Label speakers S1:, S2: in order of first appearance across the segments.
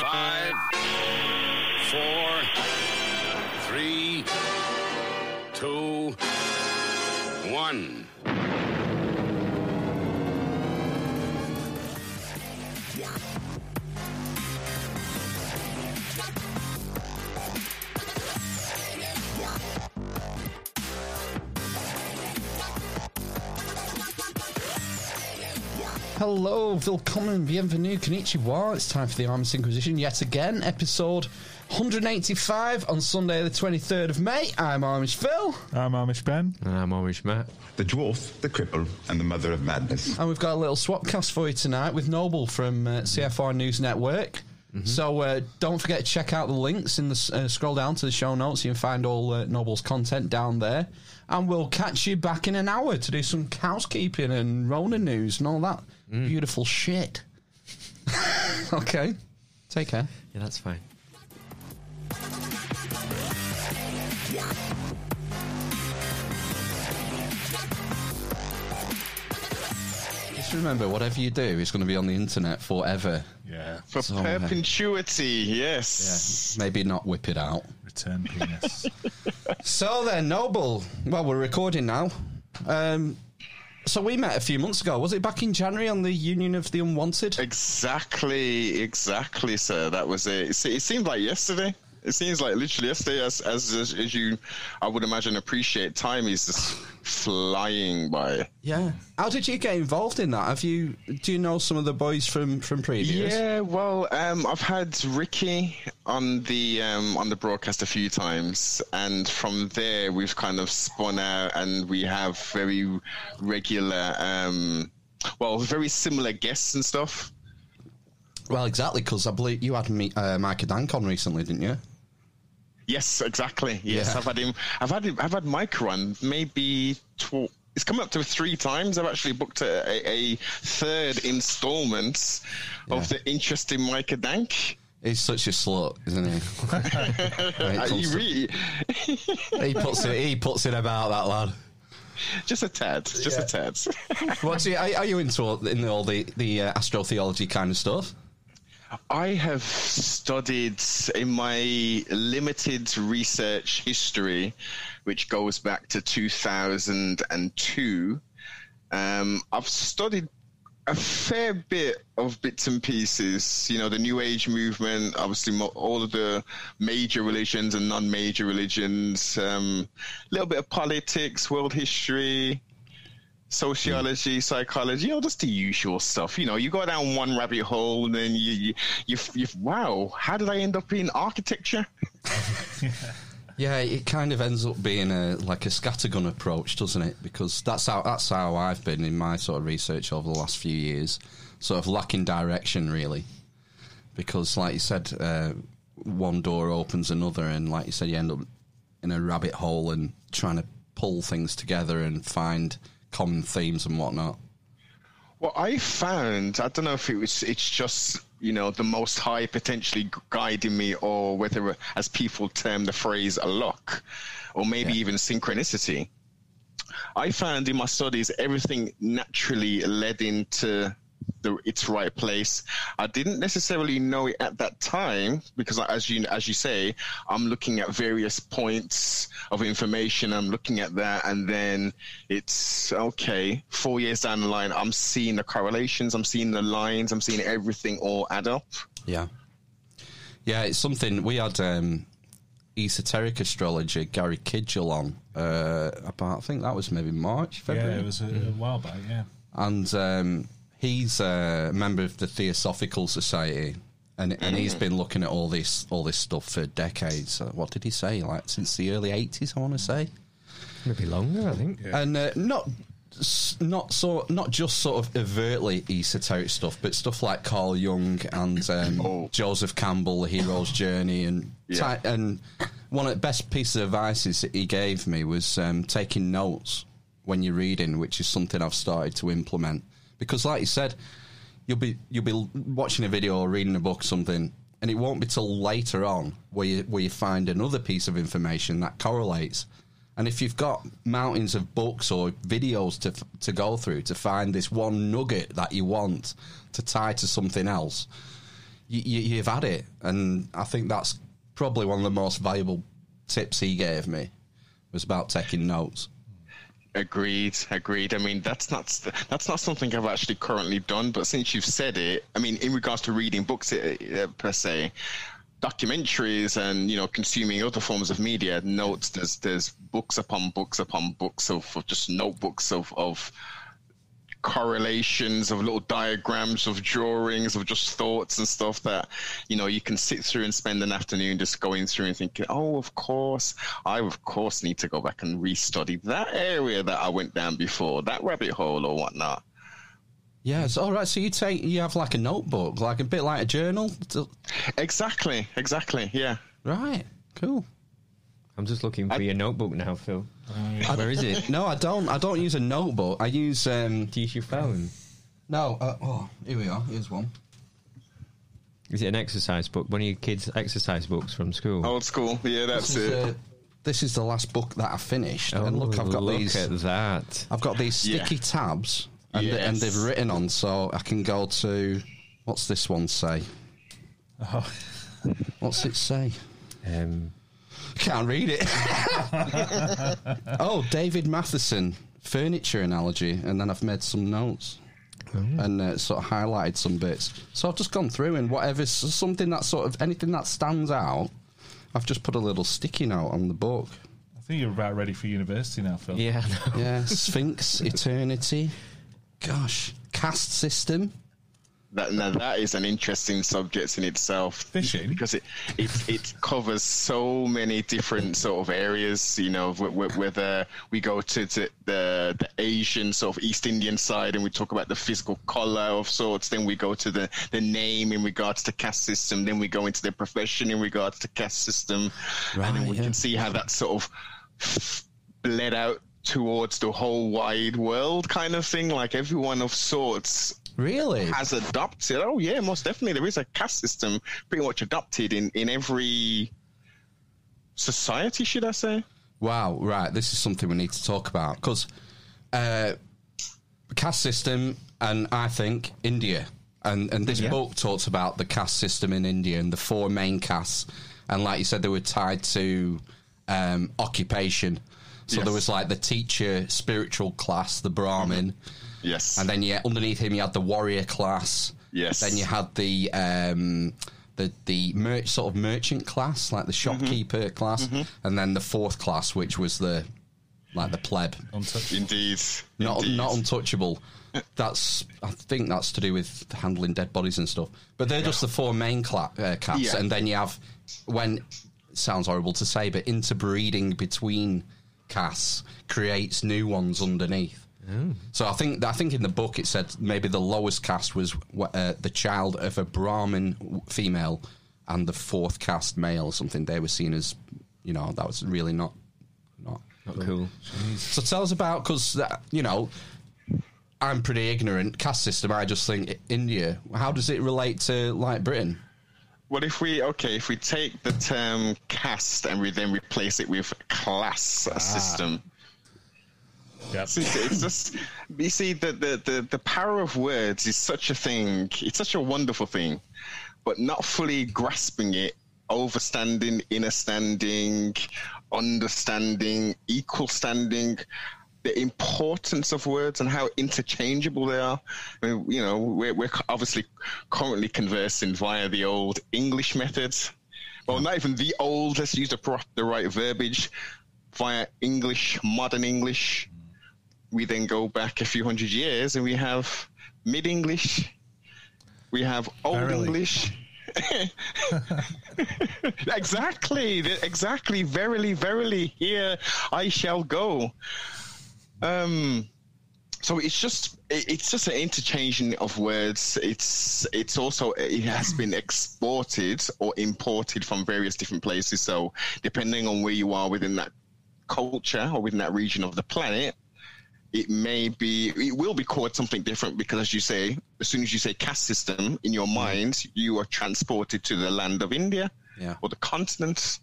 S1: Five, four, three, two, one.
S2: Hello, willkommen, bienvenue, konnichiwa. It's time for the Arms Inquisition yet again, episode 185 on Sunday, the 23rd of May. I'm Armish Phil,
S3: I'm Amish Ben.
S4: I'm Amish Matt.
S5: the dwarf, the cripple, and the mother of madness.
S2: and we've got a little swapcast for you tonight with Noble from uh, CFR News Network. So uh, don't forget to check out the links in the s- uh, scroll down to the show notes. You can find all uh, Noble's content down there, and we'll catch you back in an hour to do some housekeeping and Rona news and all that beautiful shit. okay, take care.
S4: Yeah, that's fine.
S2: Just remember, whatever you do, it's going to be on the internet forever.
S3: Yeah.
S6: For
S2: So, uh,
S6: perpetuity, yes.
S2: Maybe not whip it out.
S3: Return penis.
S2: So then, Noble. Well, we're recording now. Um, so we met a few months ago. Was it back in January on the Union of the Unwanted?
S6: Uh, Exactly, exactly, sir. That was it. It se- it seemed like yesterday. It seems like literally yesterday, as as as, as you, I would imagine, appreciate time is just flying by.
S2: Yeah. How did you get involved in that? Have you? Do you know some of the boys from from previous?
S6: Yeah, well, um, I've had Ricky on the um, on the broadcast a few times, and from there we've kind of spun out, and we have very regular, um, well, very similar guests and stuff.
S2: Well, exactly because I believe you had me, uh, Micah Dank on recently, didn't you?
S6: Yes, exactly. Yes,
S2: Yeah.
S6: I've had him. I've had him, I've had Mike on maybe tw- it's come up to three times. I've actually booked a, a, a third instalment of the interesting Micah Dank.
S2: He's such a slut, isn't he? When it
S6: Uh,
S2: comes
S6: you
S2: to-
S6: really,
S2: he puts it. He puts it about that lad.
S6: just a tad, just a tad.
S2: What's he, are, are you into all, in all the the uh, astrotheology kind of stuff?
S6: I have studied in my limited research history, which goes back to 2002. Um, I've studied a fair bit of bits and pieces, you know, the New Age movement, obviously, mo- all of the major religions and non major religions, a little bit of politics, world history, sociology, psychology, you know, just the usual stuff. You know, you go down one rabbit hole and then you, you, you, you wow, how did I end up in architecture?
S2: Yeah, it kind of ends up being a like a scattergun approach, doesn't it? Because that's how that's how I've been in my sort of research over the last few years, sort of lacking direction really. Because, like you said, uh, one door opens another, and like you said, you end up in a rabbit hole and trying to pull things together and find common themes and whatnot.
S6: Well, I found I don't know if it was it's just you know the most high potentially guiding me, or whether as people term the phrase a lock, or maybe
S2: Yeah.
S6: even synchronicity. I found in my studies everything naturally led into the its right place. I didn't necessarily know it at that time because, as you as you say, I'm looking at various points of information. I'm looking at that, and then it's okay. Four years down the line, I'm seeing the correlations. I'm seeing the lines. I'm seeing everything all add up.
S2: Yeah. Yeah, it's something we had um, esoteric astrologer Gary Kidgel on uh, about I think that was maybe March,
S3: yeah,
S2: February.
S3: it was a, a while back. Yeah.
S2: and um, he's a member of the Theosophical Society, and and he's been looking at all this all this stuff for decades. Uh, What did he say? Like since the early eighties, I want to say,
S4: Maybe longer, I think.
S2: and uh, not. s- Not so, not just sort of overtly esoteric stuff, but stuff like Carl Jung and um,
S6: Oh.
S2: Joseph Campbell, The Hero's Journey, and
S6: Yeah.
S2: ti- and one of the best pieces of advice that he gave me was um, taking notes when you're reading, which is something I've started to implement because, like you said, you'll be you'll be watching a video or reading a book or something, and it won't be till later on where you, where you find another piece of information that correlates. And if you've got mountains of books or videos to f- to go through to find this one nugget that you want to tie to something else, you, you, you've had it. And I think that's probably one of the most valuable tips he gave me was about taking notes.
S6: Agreed, agreed. I mean, that's not that's not something I've actually currently done, but since you've said it, I mean, in regards to reading books uh, per se, documentaries and you know consuming other forms of media, notes. There's there's books upon books upon books of, of just notebooks of of correlations of little diagrams of drawings of just thoughts and stuff that you know you can sit through and spend an afternoon just going through and thinking oh of course i of course need to go back and restudy that area that i went down before that rabbit hole or whatnot
S2: Yes, all right. So you take you have like a notebook, like a bit like a journal, to-
S6: exactly exactly yeah
S2: right? Cool.
S4: I'm just looking for your notebook now, Phil. Where is it?
S2: No, I don't. I don't use a notebook. I use um.
S4: Do you use your phone?
S2: No. Uh, oh, here we are. Here's one.
S4: Is it an exercise book? One of your kids' exercise books from school?
S6: old school yeah that's
S2: This is,
S6: it
S2: uh, this is the last book that I finished,
S4: Oh,
S2: and look, I've got
S4: look
S2: these.
S4: at that.
S2: I've got these
S6: Yeah.
S2: sticky tabs, and,
S6: Yes.
S2: and they've written on, so I can go to. What's this one say?
S3: Oh,
S2: What's it say?
S4: Um,
S2: Can't read it. oh, David Matheson furniture analogy, and then I've made some notes
S6: Oh.
S2: and uh, sort of highlighted some bits. So I've just gone through and whatever something that sort of anything that stands out, I've just put a little sticky note on the book.
S3: I think you're about ready for university now, Phil.
S4: yeah, I know.
S2: Yeah, Sphinx Eternity. Gosh, caste system.
S6: That now that is an interesting subject in itself.
S3: Fishing?
S6: because it it, it covers so many different sort of areas. You know, wh- wh- whether we go to, to the the Asian sort of East Indian side and we talk about the physical color of sorts, then we go to the the name in regards to caste system, then we go into the profession in regards to caste system, and then
S2: Right,
S6: we
S2: yeah.
S6: can see how that sort of bled out towards the whole wide world kind of thing like everyone of sorts
S2: Really?
S6: has adopted. Oh yeah, most definitely. There is a caste system pretty much adopted in in every society, should I say?
S2: Wow, right. This is something we need to talk about because uh, caste system, and I think India, and and this book talks about the caste system in India and the four main castes, and like you said, they were tied to um, occupation. So there
S6: Yes.
S2: was like the teacher, spiritual class, the Brahmin,
S6: Mm-hmm. Yes.
S2: and then yeah, underneath him you had the warrior class.
S6: Yes.
S2: Then you had the um, the the mer- sort of merchant class, like the shopkeeper class, and then the fourth class, which was the like the pleb,
S3: Untouched.
S6: indeed,
S2: not
S6: indeed.
S2: not untouchable. That's I think that's to do with handling dead bodies and stuff. But they're just the four main cla- uh, cats,
S6: Yeah.
S2: and then you have when sounds horrible to say, but interbreeding between castes creates new ones underneath. So I think I think in the book it said maybe the lowest caste was uh, the child of a Brahmin w- female and the fourth caste male or something. They were seen as you know that was really not not
S4: Not cool.
S2: so tell us about because you know I'm pretty ignorant caste system. I just think I- India. How does it relate to like Britain?
S6: Well, if we okay, if we take the term caste and we then replace it with class
S2: Ah.
S6: system,
S3: Yep.
S6: it's, it's just you see the, the the the power of words is such a thing it's such a wonderful thing but not fully grasping it overstanding inner standing understanding equal standing the importance of words and how interchangeable they are. I mean, you know, we're, we're obviously currently conversing via the old English method. Well, not even the old. Let's use the prop, the right verbiage via English, modern English we then go back a few hundred years and we have mid English, we have Old
S3: Verily.
S6: English. exactly, th- exactly. Verily, verily, here I shall go. Um, so it's just it- it's just an interchanging of words. It's it's also it has been exported or imported from various different places. So depending on where you are within that culture or within that region of the planet, it may be it will be called something different because as you say as soon as you say caste system in your mind you are transported to the land of india
S2: Yeah.
S6: or the continent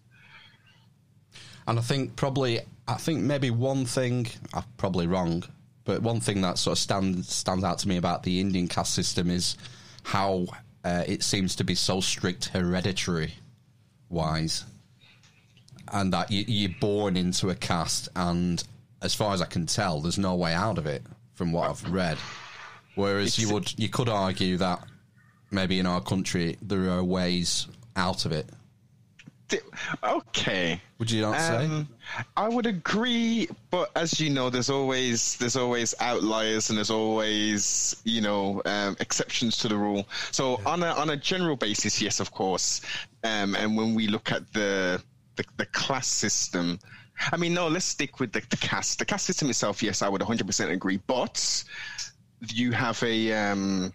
S2: And I think probably, I think maybe one thing, I'm probably wrong, but one thing that sort of stands stands out to me about the Indian caste system is how uh, it seems to be so strict hereditary wise, and that you, you're born into a caste, and as far as I can tell, there's no way out of it from what I've read. Whereas you would, you could argue that maybe in our country there are ways out of it.
S6: Di- okay
S2: Would you not say?
S6: Um, I would agree, but as you know, there's always there's always outliers and there's always you know um, exceptions to the rule. So on a on a general basis, yes, of course. Um, and when we look at the the, the class system, I mean, no, let's stick with the, the caste. The caste system itself, yes, I would 100% agree. But you have a um,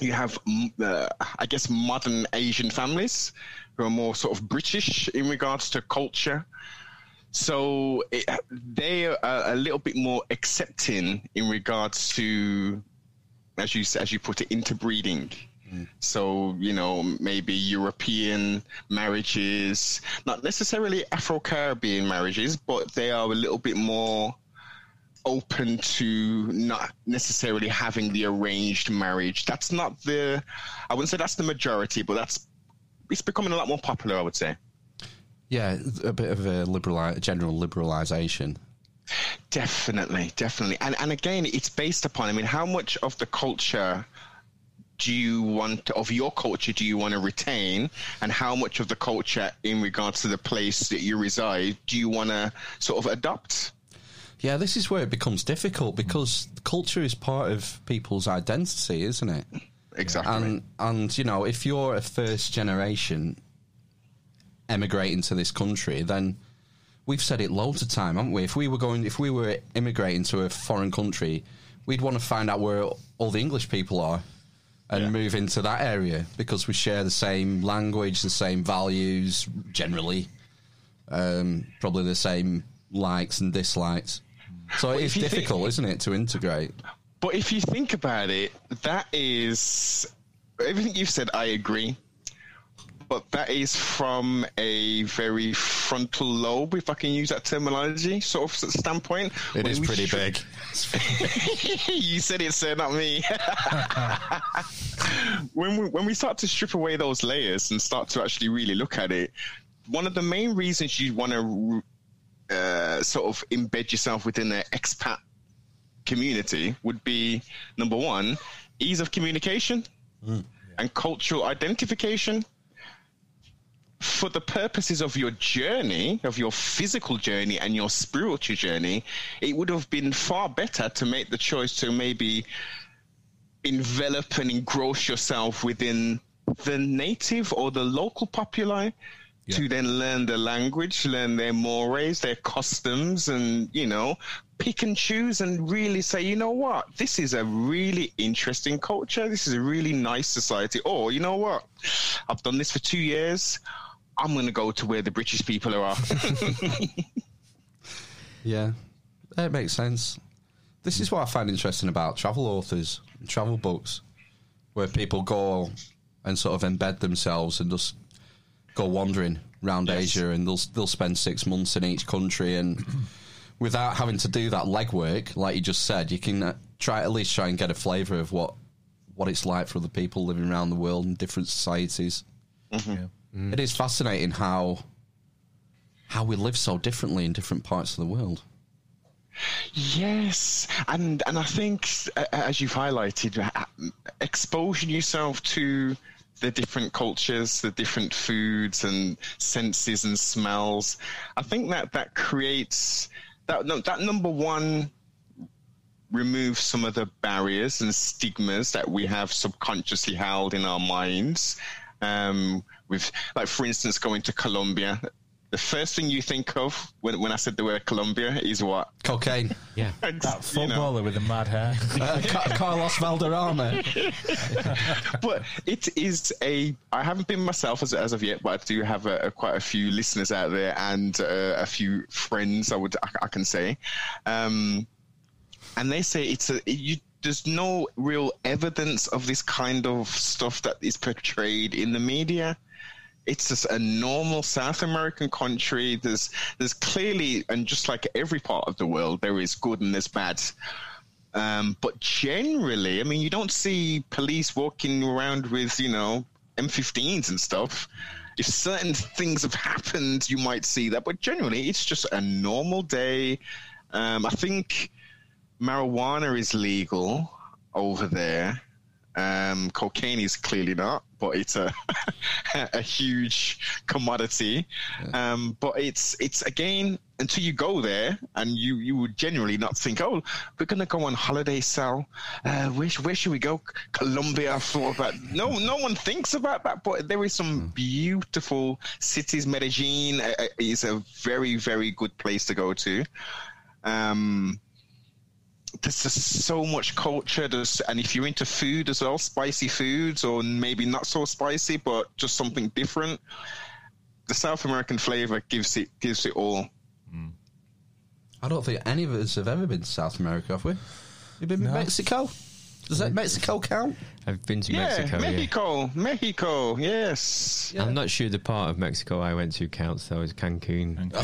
S6: you have, m- uh, I guess, modern Asian families who are more sort of British in regards to culture. So it, they are a little bit more accepting in regards to, as you s- as you put it, interbreeding. So you know maybe European marriages, not necessarily Afro Caribbean marriages, but they are a little bit more open to not necessarily having the arranged marriage. That's not the, I wouldn't say that's the majority, but that's it's becoming a lot more popular. I would say.
S2: Yeah, a bit of a liberal, general liberalisation.
S6: Definitely, definitely. And and again, it's based upon. I mean, how much of the culture do you want of your culture do you want to retain, and how much of the culture in regards to the place that you reside do you want to sort of adopt?
S2: Yeah, this is where it becomes difficult because culture is part of people's identity, isn't it?
S6: Exactly.
S2: And and you know, if you're a first generation emigrating to this country, then we've said it loads of time, haven't we? If we were going, if we were immigrating to a foreign country, we'd want to find out where all the English people are and move into that area because we share the same language, the same values, generally, um, probably the same likes and dislikes. So it's
S6: if you think-
S2: difficult, isn't it, to integrate?
S6: But if you think about it, that is everything you've said. I agree, but that is from a very frontal lobe, if I can use that terminology, sort of standpoint.
S2: It
S6: When
S2: is
S6: we
S2: pretty
S6: str-
S2: big.
S6: you said it, sir, not me. when we when we start to strip away those layers and start to actually really look at it, one of the main reasons you want to uh, sort of embed yourself within the expat community would be number one, ease of communication and cultural identification for the purposes of your journey, of your physical journey and your spiritual journey, it would have been far better to make the choice to maybe envelop and engross yourself within the native or the local populi to then learn the language, learn their mores, their customs, and, you know, pick and choose and really say, you know what, this is a really interesting culture. This is a really nice society. Or, you know what, I've done this for two years. I'm going to go to where the British people are.
S2: Yeah, it makes sense. This is what I find interesting about travel authors, and travel books, where people go and sort of embed themselves and just go wandering around Asia, and they'll they'll spend six months in each country, and without having to do that legwork, like you just said, you can uh, try at least try and get a flavour of what what it's like for other people living around the world in different societies. It is fascinating how how we live so differently in different parts of the world.
S6: Yes, and and I think uh, as you've highlighted, uh, exposing yourself to the different cultures, the different foods and senses and smells, I think that that creates that no, that number one remove some of the barriers and stigmas that we have subconsciously held in our minds. Um, with like, for instance, going to Colombia. The first thing you think of when, when I said the word Colombia is what?
S2: Cocaine.
S4: Yeah.
S3: That
S6: You know.
S3: footballer with the mad hair.
S2: Uh, Ca- Carlos Valderrama.
S6: but it is a. I haven't been myself as, as of yet, but I do have a, a- quite a few listeners out there and uh, a few friends. I would I, I can say, um, and they say it's a you. There's no real evidence of this kind of stuff that is portrayed in the media. It's just a normal South American country. There's there's clearly and just like every part of the world, there is good and there's bad. Um, but generally, I mean, you don't see police walking around with, you know, M15s and stuff. If certain things have happened, you might see that. But generally, it's just a normal day. Um, I think marijuana is legal over there. Um, cocaine is clearly not, but it's a a huge commodity. Um, but it's it's again until you go there, and you you would generally not think, oh, we're gonna go on holiday, Sal. Uh, where sh- where should we go? Colombia for that? No, no one thinks about that. But there is some beautiful cities. Medellin uh, uh, is a very very good place to go to. Um, there's just so much culture. There's, and if you're into food as well, spicy foods, or maybe not so spicy, but just something different, the South American flavor gives it gives it all.
S2: I don't think any of us have ever been to South America, have we? You've been to Mexico? Does that Mexico count?
S4: I've been to
S6: Yeah,
S4: Mexico.
S6: Mexico,
S4: yeah.
S6: Mexico, yes.
S4: I'm not sure the part of Mexico I went to counts though. Is Cancun?
S3: And cool.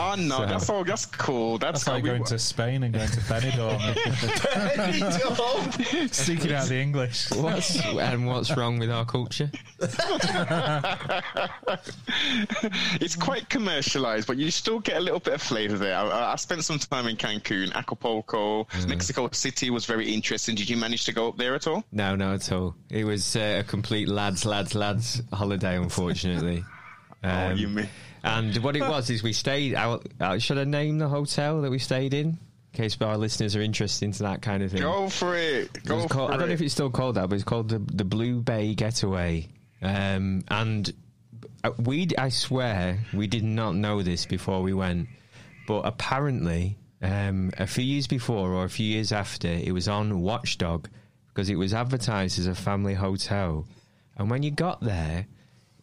S6: Oh no, that's all. That's cool. That's,
S3: That's
S6: how
S3: like
S6: we.
S3: going to Spain and going to Benidorm, seeking out the English.
S4: What's, and what's wrong with our culture?
S6: it's quite commercialized, but you still get a little bit of flavor there. I, I spent some time in Cancun, Acapulco,
S4: Mm.
S6: Mexico City was very interesting. Did you manage to go up there at all?
S4: No, no, at all. It was uh, a complete lads, lads, lads holiday, unfortunately.
S6: oh,
S4: Um,
S6: you mean?
S4: And what it was is we stayed. out uh, should I name the hotel that we stayed in? In case our listeners are interested into that kind of thing.
S6: Go for it.
S4: It
S6: Go
S4: was
S6: for
S4: called-
S6: it.
S4: I don't know if it's still called that, but it's called the the Blue Bay Getaway. Um, and uh, we, I swear, we did not know this before we went, but apparently, um, a few years before or a few years after, it was on Watchdog because it was advertised as a family hotel. And when you got there,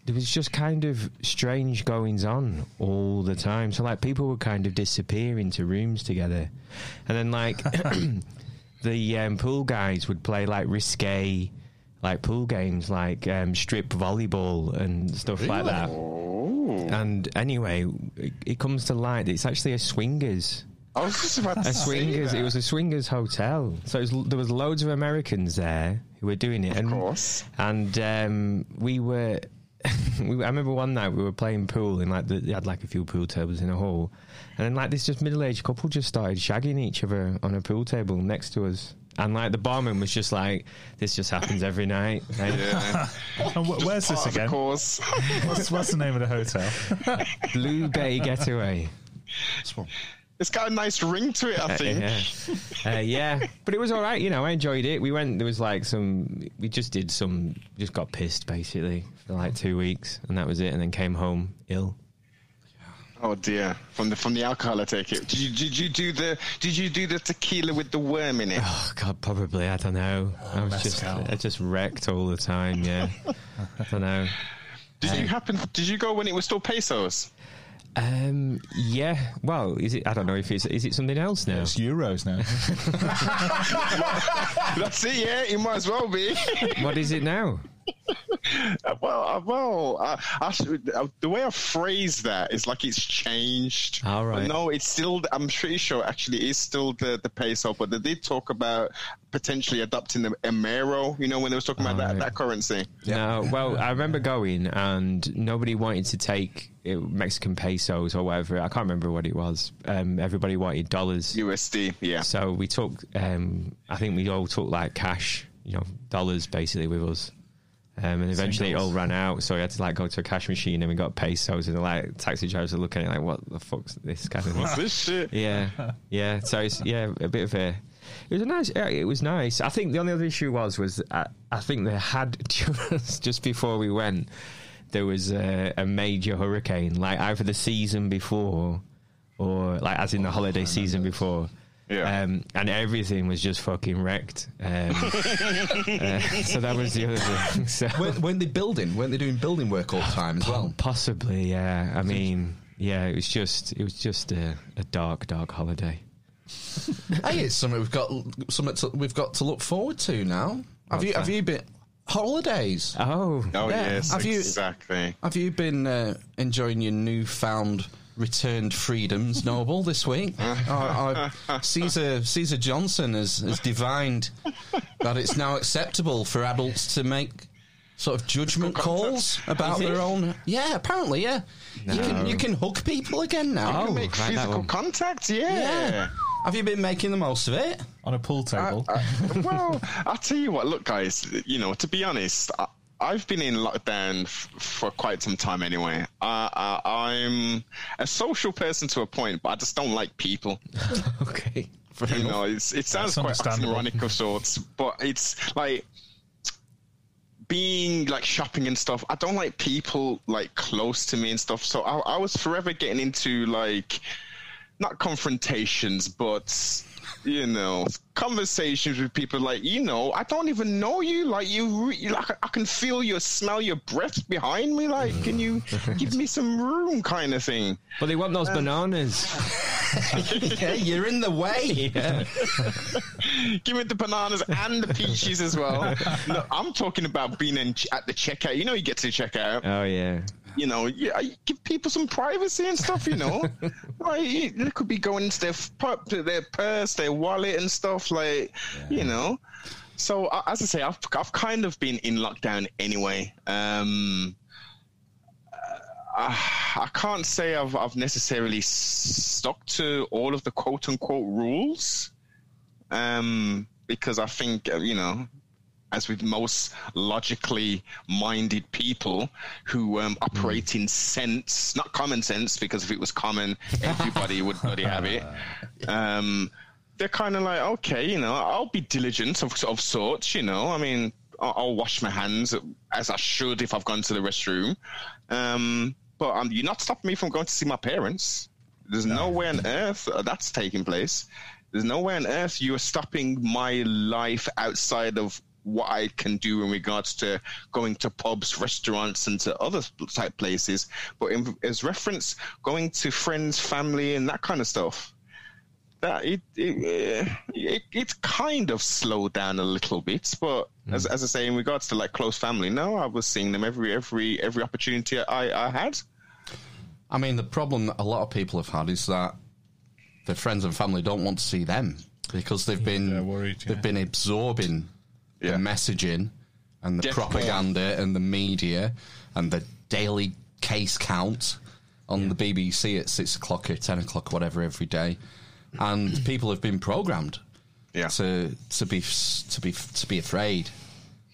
S4: there was just kind of strange goings on all the time. So like people would kind of disappear into rooms together, and then like the um, pool guys would play like risque, like pool games, like um, strip volleyball and stuff like that. And anyway, it, it comes to light that it's actually a swingers
S6: I was just about to
S4: a
S6: say
S4: swingers.
S6: that.
S4: It was a swingers hotel. So it was, there was loads of Americans there who were doing it. and,
S6: course.
S4: And um, we were. we, were- I remember one night we were playing pool and like the, they had like a few pool tables in a hall, and then like this just middle aged couple just started shagging each other on a pool table next to us. And like the barman was just like, "This just happens every night." And
S6: Yeah.
S3: And wh- where's this
S6: Part of the
S3: again?
S6: course.
S3: What's, what's the name of the hotel?
S4: Blue Bay Getaway.
S6: It's got a nice ring to it, I think.
S4: yeah. Uh, yeah, but it was all right. You know, I enjoyed it. We went. There was like some. We just did some. Just got pissed basically for like two weeks, and that was it. And then came home ill.
S6: Oh dear. From the from the alcohol I take it. Did you did you do the did you do the tequila with the worm in it?
S4: Oh God, probably. I don't know. I was just.
S3: mezcal.
S4: I just wrecked all the time. Yeah. I don't know.
S6: Did you happen did you go when it was still pesos?
S4: Um. Yeah. Well, is it? I don't know if it's. Is it something else now?
S3: It's Euros now.
S6: That's it, yeah, it might as well be.
S4: What is it now?
S6: well, uh, well, uh, I should, uh, the way I phrase that is like it's changed.
S4: All right.
S6: But no, it's still. I'm pretty sure actually it's still the the peso, but they did talk about potentially adopting the emero. You know, when they was talking about that
S4: Alright.
S6: that currency.
S4: No, well, I remember going and nobody wanted to take uh, Mexican pesos or whatever. I can't remember what it was. Um, everybody wanted dollars.
S6: USD, yeah.
S4: So we took, um, I think we all took like cash, you know, dollars basically with us. Um, and eventually
S3: Singles.
S4: it all ran out. So we had to like go to a cash machine and we got pesos and like taxi drivers were looking at it like, what the fuck's this kind of thing?
S6: This shit.
S4: yeah. Yeah. So it's, yeah, a bit of a, it was a nice, yeah, it was nice. I think the only other issue was, was I, I think they had just, just before we went, there was a, a major hurricane, like either the season before or like as in the holiday season before.
S6: Yeah.
S4: Um, and everything was just fucking wrecked. Um, uh, so that was the other thing. So
S2: Weren't, weren't they building? Weren't they doing building work all the time as well?
S4: possibly, yeah. I mean, yeah. It was just, it was just a, a dark, dark holiday.
S2: hey, it's something we've got something to, we've got to look forward to now. Have you have you been holidays?
S4: Oh,
S6: Oh
S2: Yeah.
S6: yes,
S2: Have you-
S6: exactly.
S2: Have you been uh, enjoying your newfound returned freedoms, Noble, this week? Uh, uh, Caesar Caesar Johnson has, has divined that it's now acceptable for adults to make sort of judgment calls about their own. Yeah, apparently, yeah. You can you can hug people again now.
S4: Oh,
S6: Make
S4: right, that
S6: physical
S4: one.
S6: contact, yeah.
S2: yeah. Have you been making the most of it?
S3: on a
S6: Uh,
S3: pool table.
S6: well, I'll tell you what. Look, guys, you know, to be honest, I, I've been in lockdown f- for quite some time anyway. I, I, I'm a social person to a point, but I just don't like people.
S4: okay.
S6: you know, it's, it sounds quite
S3: understandable.
S6: ironic of sorts, but it's like being like shopping and stuff. I don't like people like close to me and stuff. So I, I was forever getting into like not confrontations, but you know, conversations with people like you know, I don't even know you. Like you, re- you- like I can feel your smell, your breath behind me. Like, can you give me some room, kind of thing.
S4: But they want those bananas.
S2: yeah, you're in the way.
S4: Yeah.
S6: Give me the bananas and the peaches as well. No, I'm talking about being in, at the checkout. You know, you get to the checkout.
S4: Oh yeah.
S6: You know, yeah, you give people some privacy and stuff. You know, like you- they could be going into their f- pu- to their purse, their wallet, and stuff. Like, you know. So I- as I say, I've I've kind of been in lockdown anyway. Um, uh, I, I can't say I've I've necessarily stuck to all of the quote unquote rules um, because I think uh, you know, as with most logically minded people who um, operate in sense, not common sense, because if it was common, everybody would bloody have it. Um, they're kind of like, okay, you know, I'll be diligent of, of sorts, you know. I mean, I'll, I'll wash my hands as I should if I've gone to the restroom. Um, but um, you're not stopping me from going to see my parents. There's no way on earth uh, that's taking place. There's no way on earth you're stopping my life outside of what I can do in regards to going to pubs, restaurants, and to other type places. But in, as reference, going to friends, family, and that kind of stuff, that it it, eh, it it's kind of slowed down a little bit. But as, as I say, in regards to like close family, no, I was seeing them every every every opportunity I I had.
S2: I mean, the problem that a lot of people have had is that their friends and family don't want to see them because they've
S3: they're
S2: been
S3: worried, yeah.
S2: they've been absorbing
S6: Yeah.
S2: the messaging and the
S6: Death
S2: propaganda and the media and the daily case count on the BBC at six o'clock or ten o'clock, whatever, every day, and people have been programmed
S6: Yeah.
S2: to to be f- to be f- to be afraid.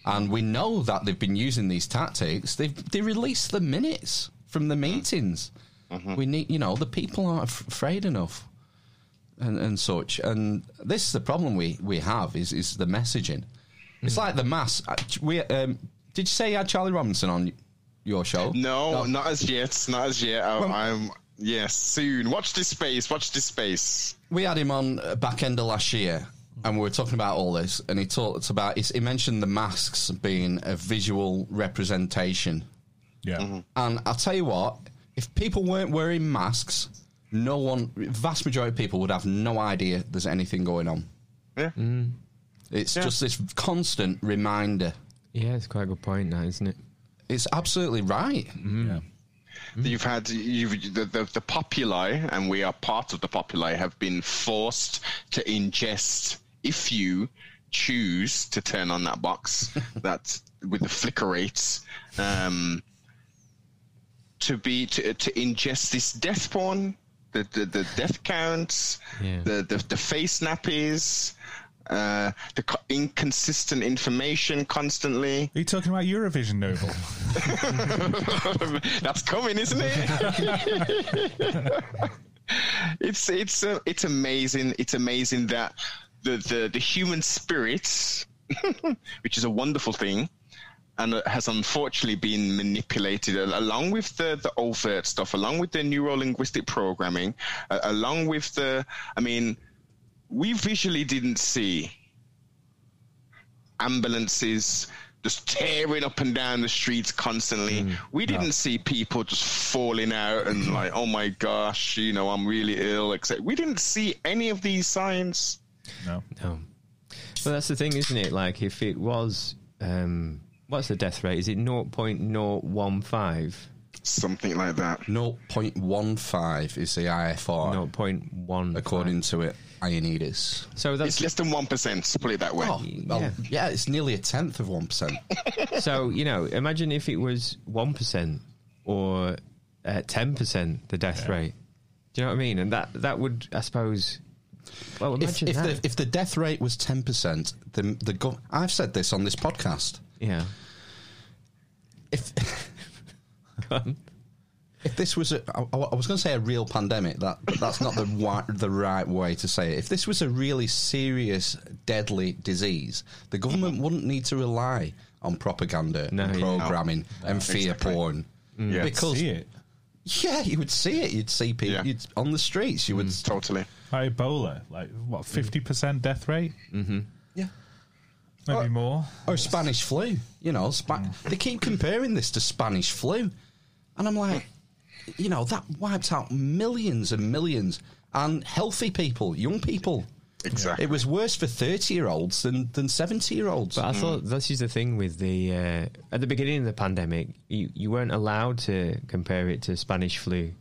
S2: And we know that they've been using these tactics. They've they released the minutes from
S6: Mm.
S2: the meetings.
S6: Mm-hmm.
S2: We need, you know, the people aren't af- afraid enough, and and such. And this is the problem we we have is is the messaging.
S6: Hmm.
S2: It's like the mass. uh, We um, did you say you had Charlie Robinson on your show?
S6: No, not as yet. Not as yet. I, I'm yes. Soon. Watch this space. Watch this space.
S2: we had him on uh, back end of last year, and we were talking about all this, and he talked about he mentioned the masks being a visual representation,
S3: yeah.
S6: mm-hmm.
S2: and I'll tell you what, if people weren't wearing masks, no one, vast majority of people would have no idea there's anything going on.
S6: Yeah.
S2: It's just this constant reminder.
S4: Yeah, it's quite a good point, that isn't it?
S2: It's absolutely right.
S3: yeah.
S6: You've had you've, the, the the populi, and we are part of the populi, have been forced to ingest. If you choose to turn on that box, that with the flicker rates, um, to be to, to ingest this death porn, the the, the death counts,
S4: Yeah.
S6: the, the the face nappies, uh, the co- inconsistent information constantly.
S3: Are you talking about Eurovision Noble?
S6: That's coming, isn't it? it's it's uh, it's amazing. It's amazing that the the, the human spirit, which is a wonderful thing, and it has unfortunately been manipulated al- along with the, the overt stuff, along with the neuro linguistic programming, uh, along with the. I mean, we visually didn't see ambulances just tearing up and down the streets constantly. we didn't see people just falling out and like, oh my gosh, you know, I'm really ill. Except we didn't see any of these signs.
S3: No.
S4: No. Um, Well, that's the thing, isn't it? Like, if it was, um, what's the death rate? Is it 0.015?
S6: Something like that.
S2: 0.15 is the IFR,
S4: 0.1.
S2: according to it, Ioannidis.
S4: So
S6: It's
S4: that's
S6: less than 1%, put it that way.
S2: Oh, well,
S4: Yeah.
S2: yeah. it's nearly a tenth of 1%.
S4: so you know. Imagine if it was one percent or uh, ten percent the death rate. Do you know what I mean? And that that would, I suppose. Well,
S2: if,
S4: imagine
S2: if,
S4: that.
S2: the, if the death rate was 10%, the, the gov- I've said this on this podcast.
S4: yeah.
S2: If
S4: Go on.
S2: if this was a, I, I was going to say a real pandemic, that but that's not the wi- the right way to say it. If this was a really serious, deadly disease, the government wouldn't need to rely on propaganda,
S4: No,
S2: and
S4: yeah. Mm.
S2: programming, and fear
S6: Exactly.
S2: porn.
S6: Yeah.
S2: Because
S3: See it.
S2: yeah, you would see it. You'd see people
S6: Yeah. Mm.
S2: you'd, on the streets. You would
S6: Totally.
S3: Like Ebola, like what, 50% death rate?
S2: yeah.
S3: Maybe more?
S2: Oh, Spanish flu. You know, Spa-
S6: Mm.
S2: they keep comparing this to Spanish flu, and I'm like, you know, that wiped out millions and millions and healthy people, young people.
S6: Exactly.
S2: It was worse for thirty-year-olds than than seventy-year-olds.
S4: But I thought this is the thing with the uh, at the beginning of the pandemic, you, you weren't allowed to compare it to Spanish flu,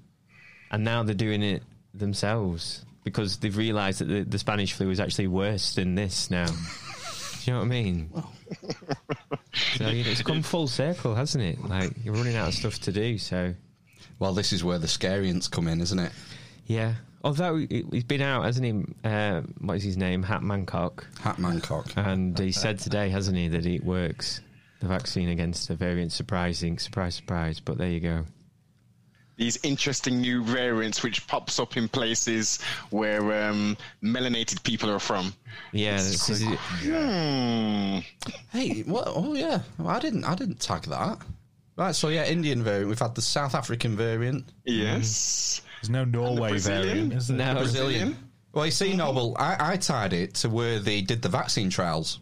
S4: and now they're doing it themselves because they've realised that the, the Spanish flu is actually worse than this now. Do you know what I mean? so you know, it's come full circle, hasn't it? Like you're running out of stuff to do, so
S2: Well, this is where the scariants come in, isn't it?
S4: yeah. Although he- he's been out, hasn't he? Uh, what is his name? Hat Mancock.
S2: Hat Mancock.
S4: And he said today, hasn't he, that it works. The vaccine against the variant, surprising, surprise, surprise. But there you go.
S6: These interesting new variants which pops up in places where um, melanated people are from.
S4: Yeah, this is it.
S6: Hmm.
S2: Hey, what? Oh yeah, well, I didn't. I didn't tag that. Right. So yeah, Indian variant. We've had the South African variant.
S6: Yes.
S3: There's no Norway
S6: Brazilian?
S3: variant, is there?
S4: No.
S2: Brazilian. Well, you see, Noble, I, I tied it to where they did the vaccine trials.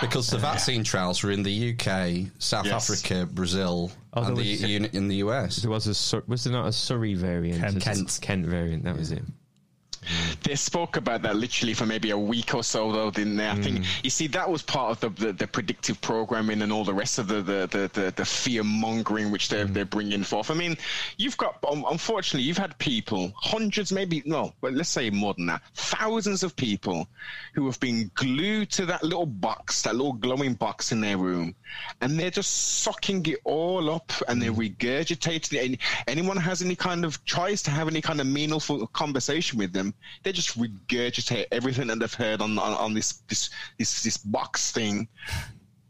S2: Because the vaccine trials were in the UK, South
S6: Yes.
S2: Africa, Brazil,
S4: Oh,
S2: and the,
S4: there was-
S2: uni- in the US.
S4: There was a Sur- was there not a Surrey variant?
S3: Kent.
S2: Kent.
S4: Kent variant. That was it.
S6: They spoke about that literally for maybe a week or so, though, didn't they? I think you see that was part of the, the, the predictive programming and all the rest of the the, the, the, the fear mongering which they're they're bringing forth. I mean, you've got um, unfortunately you've had people, hundreds, maybe no, but let's say more than that, thousands of people who have been glued to that little box, that little glowing box in their room, and they're just sucking it all up and they're regurgitating it. And anyone has any kind of tries to have any kind of meaningful conversation with them, they just regurgitate everything that they've heard on on, on this, this this this box thing.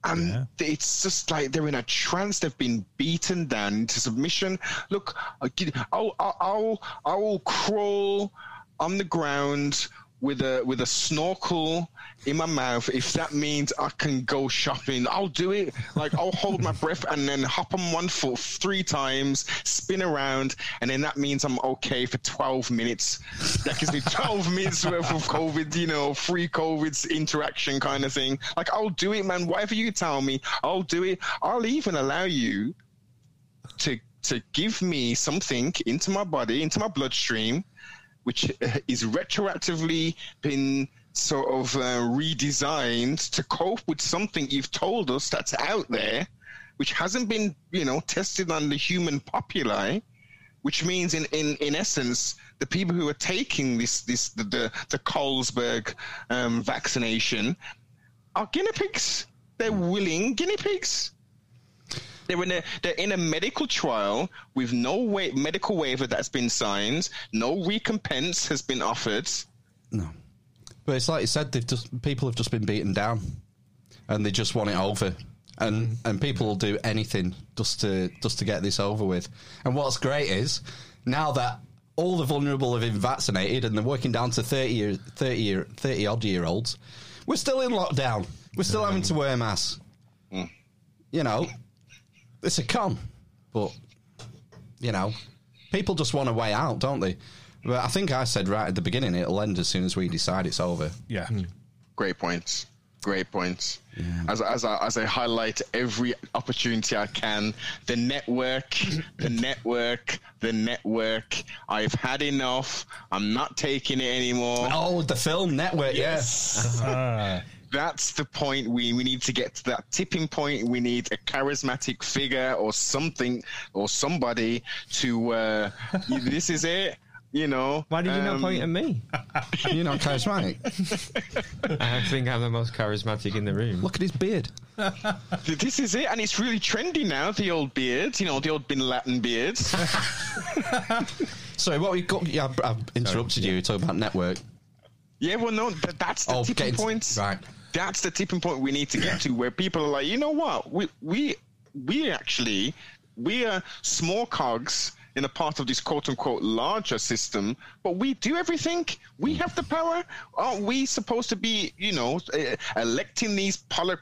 S6: And it's just like they're in a trance. They've been beaten down into submission. Look, I gi- I'll, I'll, I'll, I'll crawl on the ground with a with a snorkel in my mouth if that means I can go shopping. I'll do it. Like I'll hold my breath and then hop on one foot three times, spin around, and then that means I'm okay for twelve minutes. That gives me twelve minutes worth of COVID, you know, free COVID interaction kind of thing. Like I'll do it, man. Whatever you tell me, I'll do it. I'll even allow you to to give me something into my body, into my bloodstream, which uh, is retroactively been sort of uh, redesigned to cope with something you've told us that's out there, which hasn't been you know tested on the human populi. Which means, in, in, in essence, the people who are taking this this the the, the Colesberg um, vaccination are guinea pigs. They're willing guinea pigs. They're in a they're in a medical trial with no wa- medical waiver that's been signed. No recompense has been offered.
S2: No. But it's like you said, they've just, people have just been beaten down and they just want it over. And and people will do anything just to just to get this over with. And what's great is now that all the vulnerable have been vaccinated and they're working down to 30 year, 30 year, 30 odd year olds, we're still in lockdown. We're still having to wear masks. You know, it's a con, but you know, people just want a way out, don't they? But I think I said right at the beginning, it'll end as soon as we decide it's over.
S3: Yeah.
S6: Great points. great point. As as I, as I highlight every opportunity I can, the network, the network, the network. I've had enough. I'm not taking it anymore.
S2: Oh, the film network.
S6: Yes.
S3: Ah,
S6: That's the point. We we need to get to that tipping point. We need a charismatic figure or something or somebody to. Uh, this is it. You know.
S4: Why did you not
S6: Um,
S4: point at me?
S2: Yeah. You're not charismatic.
S4: I think I'm the most charismatic in the room.
S2: Look at his beard.
S6: This is it, and it's really trendy now. The old beard, you know, the old Bin Laden beards.
S2: Sorry, what we got? Yeah, I've, I've interrupted you. You're talking about network.
S6: yeah, well, no, th- that's the
S2: Oh,
S6: tipping
S2: getting-
S6: point.
S2: right.
S6: That's the tipping point we need to get to, where people are like, you know what, we we we actually we are small cogs in a part of this quote unquote larger system, but we do everything. We have the power. Aren't we supposed to be, you know, eh, electing these poly-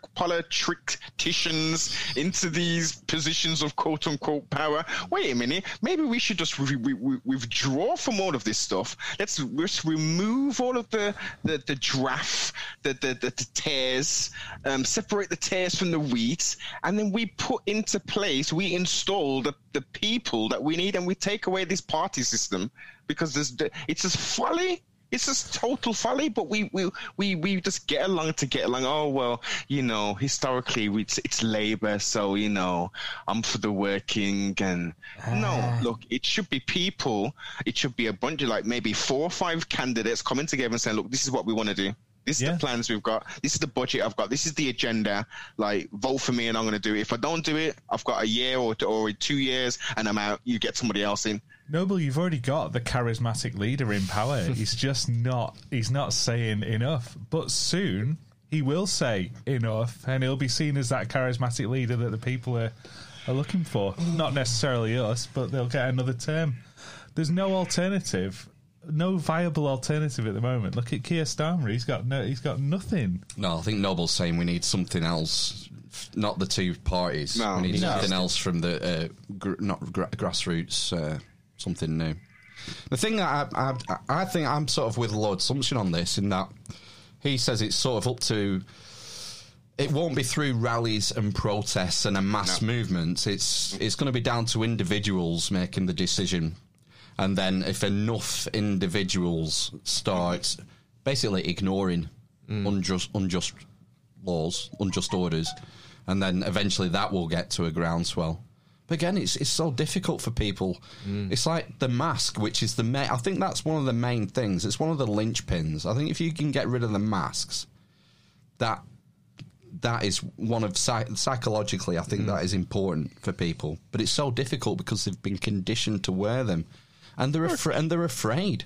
S6: politicians into these positions of quote unquote power? Wait a minute. Maybe we should just re- re- re- withdraw from all of this stuff. Let's let's remove all of the the, the draft, the the, the, the tears, um, separate the tears from the wheat, and then we put into place, we install the, the people that we need, and we take away this party system because there's the- it's just folly. It's just total folly, but we, we, we, we just get along to get along. Oh, well, you know, historically we- it's, it's labor, so, you know, I'm for the working. And no, look, it should be people. It should be a bunch of like maybe four or five candidates coming together and saying, look, this is what we want to do. This is
S3: Yeah.
S6: the plans we've got. This is the budget I've got. This is the agenda. Like, vote for me and I'm going to do it. If I don't do it, I've got a year or, or two years and I'm out. You get somebody else in.
S3: Noble, you've already got the charismatic leader in power. He's just not. He's not saying enough. But soon he will say enough, and he'll be seen as that charismatic leader that the people are are looking for. Not necessarily us, but they'll get another term. There's no alternative. No viable alternative at the moment. Look at Keir Starmer. He's got no. He's got nothing.
S2: No, I think Noble's saying we need something else, not the two parties.
S6: No.
S2: we need
S6: No.
S2: something else from the uh, gr- not gra- grassroots, uh, something new. The thing that I, I, I think I'm sort of with Lord Sumption on this, in that he says it's sort of up to. It won't be through rallies and protests and a mass movement. It's it's going to be down to individuals making the decision, and then if enough individuals start basically ignoring unjust unjust laws, unjust orders, and then eventually that will get to a groundswell. But again, it's it's so difficult for people. It's like the mask, which is the main. I think that's one of the main things. It's one of the linchpins. I think if you can get rid of the masks, that that is one of psy- psychologically. I think
S6: Mm.
S2: that is important for people. But it's so difficult because they've been conditioned to wear them, and they're afra- and they're afraid.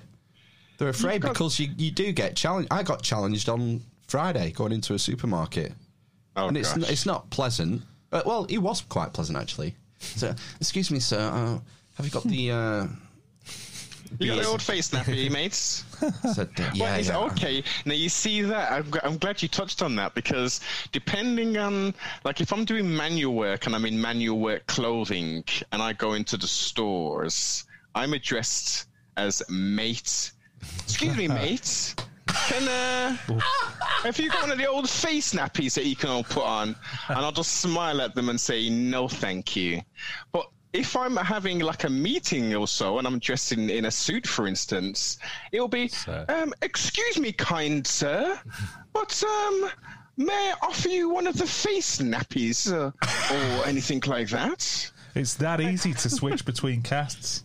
S2: They're afraid
S6: got-
S2: because you you do get challenged. I got challenged on Friday going into a supermarket
S6: Oh,
S2: and it's
S6: gosh.
S2: it's not pleasant. Uh, well, it was quite pleasant actually. So, excuse me, sir. Uh, have you got the? Uh,
S6: You got the old face nappy, mates.
S2: said, uh,
S6: Well,
S2: yeah,
S6: it's
S2: yeah.
S6: okay. Now you see that. I'm, gl- I'm glad you touched on that because depending on, like, if I'm doing manual work and I'm in manual work clothing and I go into the stores, I'm addressed as mate. Excuse me, mate. Can uh, have you got one of the old face nappies that you can all put on? And I'll just smile at them and say no, thank you. But if I'm having like a meeting or so, and I'm dressed in, in a suit, for instance, it'll be, um, excuse me, kind sir, but um, may I offer you one of the face nappies uh, or anything like that?
S3: It's that easy to switch between casts.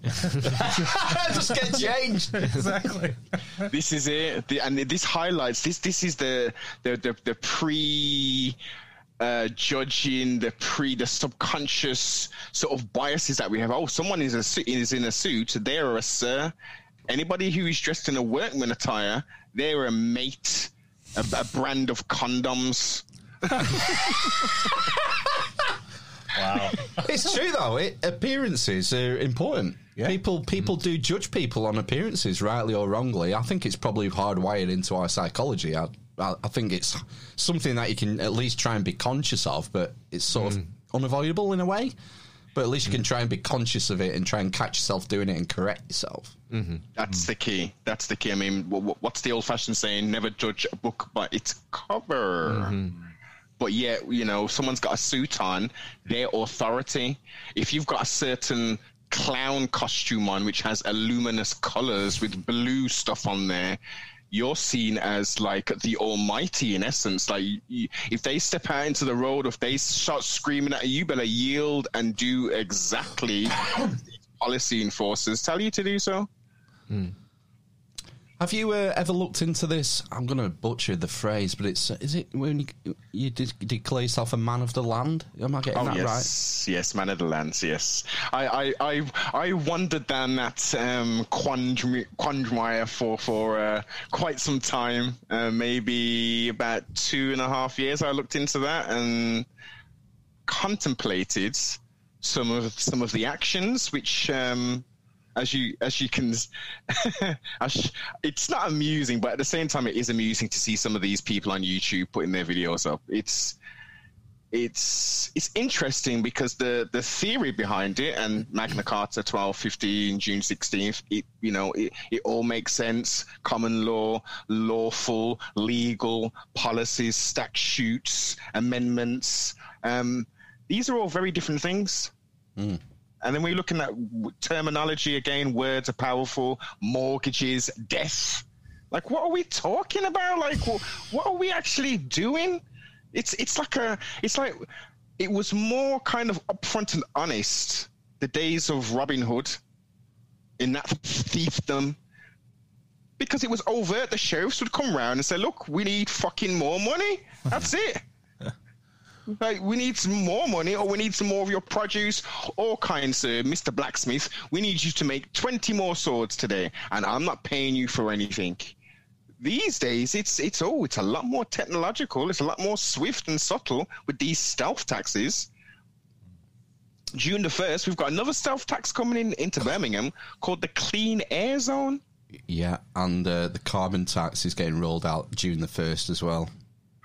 S2: Just get changed.
S3: exactly.
S6: this is it the, and this highlights this this is the the the, the pre uh, judging the pre the subconscious sort of biases that we have oh someone is a suit is in a suit they're a sir anybody who is dressed in a workman attire they're a mate a, a brand of condoms
S2: it's true though. It, appearances are important.
S3: Yeah.
S2: People people do judge people on appearances, rightly or wrongly. I think it's probably hardwired into our psychology. I I, I think it's something that you can at least try and be conscious of, but it's sort of unavoidable in a way. But at least you can try and be conscious of it and try and catch yourself doing it and correct yourself.
S6: That's the key. That's the key. I mean, wh- wh- what's the old-fashioned saying? Never judge a book by its cover. But yet, you know, someone's got a suit on, their authority. If you've got a certain clown costume on, which has luminous colors with blue stuff on there, you're seen as like the almighty in essence. Like, y- y- if they step out into the road, if they start screaming at you, you better yield and do exactly what the policy enforcers tell you to do so.
S2: Have you uh, ever looked into this? I'm going to butcher the phrase, but it's is it when you, you de- declare yourself a man of the land? Am I getting that right?
S6: Oh, yes, yes, Man of the Lands, yes. I, I, I, I wandered down that um, quandary, quandmire for for uh, quite some time, uh, maybe about two and a half years. I looked into that and contemplated some of some of the actions, which. Um, as you as you can, as, it's not amusing, but at the same time, it is amusing to see some of these people on YouTube putting their videos up. It's it's it's interesting because the the theory behind it and Magna Carta 1215 June 16th it you know it, it all makes sense common law lawful legal policies statutes amendments um, these are all very different things and then we're looking at w- terminology again words are powerful mortgages death like what are we talking about like wh- what are we actually doing it's it's like a it's like it was more kind of upfront and honest the days of robin hood in that thiefdom because it was overt the sheriffs would come round and say look we need fucking more money that's it like we need some more money or we need some more of your produce all kinds sir mr blacksmith we need you to make 20 more swords today and i'm not paying you for anything these days it's it's oh it's a lot more technological it's a lot more swift and subtle with these stealth taxes june the 1st we've got another stealth tax coming in into birmingham called the clean air zone
S2: Yeah, and uh, the carbon tax is getting rolled out June the first as well.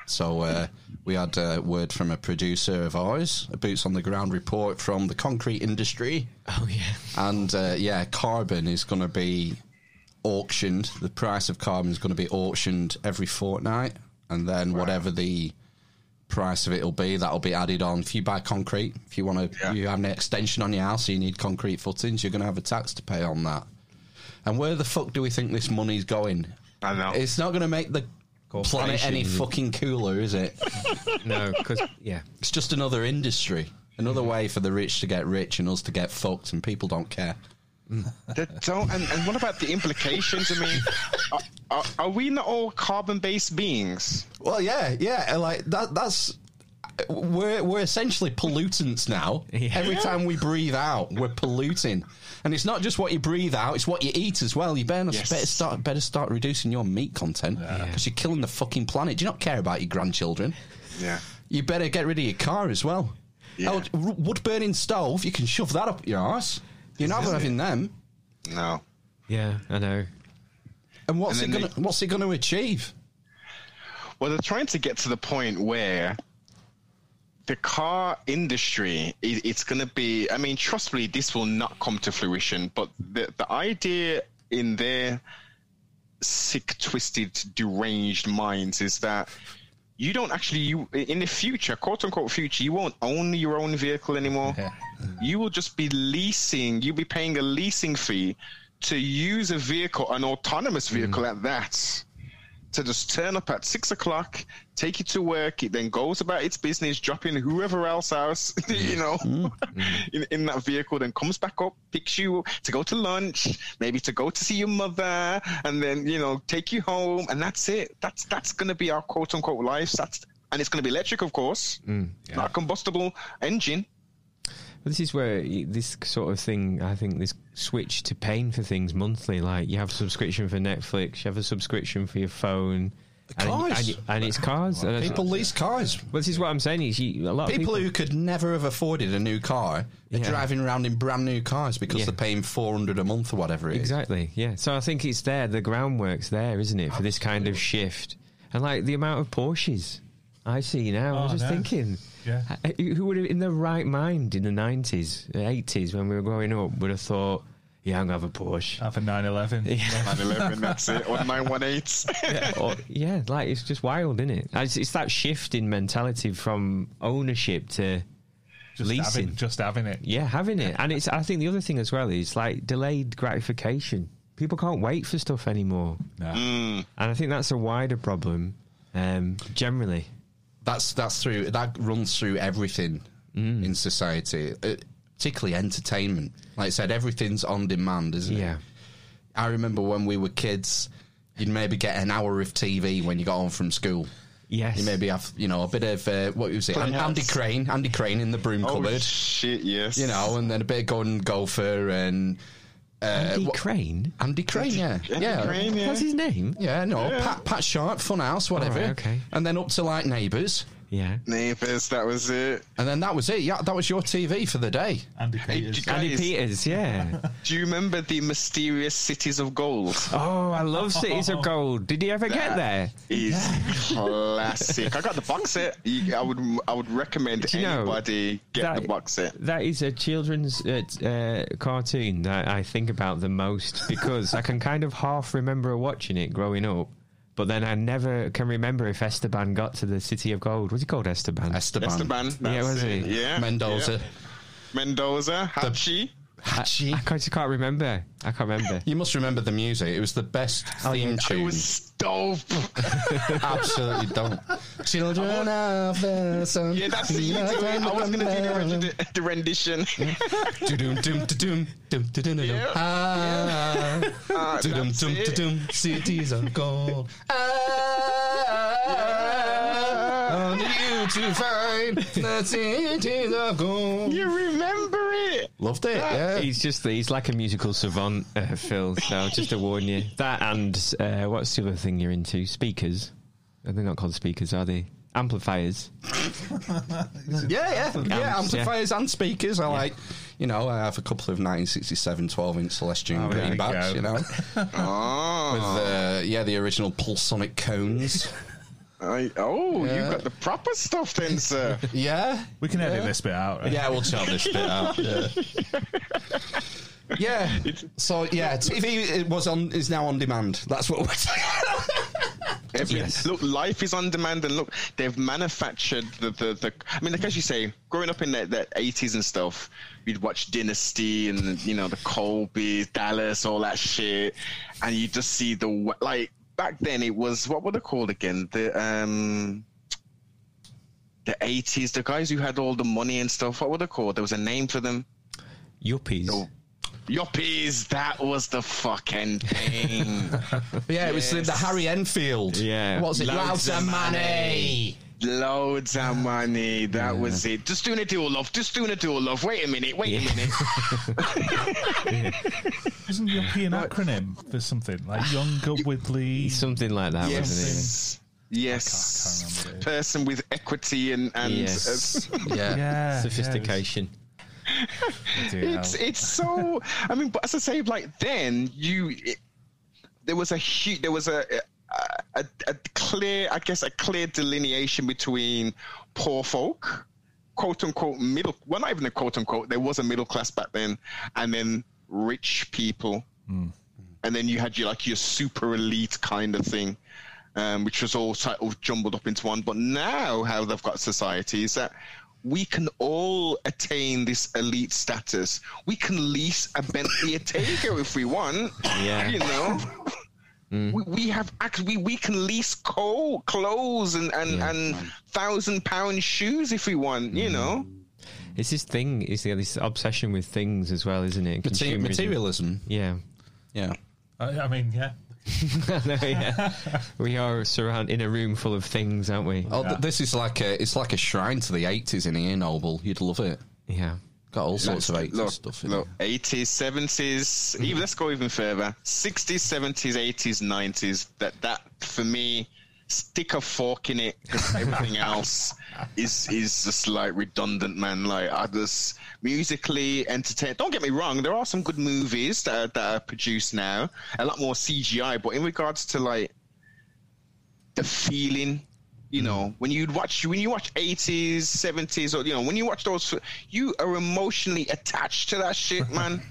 S2: So uh, we had a word from a producer of ours, a boots on the ground report from the concrete industry.
S4: Oh yeah.
S2: And uh, yeah, carbon is going to be auctioned. The price of carbon is going to be auctioned every fortnight, and then whatever the price of it will be, that'll be added on. If you buy concrete, if you want to, you have an extension on your house, you need concrete footings. You're going to have a tax to pay on that. And where the fuck do we think this money's going?
S6: i know
S2: It's not going to make the planet any
S4: Corporations.
S2: fucking cooler, is it?
S4: No, because yeah,
S2: It's just another industry, another way for the rich to get rich and us to get fucked, and people don't care.
S6: That don't, and, and what about the implications i mean are, are, are we not all carbon-based beings
S2: Well, yeah, yeah, and, like that. That's we're we're essentially pollutants now.
S4: Yeah.
S2: Every time we breathe out, we're polluting, and it's not just what you breathe out; it's what you eat as well. You better,
S6: Yes.
S2: better start better start reducing your meat content because you're killing the fucking planet. Do you not care about your grandchildren?
S6: yeah
S2: You better get rid of your car as well. Oh, r- wood burning stove, you can shove that up your arse. You're not having them.
S6: no
S4: yeah, I know.
S2: And what's
S6: And
S2: it
S6: then
S2: gonna what's it gonna achieve?
S6: Well, they're trying to get to the point where the car industry, it, it's going to be, I mean, trust me, this will not come to fruition, but the, the idea in their sick, twisted, deranged minds is that you don't actually, you in the future, quote unquote future, you won't own your own vehicle anymore. You will just be leasing, you'll be paying a leasing fee to use a vehicle, an autonomous vehicle at that to just turn up at six o'clock, take you to work. It then goes about its business, dropping whoever else else, you know,
S2: Mm.
S6: in, in that vehicle. Then comes back up, picks you to go to lunch, maybe to go to see your mother, and then you know take you home, and that's it. That's that's going to be our quote unquote life. That's and it's going to be electric, of course,
S2: Mm,
S6: not a combustible engine.
S4: This is where y- this sort of thing, I think, this switch to paying for things monthly. Like you have a subscription for Netflix, you have a subscription for your phone, and-
S2: Cars.
S4: and, and it's cars. And
S2: People
S4: it's,
S2: lease cars.
S4: well, this is what I'm saying. Is you, a lot of
S2: people
S4: people
S2: who could never have afforded a new car are
S4: Yeah.
S2: driving around in brand new cars because
S4: Yeah.
S2: they're paying 400 a month or whatever it is.
S4: Exactly. Yeah. So I think it's there. The groundwork's there, isn't it, for this kind of shift? And like the amount of Porsches. I see now. I was
S3: Oh,
S4: just
S3: no.
S4: thinking,
S3: Yeah.
S4: I- who would have in their right mind in the nineties, eighties when we were growing up would have thought, "Yeah, I'm gonna have a Porsche."
S3: Have a 911.
S4: Yeah.
S6: 911, that's it, or 918.
S3: Oh.
S4: Or- yeah, like it's just wild, isn't it? It's, it's that shift in mentality from ownership to
S3: Just
S4: Leasing.
S3: having, just having it.
S4: yeah, having it. And it's I think the other thing as well is like delayed gratification. People can't wait for stuff anymore,
S2: Mm.
S4: and I think that's a wider problem um, generally.
S2: That's that's through that runs through everything in society, uh, particularly entertainment. Like I said, everything's on demand, isn't it?
S4: Yeah.
S2: I remember when we were kids, you'd maybe get an hour of TV when you got home from school.
S4: Yes.
S2: You maybe have, you know, a bit of uh, what was it? An-
S6: Playhouse.
S2: Andy Crane, Andy Crane in the broom
S6: Oh,
S2: cupboard,
S6: shit, yes.
S2: you know, and then a bit of Gordon Gopher and
S4: Andy
S2: uh, what-
S4: Crane.
S2: Andy Crane, yeah,
S6: Andy
S2: yeah,
S6: Crane, yeah.
S4: That's his name.
S2: yeah, no, Pat Pat Sharp, Funhouse, whatever,
S4: Alright, okay.
S2: and then up to like Neighbours,
S4: Yeah.
S6: Neighbours, that was it.
S2: and then that was it. Yeah, that was your TV for the day.
S3: Andy
S6: Hey,
S3: Peters.
S6: guys,
S4: Andy Peters, yeah.
S6: Do you remember the mysterious cities of gold?
S4: oh, I love Cities of Gold. Did he ever get there?
S6: Is classic. I got the box set. You- I would I would recommend
S4: Do you know,
S6: anybody get
S4: that-
S6: the box set.
S4: That is a children's uh, t- uh, cartoon that I think about the most because I can kind of half remember watching it growing up, but then I never can remember if Esteban got to the City of Gold. Was he called Esteban?
S2: Esteban,
S6: Esteban, that's yeah,
S4: was
S6: it.
S4: he?
S6: Yeah,
S2: Mendoza,
S6: yeah. Mendoza, Hachi.
S2: Hachi.
S4: I can't- just can't remember. I can't remember.
S2: You must remember the music. It was the best
S4: Oh,
S2: theme
S6: It
S2: tune.
S6: was dope.
S2: Absolutely don't. Children of the sun.
S6: Yeah, that's the. I was gonna do the, rendi- the rendition.
S2: Dum dum dum dum dum dum.
S6: Yeah.
S2: Ah,
S6: Ah,
S2: dum dum
S6: that's it.
S2: dum. Cities of gold. Ah, only you to find the cities of gold.
S6: You remember it?
S2: Loved it. Yeah.
S4: He's just he's like a musical savant, uh, Phil. So just to warn you that. And uh, what's the other thing you're into? Speakers? Are they not called speakers? Are they amplifiers?
S2: Yeah, yeah, yeah.
S4: Amps, yeah.
S2: Amplifiers and speakers. I like, you know, I have a couple of 1967 12-inch Celestion
S3: there you
S2: greenbacks,
S3: go.
S2: you know,
S6: Oh,
S2: with uh, yeah, the original Pulsonic cones.
S6: I, oh,
S2: Yeah.
S6: you got the proper stuff then, sir.
S2: yeah,
S3: We can edit this bit out. Right?
S2: yeah. We'll chop this bit out. Yeah. yeah. So yeah, TV it was on is now on demand. That's what we're saying.
S6: Every-
S4: Yes.
S6: Look, life is on demand, and look, they've manufactured the the. the I mean, like as you say, growing up in that that eighties and stuff, you'd watch Dynasty and you know the Colby, Dallas, all that shit, and you just see the wa- like back then it was what were they called again? The um. The eighties, the guys who had all the money and stuff. What were they called? There was a name for them.
S4: Yuppies.
S6: Yuppies. That was the fucking thing.
S2: yeah, it was the, the
S6: Yes.
S2: Harry Enfield.
S4: Yeah.
S2: what's it?
S6: Loads
S2: Loads
S6: of
S2: of
S6: money.
S2: money.
S6: Loads of money. That was it. Just doing it all love. Just doing it all love. Wait a minute. Wait a minute.
S3: Isn't Yuppie an acronym for something like Young Up with Lee?
S4: Something like that, wasn't
S6: yes. Yes.
S3: I can't- I can't remember what
S6: Person with equity and and
S4: it?
S6: uh,
S4: Yes.
S2: Yeah.
S3: Yeah,
S4: Sophistication.
S6: it's it's so. I mean, but as I say, like then you, it, there was a huge, there was a. A, a clear, I guess, a clear delineation between poor folk, quote unquote middle. Well, not even a quote unquote. There was a middle class back then, and then rich people. and then you had your like your super elite kind of thing, um, which was all sort of jumbled up into one. But now, how they've got society is that we can all attain this elite status. We can lease a Bentley, a Tego if we want.
S4: Yeah.
S6: you know. We, we have ac- we, we can lease coal, clothes and and, and thousand pound shoes if we want, you know.
S4: It's this thing, it's this obsession with things as well, isn't it?
S2: Mate-
S4: Consumerism.
S2: Materialism.
S4: Yeah.
S2: Yeah.
S3: I, I mean, yeah.
S4: No, yeah. We are surround in a room full of things, aren't we?
S2: Oh, th- this is like a it's like a shrine to the eighties in here, Noble. You'd love it.
S4: Yeah.
S2: Got all sorts of eighties
S6: look,
S2: stuff. In
S6: Look,
S2: it.
S6: 80s, 70s, even let's go even further. 60s, 70s, 80s, 90s. That that for me, stick a fork in it because everything else is is just like redundant, man. Like I just musically entertain. Don't get me wrong, there are some good movies that are, that are produced now. A lot more CGI, but in regards to like the feeling You
S4: Mm-hmm.
S6: know, when you watch when you watch eighties, seventies, or you know, when you watch those, you are emotionally attached to that shit, man.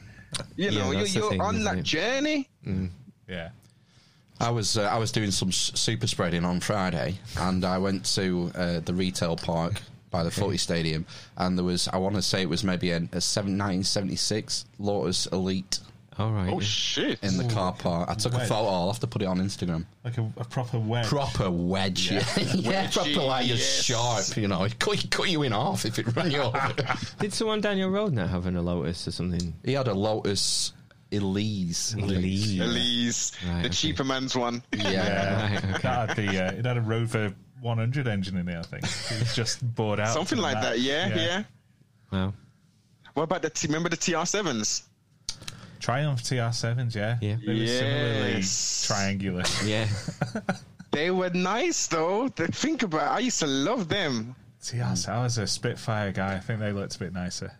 S6: You
S4: Yeah,
S6: know, you're,
S4: that's the
S6: you're
S4: thing,
S6: on
S4: isn't
S6: that
S4: it?
S6: journey.
S3: Yeah.
S2: I was uh, I was doing some s- super spreading on Friday, and I went to uh, the retail park by the footy stadium, and there was I want to say it was maybe an, a seven, 1976 Lotus Elite
S4: All right.
S6: Oh
S4: yeah.
S6: shit!
S2: in the car park. I took a
S3: Wedge.
S2: photo. I'll have to put it on Instagram.
S3: Like a, a proper wedge.
S2: Proper wedge, yeah, yeah
S6: Wedgie,
S2: proper like you're
S6: yes.
S2: sharp, you know. It cut, cut you in half if it run you over.
S4: Did someone down your road not having a Lotus or something?
S2: he had a Lotus Elise.
S4: Elise.
S6: Elise,
S4: Right,
S6: the
S4: okay.
S6: cheaper man's one.
S2: yeah.
S4: Right, okay.
S3: That had the uh, it had a Rover 100 engine in it. I think it was just bored out.
S6: Something
S3: from
S6: like that, yeah, yeah,
S4: Wow.
S6: What about the T? Remember the TR7s?
S3: Triumph TR7s, yeah,
S4: Yeah.
S3: They were similarly
S6: Yes.
S3: triangular.
S4: Yeah.
S6: They were nice though. To think about, it, I used to love them.
S3: TR7, I was a Spitfire guy. I think they looked a bit nicer.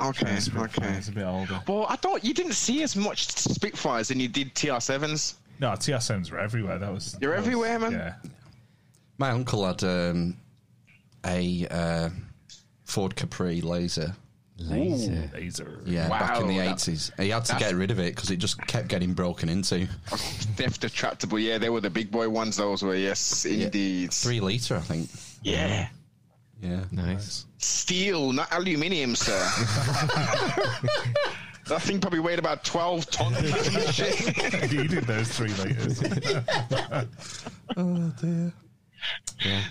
S6: Okay, okay.
S3: Spitfires a bit older.
S6: Well, I thought you didn't see as much Spitfires than you did TR7s.
S3: No, TR7s were everywhere. That was
S6: They're
S3: that was-
S6: everywhere, man.
S3: Yeah,
S2: My uncle had um, a uh, Ford Capri Laser.
S4: Laser.
S3: laser.
S2: Yeah,
S6: Wow,
S2: back in the
S6: that-
S2: eighties, he had to
S6: that's-
S2: get rid of it because it just kept getting broken into.
S6: Death Detractable, yeah, they were the big boy ones. Those were yes, indeed.
S2: Three liter, I think.
S6: Yeah,
S2: Yeah,
S4: Nice.
S6: steel, not aluminium, sir. that thing probably weighed about twelve tons.
S3: needed those three liters.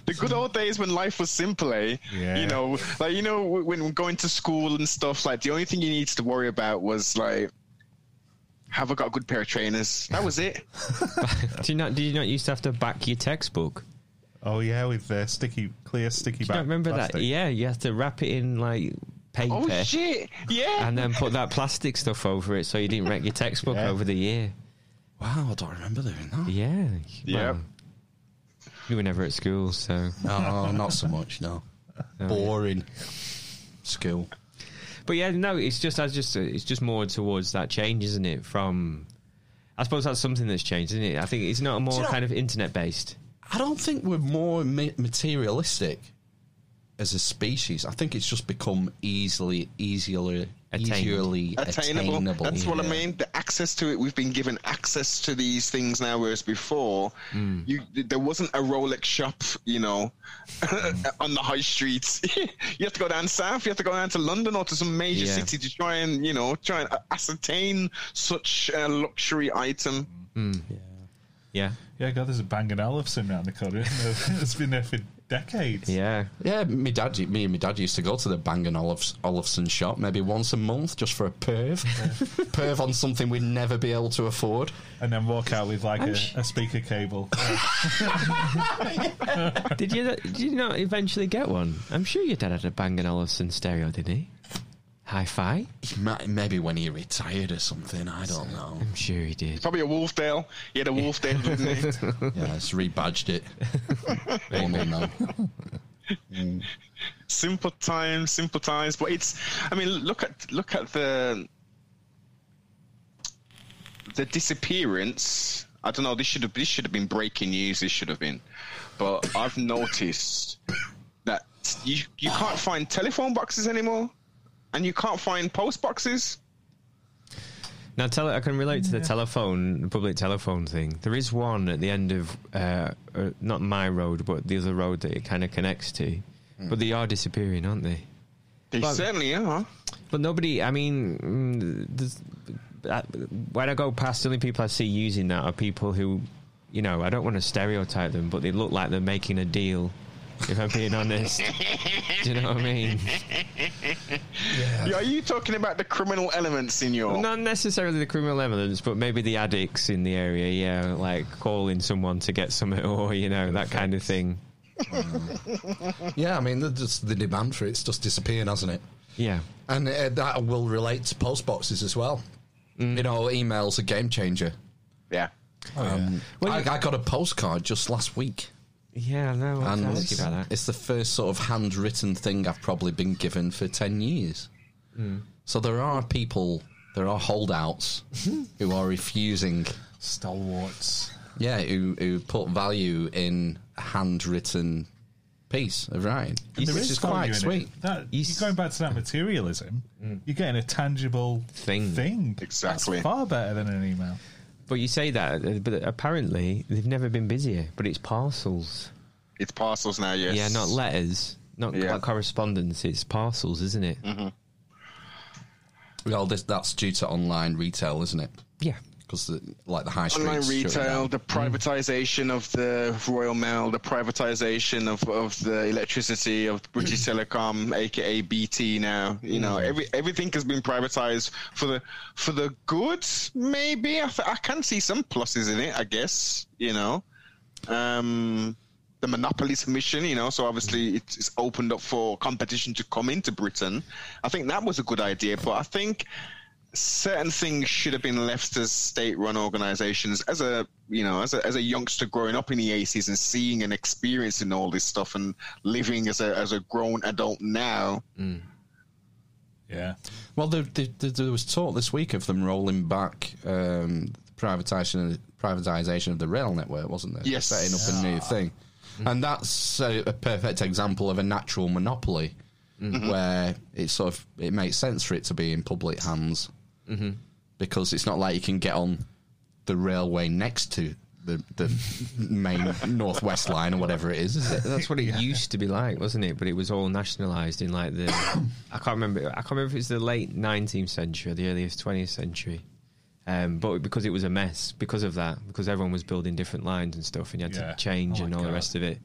S6: The good old days when life was simple, eh?
S3: Yeah.
S6: You know, like you know when going to school and stuff. Like the only thing you needed to worry about was like, have I got a good pair of trainers? That was it.
S4: Do you not? Did you not used to have to back your textbook?
S3: Oh yeah, with the sticky, clear sticky.
S4: Do you not remember that? E- Yeah, you had to wrap it in like paper.
S6: Oh shit! Yeah.
S4: And then put that plastic stuff over it so you didn't wreck your textbook
S3: Yeah.
S4: over the year.
S2: wow, I don't remember doing that.
S4: Yeah.
S6: Yep.
S4: Well, you were never at school, so.
S2: No, not so much. No, boring school.
S4: But yeah, no, it's just I just it's just more towards that change, isn't it? From I suppose that's something that's changed, isn't it? I think it's not more
S2: you know-
S4: kind of internet based.
S2: I don't think we're more ma- materialistic as a species. I think it's just become easily, easily,
S4: Attained.
S2: easily
S6: Attainable.
S2: attainable.
S6: That's what I
S2: Yeah.
S6: mean. The access to it, we've been given access to these things now, whereas before,
S2: Hmm.
S6: you there wasn't a Rolex shop, you know,
S2: Hmm.
S6: on the high street. you have to go down south. You have to go down to London or to some major
S4: Yeah.
S6: city to try and you know try and ascertain such a luxury item.
S2: Hmm.
S4: Yeah.
S3: Yeah, God, there's a Bang & Olufsen round the corner. Isn't there? it's been there for decades.
S4: Yeah.
S2: Yeah, me dad, me and my dad used to go to the Bang and Olufs, Olufsen shop maybe once a month just for a perv, perv on something we'd never be able to afford.
S3: And then walk out with like a,
S4: sh-
S3: a speaker cable.
S4: Did you did you not eventually get one? I'm sure your dad had a Bang & Olufsen stereo, didn't he? Hi-fi?
S2: He might- Maybe when he retired or something, I don't know.
S4: I'm sure he did.
S6: Probably a Wolfdale. He had a Wolfdale, didn't he?
S2: Yeah, it's rebadged it. Woman, though.
S6: simple times, simple times. But it's, I mean, look at look at the the disappearance. I don't know. This should have this should have been breaking news. This should have been, but I've noticed that you you can't find telephone boxes anymore, and you can't find post boxes.
S4: Now, tele- I can relate to the telephone, the public telephone thing. There is one at the end of, uh, uh, not my road, but the other road that it kind of connects to. But they are disappearing, aren't they?
S6: They
S4: Well-
S6: certainly are.
S4: But nobody, I mean, mm, there's- uh, when I go past, the only people I see using that are people who, you know, I don't want to stereotype them, but they look like they're making a deal, if I'm being honest. Do you know what I mean?
S6: Yeah, Are you talking about the criminal elements in your?
S4: Not necessarily the criminal evidence, but maybe the addicts in the area, yeah, like calling someone to get something or, you know, that kind of thing.
S7: Yeah, I mean, the, just the demand for it's just disappearing, hasn't it?
S4: Yeah.
S7: And uh, that will relate to post boxes as well.
S4: Mm.
S2: you know, email's a game changer.
S6: Yeah.
S2: Um,
S4: Oh, Well, you-
S2: I, I got a postcard just last week.
S4: Yeah, no, I'm
S2: And
S4: ask you about that.
S2: it's the first sort of handwritten thing I've probably been given for 10 years.
S4: Mm.
S2: So there are people, there are holdouts who are refusing,
S3: Stalwarts.
S2: yeah, who, who put value in handwritten piece of writing,
S3: And there
S2: which
S3: is
S2: is quite
S3: value in
S2: sweet.
S3: it. That,
S4: You
S3: you're
S4: s-
S3: going back to that materialism. You're getting a tangible
S4: Thing.
S3: thing.
S6: Exactly.
S3: That's far better than an email.
S4: But you say that, uh, but apparently they've never been busier. But it's parcels.
S6: It's parcels now, yes.
S4: Yeah, not letters, not
S6: Yeah.
S4: like correspondence. It's parcels, isn't it?
S2: Well, this, that's due to online retail, isn't it?
S4: Yeah.
S2: Because like the high street
S6: Online retail, the privatization of the Royal Mail, the privatization of, of the electricity of British Telecom, aka BT. Now you know every everything has been privatized for the for the good. Maybe I, th- I can see some pluses in it. I guess you know. um, the monopolist mission, you know, so obviously it's, it's opened up for competition to come into Britain. I think that was a good idea, but I think certain things should have been left as state-run organizations as a you know as a, as a youngster growing up in the 80s and seeing and experiencing all this stuff and living as a as a grown adult now
S3: Yeah.
S2: Well, there, there, there- there was talk this week of them rolling back um, privatization privatization of the rail network, wasn't there?
S6: Yes.
S2: setting up a new thing, and that's a, a perfect example of a natural monopoly where it sort of it makes sense for it to be in public hands because it's not like you can get on the railway next to. The, the main northwest line or whatever it is, is it?
S4: That's what it used to be like, wasn't it? But it was all nationalised in like the I can't remember. I can't remember if it was the late nineteenth century or the earliest twentieth century. Um, but because it was a mess, because of that, because everyone was building different lines and stuff, and you had
S3: Yeah.
S4: to change
S3: Oh
S4: and
S3: my
S4: all the
S3: God.
S4: rest of it.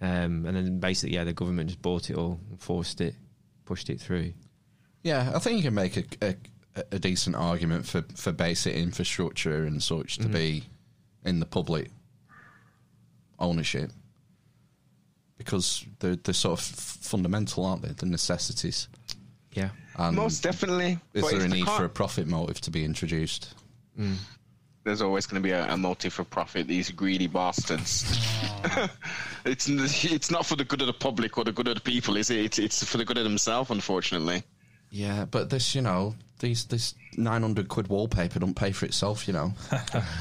S4: Um, and then basically, yeah, the government just bought it all, and forced it, pushed it through.
S2: Yeah, I think you can make a, a, a decent argument for, for basic infrastructure and such to be in the public ownership because they're, they're sort of fundamental, aren't they? The necessities.
S4: Yeah,
S2: And
S6: most definitely
S2: is
S6: But
S2: there
S6: if
S2: a
S6: they
S2: need for a
S6: can't-
S2: profit motive to be introduced?
S6: there's always going to be a, a motive for profit. These greedy bastards. it's n- it's not for the good of the public or the good of the people, is it? It's, it's for the good of themselves, unfortunately.
S2: Yeah, but this, you know, these this 900 quid wallpaper don't pay for itself, you know.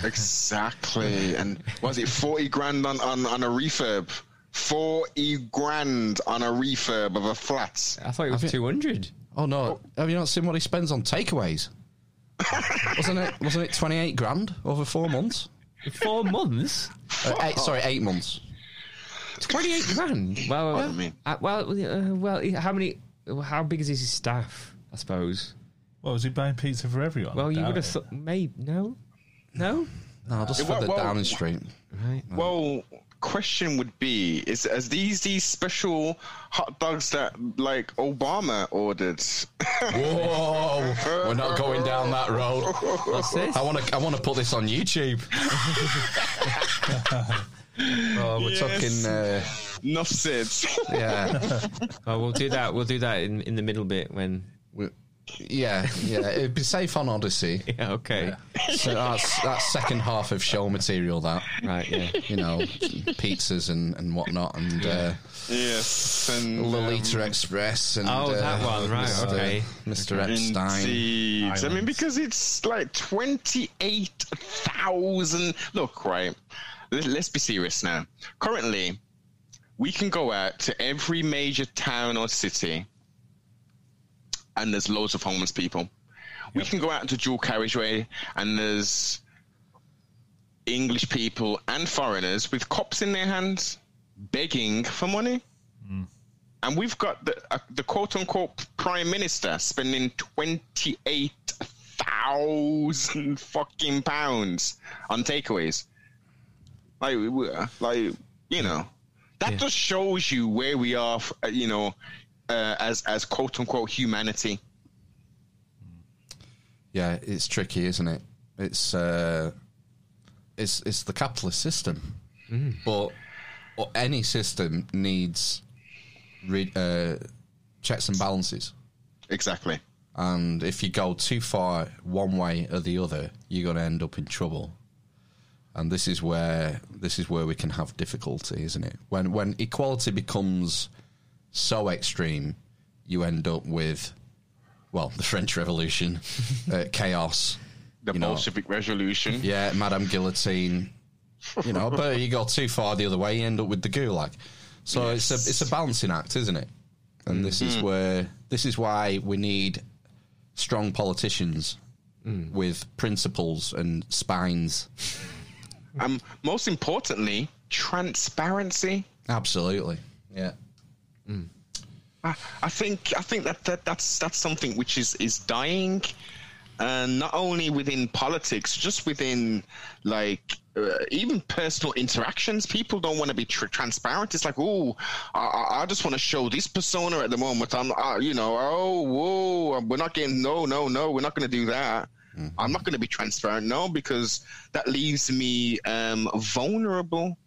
S6: Exactly. And was it forty grand on, on, on a refurb? Forty grand on a refurb of a flat.
S4: I thought it was
S2: Have you-
S4: two hundred.
S2: oh, no. Have you not seen what he spends on takeaways? wasn't it wasn't it 28 grand over four months?
S4: Four months,
S2: Uh, eight, sorry, eight months.
S4: twenty-eight grand. Well,
S6: do you mean?
S4: uh, well, uh, well. How many? How big is his staff? I suppose.
S3: Well, was he buying pizza for everyone?
S4: Well,
S3: I
S4: you
S3: doubt
S4: would have
S3: it.
S4: thought, maybe no, no.
S2: No, just
S6: It
S2: for
S6: wa-
S2: the
S6: well-
S2: Downing Street.
S4: Right.
S6: Well, question would be: Is as these these special hot dogs that like Obama ordered?
S2: Whoa, we're not going down that road.
S4: What's this?
S2: I want to. I want to put this on YouTube. oh, we're
S6: Yes.
S2: talking. Uh,
S6: Enough said.
S2: yeah,
S4: Oh, we'll do that. We'll do that in, in the middle bit when.
S2: we, yeah, yeah. It'd be safe on Odyssey.
S4: Yeah. Okay.
S2: So that's that's second half of show material. That
S4: Right. Yeah.
S2: you know, pizzas and and whatnot, and uh,
S6: Yes, and uh,
S2: Lolita Express and
S4: Oh,
S2: uh,
S4: that one, right,
S2: Mr.
S4: okay.
S2: Mr. Epstein.
S6: Indeed. I
S3: Islands.
S6: mean, because it's like 28,000. Look, right. let- Let's be serious now. Currently, we can go out to every major town or city, and there's loads of homeless people. We can go out to dual carriageway, and there's English people and foreigners with cops in their hands begging for money and we've got the, uh, the quote-unquote prime minister spending 28,000 fucking pounds on takeaways. Like, we were- like you know, that just shows you where we are, f- uh, you know, uh, as as quote-unquote humanity.
S2: Yeah, it's tricky, isn't it? It's uh, it's it's the capitalist system, but or any system needs re- uh, checks and balances.
S6: Exactly.
S2: And if you go too far one way or the other, you're going to end up in trouble. And this is where this is where we can have difficulty, isn't it? When when equality becomes so extreme, you end up with well, the French Revolution, uh, chaos,
S6: The
S2: you know.
S6: Bolshevik Revolution.
S2: yeah, Madame Guillotine, You know, but you go too far the other way, you end up with the gulag. So it's a it's a balancing act, isn't it? And this is where this is why we need strong politicians with principles and spines.
S6: And most importantly, transparency.
S2: Absolutely. Yeah.
S6: I, I think I think that, that that's that's something which is is dying, and not only within politics, just within like uh, even personal interactions. People don't want to be tr- transparent. It's like, oh, I, I- I just want to show this persona at the moment. I'm, uh, you know, oh, whoa, we're not getting no, no, no. We're not going to do that. I'm not going to be transparent, no, because that leaves me um, vulnerable.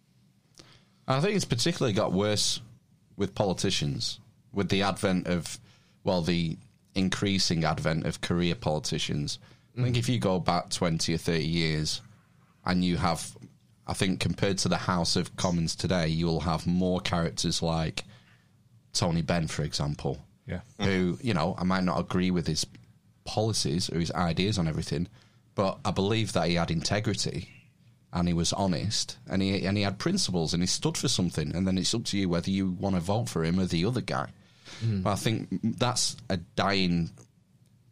S2: I think it's particularly got worse with politicians, with the advent of, well, the increasing advent of career politicians. I think if you go back 20 or 30 years and you have, I think compared to the House of Commons today, you'll have more characters like Tony Benn, for example,
S3: Yeah.
S2: who, you know, I might not agree with his policies or his ideas on everything, but I believe that he had integrity and he was honest and he and he had principles and he stood for something and then it's up to you whether you want to vote for him or the other guy. But I think that's a dying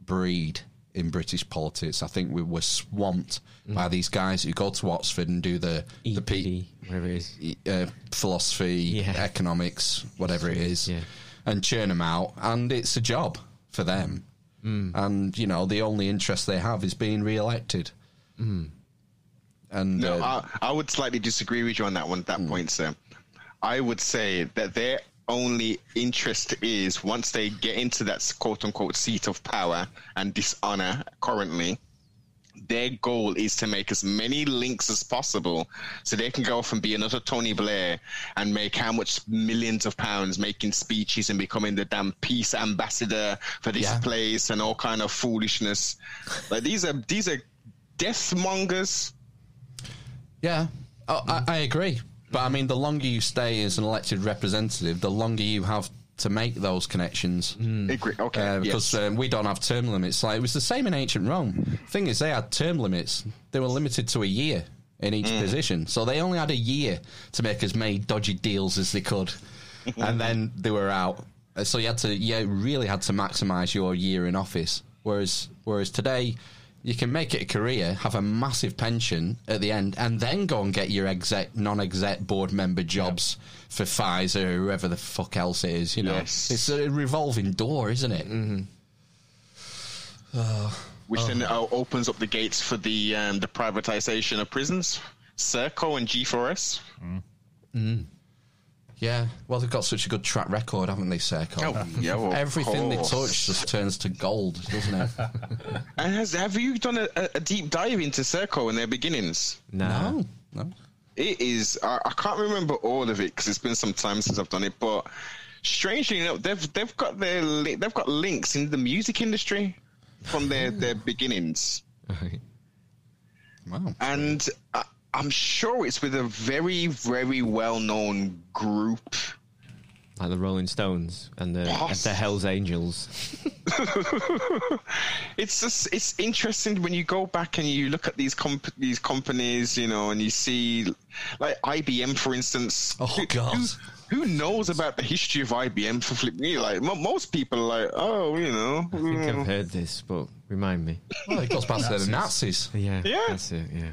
S2: breed in British politics. I think we were swamped by these guys who go to Oxford and do the the P,
S4: EPD, E whatever it is.
S2: uh, philosophy,
S4: Yeah.
S2: economics, whatever it is,
S4: Yeah.
S2: and churn them out. And it's a job for them.
S4: Mm.
S2: And, you know, the only interest they have is being re elected.
S4: Mm.
S2: And
S6: No,
S2: uh,
S6: I, I would slightly disagree with you on that one. That point, Sam. I would say that their only interest is once they get into that quote unquote seat of power and dishonor currently. Their goal is to make as many links as possible so they can go off and be another Tony Blair and make how much millions of pounds making speeches and becoming the damn peace ambassador for this
S2: Yeah.
S6: place and all kind of foolishness. like these are these are death mongers.
S2: Yeah, oh, I, I agree. But I mean, the longer you stay as an elected representative, the longer you have to make those connections.
S4: Mm.
S6: Agree. Okay.
S2: Uh,
S6: yes.
S2: because um, we don't have term limits. Like it was the same in ancient Rome. Thing is, they had term limits. They were limited to a year in each position, so they only had a year to make as many dodgy deals as they could, and then they were out. Uh, So you had to, you really had to maximise your year in office. Whereas, whereas today, you can make it a career, have a massive pension at the end, and then go and get your exec, non-exec board member jobs for Pfizer or whoever the fuck else it is. You know,
S6: Yes.
S2: it's a revolving door, isn't it?
S6: Which then
S2: oh.
S6: uh, opens up the gates for the um, the privatization of prisons, Serco and G4S.
S2: Yeah. Well, they've got such a good track record, haven't they, Serco?
S6: Oh, yeah, well, of
S2: Everything they
S6: course.
S2: touch just turns to gold, doesn't it?
S6: And has, have you done a, a a deep dive into Serco and their beginnings?
S4: Nah.
S2: no. Oh, No.
S6: It is. I, I can't remember all of it because it's been some time since I've done it. But strangely enough, they've they've got their li- they've got links in the music industry from their
S2: Hmm.
S6: their beginnings.
S2: Wow.
S6: and I, I'm sure it's with a very, very well-known group.
S4: Like the Rolling Stones and the,
S6: Yes.
S4: the Hells Angels.
S6: It's just it's interesting when you go back and you look at these comp- these companies, you know, and you see like IBM, for instance.
S2: Oh,
S6: Who-
S2: God.
S6: Who, who knows about the history of IBM? For flip me, like mo most people, are like oh, you know,
S4: I think I've heard this, but remind me.
S2: Well, it goes back to the Nazis.
S4: Yeah.
S6: Yeah.
S4: That's it, yeah.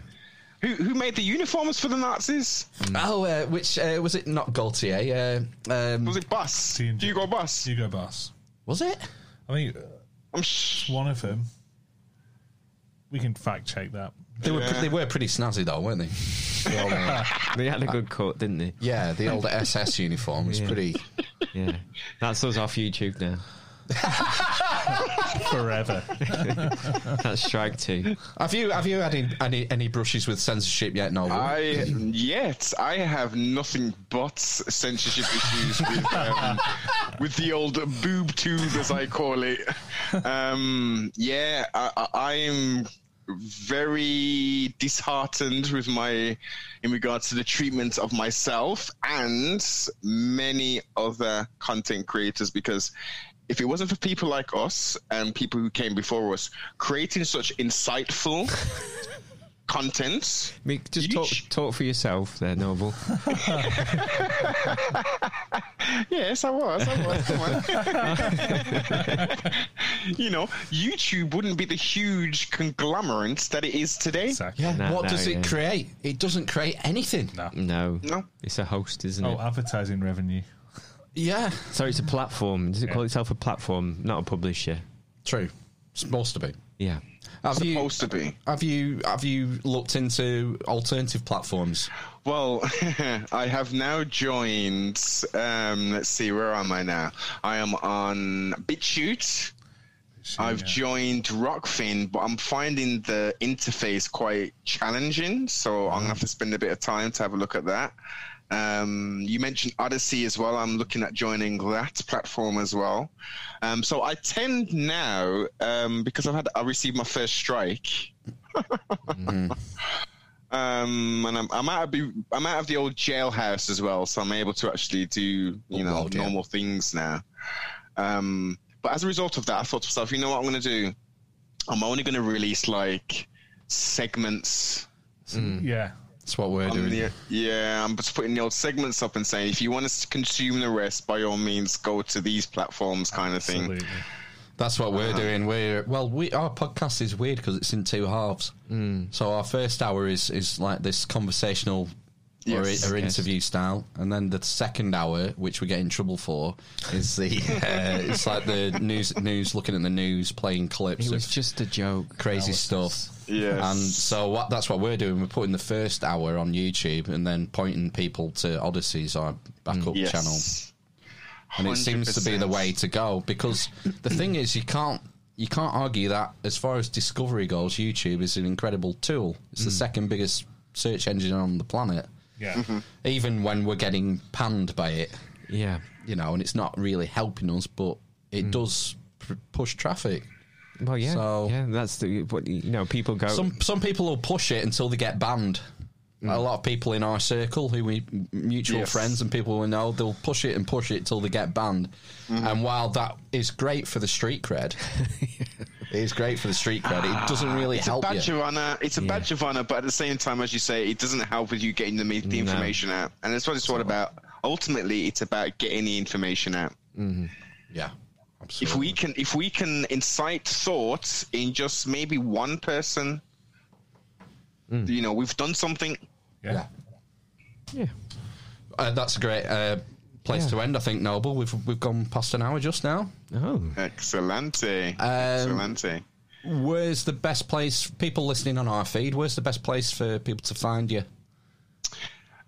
S6: who who made the uniforms for the Nazis?
S2: Oh, uh, which uh, was it? Not Gaultier. Uh, um,
S6: Was it Bus?
S3: T&G.
S6: Hugo Bus.
S3: Hugo Boss.
S2: was it?
S3: I mean,
S6: I'm sh-
S3: one of them. We can fact check that.
S2: They were pre- they were pretty snazzy though, weren't they? The old, uh,
S4: They had a good cut, didn't they?
S2: yeah, the old SS uniform was pretty.
S4: Yeah. That's us off YouTube now.
S3: Forever.
S4: That's Strike 2.
S2: Have you have you had any any, any brushes with censorship yet? No.
S6: I yet I have nothing but censorship issues with um, with the old boob tube as I call it. Um, yeah, I, I, I'm very disheartened with my in regards to the treatment of myself and many other content creators because if it wasn't for people like us and people who came before us creating such insightful contents.
S4: I mean, just talk,
S6: Yeesh.
S4: talk for yourself there, Noble.
S6: Yes, I was. I was. Come on. you know, YouTube wouldn't be the huge conglomerate that it is today.
S3: Exactly.
S2: Yeah,
S4: No,
S2: what
S4: no,
S2: does it
S4: yeah.
S2: create? It doesn't create anything.
S4: No.
S6: No.
S4: It's a host, isn't
S3: Oh,
S4: it?
S3: advertising revenue.
S2: Yeah,
S4: Sorry, it's a platform. Does it call itself a platform, not a publisher?
S2: true. Supposed to be.
S4: Yeah.
S2: Have you
S6: Supposed to be.
S2: have you have you looked into alternative platforms?
S6: Well, I have now joined. Um, let's see, where am I now? I am on BitChute. I've joined Rockfin, but I'm finding the interface quite challenging, so I'm gonna have to spend a bit of time to have a look at that. Um, you mentioned Odyssey as well. I'm looking at joining that platform as well. Um, so I tend now um, because I've had I received my first strike. Um, and I'm, I'm out of be- I'm out of the old jailhouse as well, so I'm able to actually do you know
S2: Upload, yeah.
S6: normal things now. Um, but as a result of that, I thought to myself, you know what I'm going to do? I'm only going to release like segments.
S3: Mm. Yeah.
S2: That's what we're
S6: on
S2: doing.
S6: the- uh, yeah, I'm just putting the old segments up and saying, if you want us to consume the rest, by all means, go to these platforms, kind of thing.
S3: Absolutely.
S2: That's what we're doing. We're well, we our podcast is weird because it's in two halves. Mm. So our first hour is is like this conversational
S6: Yes.
S2: or, or interview style, and then the second hour, which we get in trouble for, is the uh, it's like the news news looking at the news, playing clips
S4: It
S2: of
S4: was just a joke.
S2: crazy stuff.
S6: Yes.
S2: And so what, that's what we're doing. We're putting the first hour on YouTube and then pointing people to Odyssey's our backup
S6: Hmm. Yes.
S2: channel and it seems to be the
S6: 100%.
S2: way to go because the thing is you can't you can't argue that as far as discovery goes youtube is an incredible tool it's the second biggest search engine on the planet
S3: Yeah.
S2: even when we're getting panned by it
S4: Yeah.
S2: you know and it's not really helping us but it does pr- push traffic
S4: Well, yeah.
S2: So-
S4: yeah, that's the, what, you know, people go.
S2: some some people will push it until they get banned a lot of people in our circle who we mutual
S6: Hmm. Yes.
S2: friends and people we know they'll push it and push it till they get banned
S6: Hmm.
S2: and while that is great for the street cred it is great for the street cred it doesn't really
S6: Ah, It's a
S2: help
S6: badge
S2: you
S6: of honor. It's a badge of honor, but at the same time, as you say, it doesn't help with you getting the, me- the information out. And that's what it's all about. Ultimately, it's about getting the information out.
S2: yeah
S6: if
S2: absolutely
S6: we can if we can incite thought in just maybe one person you know we've done something
S3: Yeah.
S2: yeah
S4: yeah.
S2: uh, that's a great uh, place
S4: Yeah.
S2: to end i think noble we've we've gone past an hour just now
S4: Oh.
S6: excellente excellente
S2: where's the best place people listening on our feed where's the best place for people to find you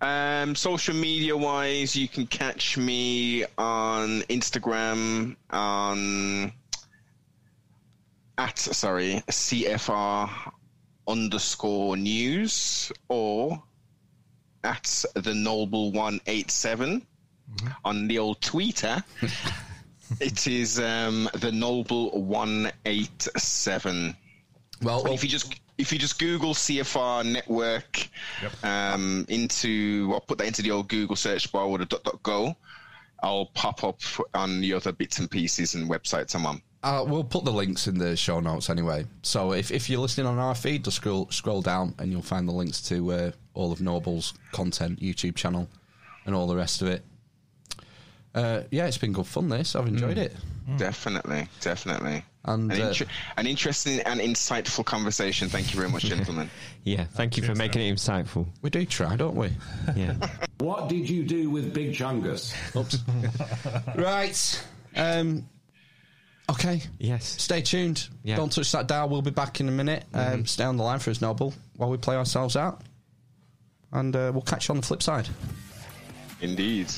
S6: um social media wise you can catch me on instagram on at sorry cfr underscore news or at the noble 187 on the old Twitter. it is um, the Noble One Eight Seven.
S2: well
S6: If you just if you just Google CFR network um, into, I'll put that into the old Google search bar with a dot dot go. I'll pop up on the other bits and pieces and websites I'm on.
S2: Uh, we'll put the links in the show notes anyway. So if, if you're listening on our feed, just scroll scroll down and you'll find the links to uh, all of Noble's content, YouTube channel, and all the rest of it. Uh, yeah, it's been good fun. This I've enjoyed it.
S6: Definitely, definitely.
S2: And,
S6: an,
S2: uh,
S6: inter- an interesting and insightful conversation. Thank you very much, gentlemen.
S4: Yeah. Thank you for making it insightful.
S2: We do try, don't we?
S4: Yeah.
S8: What did you do with Big Chungus?
S2: Oops. right. Um, okay.
S4: yes.
S2: Stay tuned.
S4: Yeah.
S2: Don't touch that dial. We'll be back in a minute. Um, stay on the line for us, Noble, while we play ourselves out, and uh, we'll catch you on the flip side.
S6: Indeed.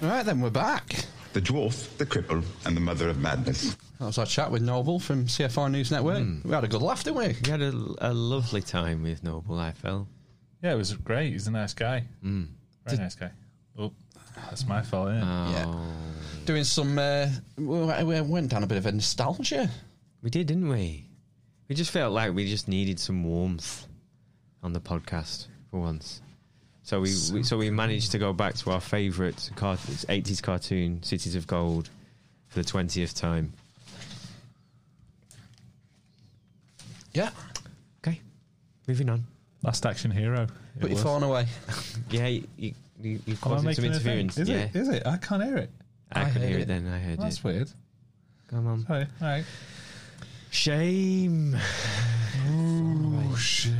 S2: All right, then we're back.
S5: The dwarf, the cripple, and the mother of madness.
S2: That was our chat with Noble from CFR News Network. We had a good laugh, didn't we?
S4: We had a, a lovely time with Noble, I felt.
S3: Yeah, it was great. He's a nice guy.
S4: Mm.
S3: Very nice guy. Oh, that's my fault,
S4: Uh.
S3: is
S4: Um,
S2: Yeah. Doing some, uh, we we went down a bit of a nostalgia.
S4: We did, didn't we? We just felt like we just needed some warmth on the podcast for once. So we, we so we managed to go back to our favourite cart- 80s cartoon, Cities of Gold, for the 20th time.
S2: Yeah.
S4: Okay, moving on.
S3: Last Action Hero. It
S2: Put your
S3: was.
S2: phone away.
S4: Yeah, you, you, you, you've
S3: Am I
S4: caused
S3: making
S4: some
S3: a thing?
S4: interference.
S3: Is
S4: yeah,
S3: it? Is it? I can't hear it.
S4: I,
S2: I
S4: could
S2: heard
S4: hear
S2: it.
S4: it then. I heard
S3: That's
S4: it.
S3: weird.
S4: Come on.
S3: Sorry. All right.
S4: Shame.
S3: Oh, shame.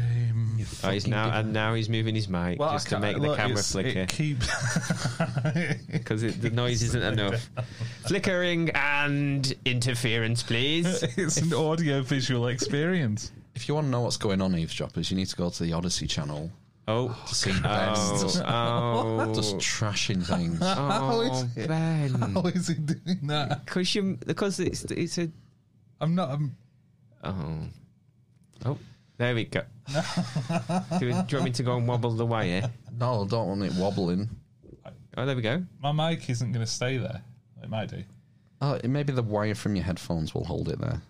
S4: Oh, he's now and now he's moving his mic
S3: Well,
S4: just
S3: I
S4: to
S3: can't-
S4: make the
S3: look,
S4: camera
S3: it's-
S4: flicker
S3: It keeps.
S4: because the noise isn't enough. Flickering and interference, please.
S3: it's an audio visual experience.
S2: If you want to know what's going on, eavesdroppers, you need to go to the Odyssey channel
S4: Oh,
S2: to see Ben
S4: oh,
S2: just,
S4: oh,
S2: just trashing things.
S3: How is
S4: oh,
S3: it?
S4: Ben.
S3: How is he doing that?
S4: Because you, because it's it's a
S3: I'm not. I'm,
S4: oh, oh, there we go. do, you, do you want me to go and wobble the wire?
S2: no, I don't want it wobbling.
S4: Oh, there we go.
S3: my mic isn't going to stay there. It might do.
S2: Oh, maybe the wire from your headphones will hold it there.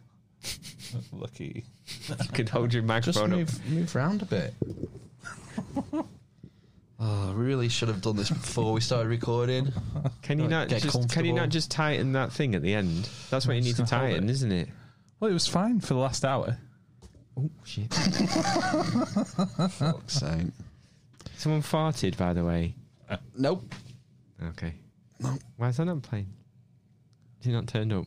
S3: Lucky.
S4: You could hold your
S2: Just
S4: microphone up.
S2: move, move round a bit. oh, I really should have done this before we started recording.
S4: Can you
S2: Right,
S4: not
S2: get
S4: just can you
S2: comfortable.
S4: not just tighten that thing at the end? That's what you need to
S3: gonna hold
S4: tighten,
S3: it.
S4: is isn't it?
S3: Well, it was fine for the last hour.
S4: Oh shit!
S2: Fuck's sake.
S4: Someone farted, by the way.
S2: Nope.
S4: Okay. Why is that not playing? Is it not turned up?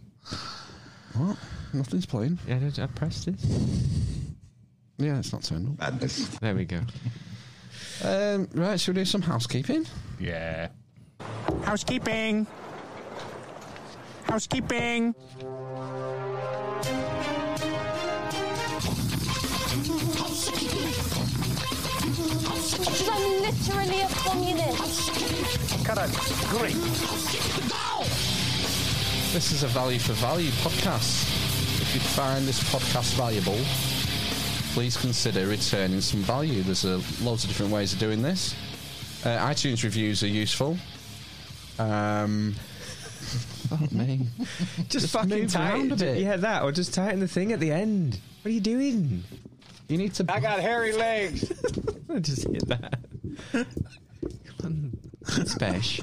S2: Nothing's playing.
S4: Yeah, did I press this?
S2: Yeah, it's not turned up.
S5: Madness.
S4: There we go.
S2: Um, right, should we do some housekeeping?
S3: Yeah.
S9: Housekeeping. Housekeeping.
S10: Because I'm literally a communist.
S2: This is a value for value podcast. If you find this podcast valuable, please consider returning some value. There's uh loads of different ways of doing this. Uh, iTunes reviews are useful. Um, fuck me.
S4: Just,
S2: fucking tighten-
S4: Yeah,
S2: yeah,
S4: that or just tighten the thing at the end. What are you doing?
S2: You need to.
S9: got hairy legs.
S4: I just hit that. Come on, Spesh.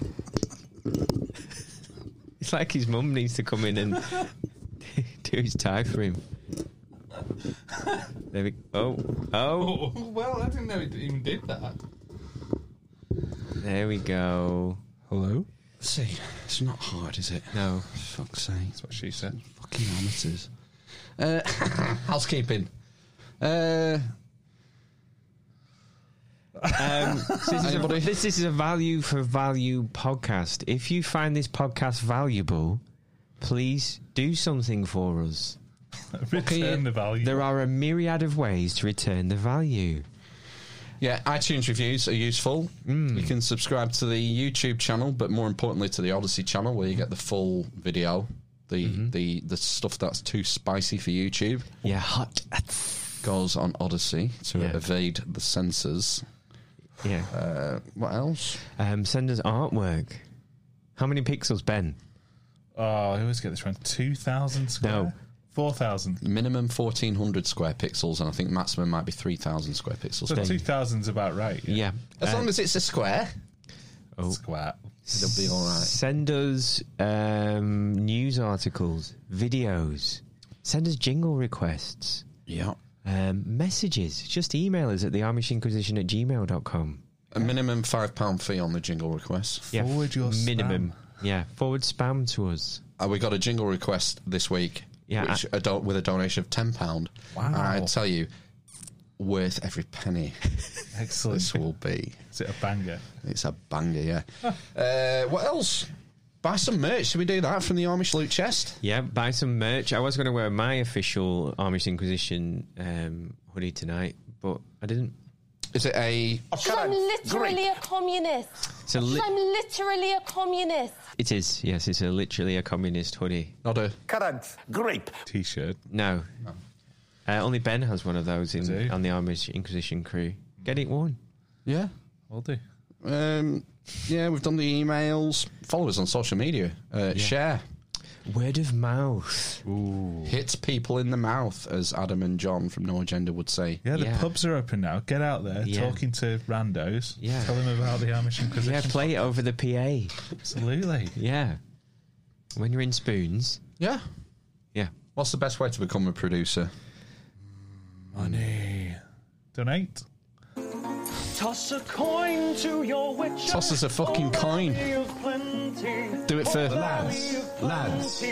S4: it's like his mum needs to come in and do his tie for him. There we go. Oh, oh,
S3: Well, I didn't know it even did that.
S4: there we go.
S3: Hello.
S2: See, it's not hard, is it?
S4: No.
S2: Fuck's sake.
S3: That's what she said.
S2: Fucking amateurs. Uh, housekeeping. Uh,
S4: Um, so this, is a,
S2: Anybody?
S4: this, this is a value for value podcast. If you find this podcast valuable, please do something for us.
S3: Return the value.
S4: There are a myriad of ways to return the value.
S2: Yeah, iTunes reviews are useful. You can subscribe to the YouTube channel, but more importantly to the Odyssey channel, where you get the full video, the the the stuff that's too spicy for YouTube
S4: Yeah, hot.
S2: goes on Odyssey to
S4: Yeah.
S2: evade the censors.
S4: Yeah.
S2: Uh, what else?
S4: Um, send us artwork. How many pixels, Ben?
S3: oh, I always get this wrong. Two thousand square.
S4: No.
S3: Four thousand.
S2: Minimum fourteen hundred square pixels, and I think maximum might be three thousand square pixels.
S3: So two thousand's about right. Yeah.
S4: Yeah.
S2: as long as it's a square,
S3: Squat.
S2: it'll be all right.
S4: Send us um, news articles, videos. Send us jingle requests,
S2: Yeah.
S4: um, messages. Just email us at thearmishinquisition at gmail.com.
S2: A minimum five pound fee on the jingle request.
S4: Yeah,
S3: Forward your
S4: minimum. Yeah, forward spam to us.
S2: Uh, we got a jingle request this week,
S4: Yeah,
S2: which a do- with a donation of ten pound. Wow! I tell you, worth every penny.
S3: Excellent.
S2: this will be.
S3: Is it a banger?
S2: It's a banger, yeah. uh, what else? Buy some merch. Should we do that from the Amish loot chest?
S4: Yeah, buy some merch. I was going to wear my official Armish Inquisition um, hoodie tonight, but I didn't.
S2: Is it a?
S10: Because I'm literally a communist.
S4: It's a
S10: Because
S4: li-
S10: I'm literally a communist.
S4: it is, yes, it's a literally a communist hoodie.
S2: Not a.
S9: Currant. Grape.
S3: T-shirt.
S4: No. Uh, only Ben has one of those in,
S3: do.
S4: on the Amish Inquisition crew. Get it worn.
S2: Yeah.
S3: Will do.
S2: Um, yeah, we've done the emails. Follow us on social media. Uh, Share.
S4: Word of mouth.
S2: Ooh. Hits people in the mouth, as Adam and John from No Agenda would say.
S3: Yeah, the pubs are open now. Get out there,
S2: Yeah.
S3: talking to randos.
S2: Yeah.
S3: Tell them about the Amish Inquisition.
S4: Yeah, play it over the PA.
S3: Absolutely.
S4: Yeah. When you're in spoons.
S2: Yeah.
S4: Yeah.
S2: What's the best way to become a producer?
S3: Money. Donate.
S11: Toss a coin to your witcher.
S2: Toss us a fucking coin. Do it for- Lads,
S11: lads,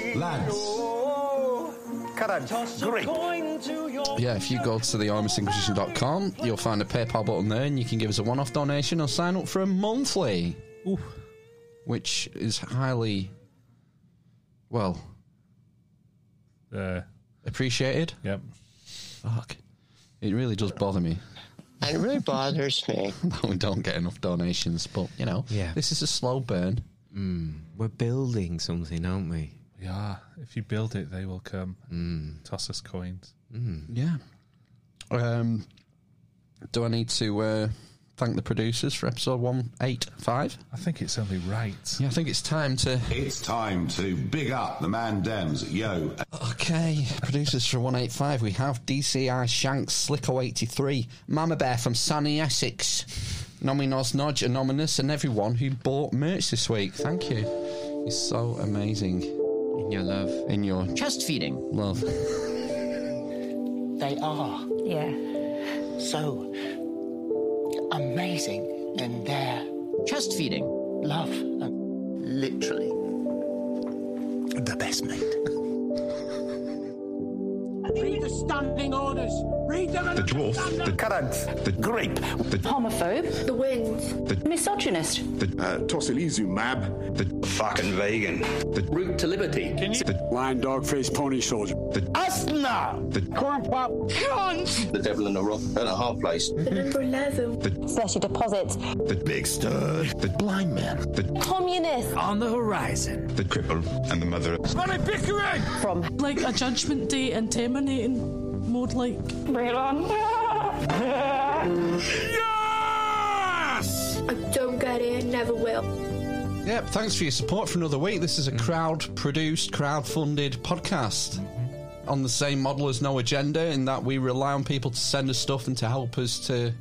S11: lads. Toss a coin to your
S2: Yeah, if you go to thearmisinquisition.com, you'll find a PayPal button there and you can give us a one off donation or sign up for a monthly. Which is highly, well,
S3: uh,
S2: appreciated.
S3: Yep.
S2: Fuck. It really does bother me.
S12: And it really bothers me.
S2: that we don't get enough donations, but, you know,
S4: Yeah.
S2: this is a slow burn.
S4: Mm, we're building something, aren't we?
S3: We are. If you build it, they will come. Toss us coins.
S2: Yeah. Um, do I need to uh, thank the producers for episode 185?
S3: I think it's only right.
S2: Yeah, I think it's time to.
S8: It's time to big up the man dems, yo.
S2: Okay, producers for 185, we have DCI Shanks, Slicko83, Mama Bear from Sunny Essex, Nominos Nodge, Anonymous, and everyone who bought merch this week. Thank you. It's so amazing. In
S4: your love.
S2: In your
S13: Chest feeding.
S2: love.
S13: They are. Yeah. So amazing in their chest feeding. Love. Literally. The best mate.
S9: Read the standing orders. Read them.
S5: The dwarf, the currant, the grape, the
S14: Homophobe. The wind.
S5: The
S14: misogynist.
S5: the uh, tosilizumab, the fucking vegan, the route to liberty, the lion dog face pony soldier, the
S9: Asna.
S5: the corn pop
S9: Cunt.
S5: the devil in a rough and a half place,
S10: Special deposits.
S5: the big stud, the blind man, the
S10: Communist.
S5: on the horizon, the cripple and the mother.
S9: Money bickering.
S15: From like a judgment day and terminating mode, like. Right on.
S9: Yes.
S14: I don't get it. Never will.
S2: Yep, thanks for your support for another week. This is a
S3: Mm.
S2: crowd produced, crowd funded podcast
S3: Mm-hmm.
S2: on the same model as No Agenda, in that we rely on people to send us stuff and to help us to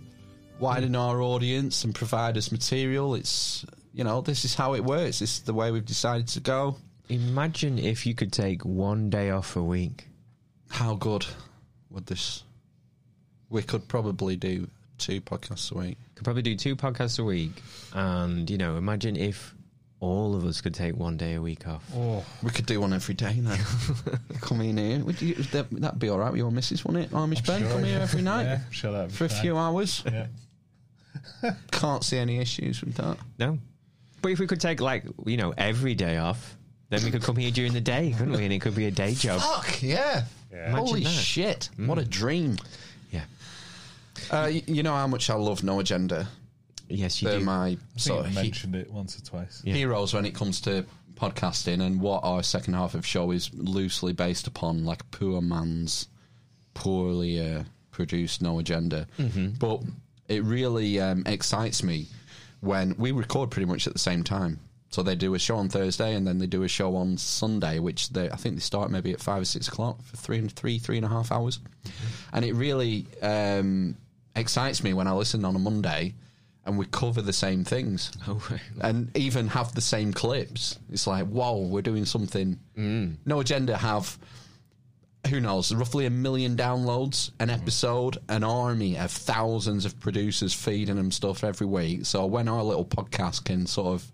S2: widen
S3: Mm.
S2: our audience and provide us material. It's, you know, this is how it works. This is the way we've decided to go.
S4: Imagine if you could take one day off a week.
S2: How good would this? We could probably do two podcasts a week.
S4: Could probably do two podcasts a week. And, you know, imagine if all of us could take one day a week off.
S2: Oh. We could do one every day then. come in here. Would you, that, that'd be all right with your missus, wouldn't it? Amish Ben,
S3: sure,
S2: come here
S3: yeah.
S2: every night
S3: Yeah, sure that'd be
S2: for a
S3: fine.
S2: few hours.
S3: Yeah.
S2: Can't see any issues with that.
S4: No. But if we could take, like, you know, every day off, then we could come here during the day, couldn't we? And it could be a day job.
S2: Fuck yeah!
S4: Imagine
S2: Holy
S4: that.
S2: shit! What a dream.
S4: Yeah.
S2: Mm. Uh, y- you know how much I love No Agenda.
S4: Yes, you
S2: They're
S4: do.
S2: my
S3: I think
S2: sort
S3: you
S2: of he-
S3: mentioned it once or twice.
S2: heroes when it comes to podcasting and what our second half of show is loosely based upon like poor man's poorly uh, produced no agenda
S4: Mhm.
S2: but it really um, excites me when we record pretty much at the same time so they do a show on Thursday and then they do a show on Sunday, which they I think they start maybe at five or six o'clock for three and three three and a half hours, and it really um, excites me when I listen on a Monday and we cover the same things and even have the same clips. It's like, whoa, we're doing something. No agenda have. Who knows? Roughly a million downloads an episode, an army of thousands of producers feeding them stuff every week. So when our little podcast can sort of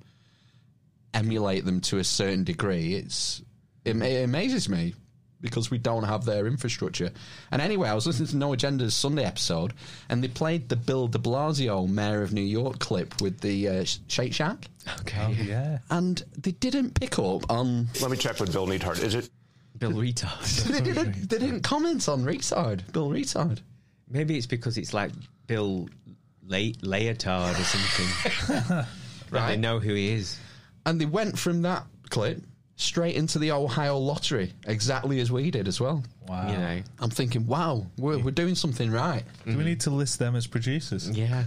S2: emulate them to a certain degree, it's it, ma- it amazes me because we don't have their infrastructure. And anyway, I was listening to No Agenda's Sunday episode, and they played the Bill De Blasio Mayor of New York clip with the uh, Sh- Shake Shack,
S4: Okay. Oh,
S3: yeah.
S2: and they didn't pick up on.
S16: Let me check with Bill Neathart. Is it
S4: Bill Retard.
S2: they didn't. They didn't comment on Retard. Bill Retard.
S4: Maybe it's because it's like Bill Le- Leotard or something. right. They know who he is.
S2: And they went from that clip straight into the Ohio lottery, exactly as we did as well.
S3: Wow.
S4: You know.
S2: I'm thinking, wow, we're, we're doing something right.
S3: Do we need to list them as producers?
S4: Yeah.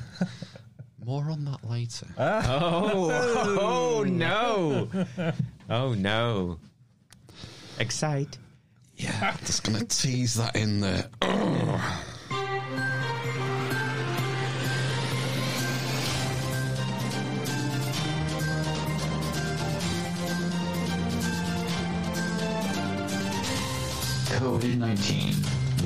S2: More on that later.
S4: Oh, oh no. Oh no. Excite.
S17: Yeah, just gonna tease that in there.
S18: COVID 19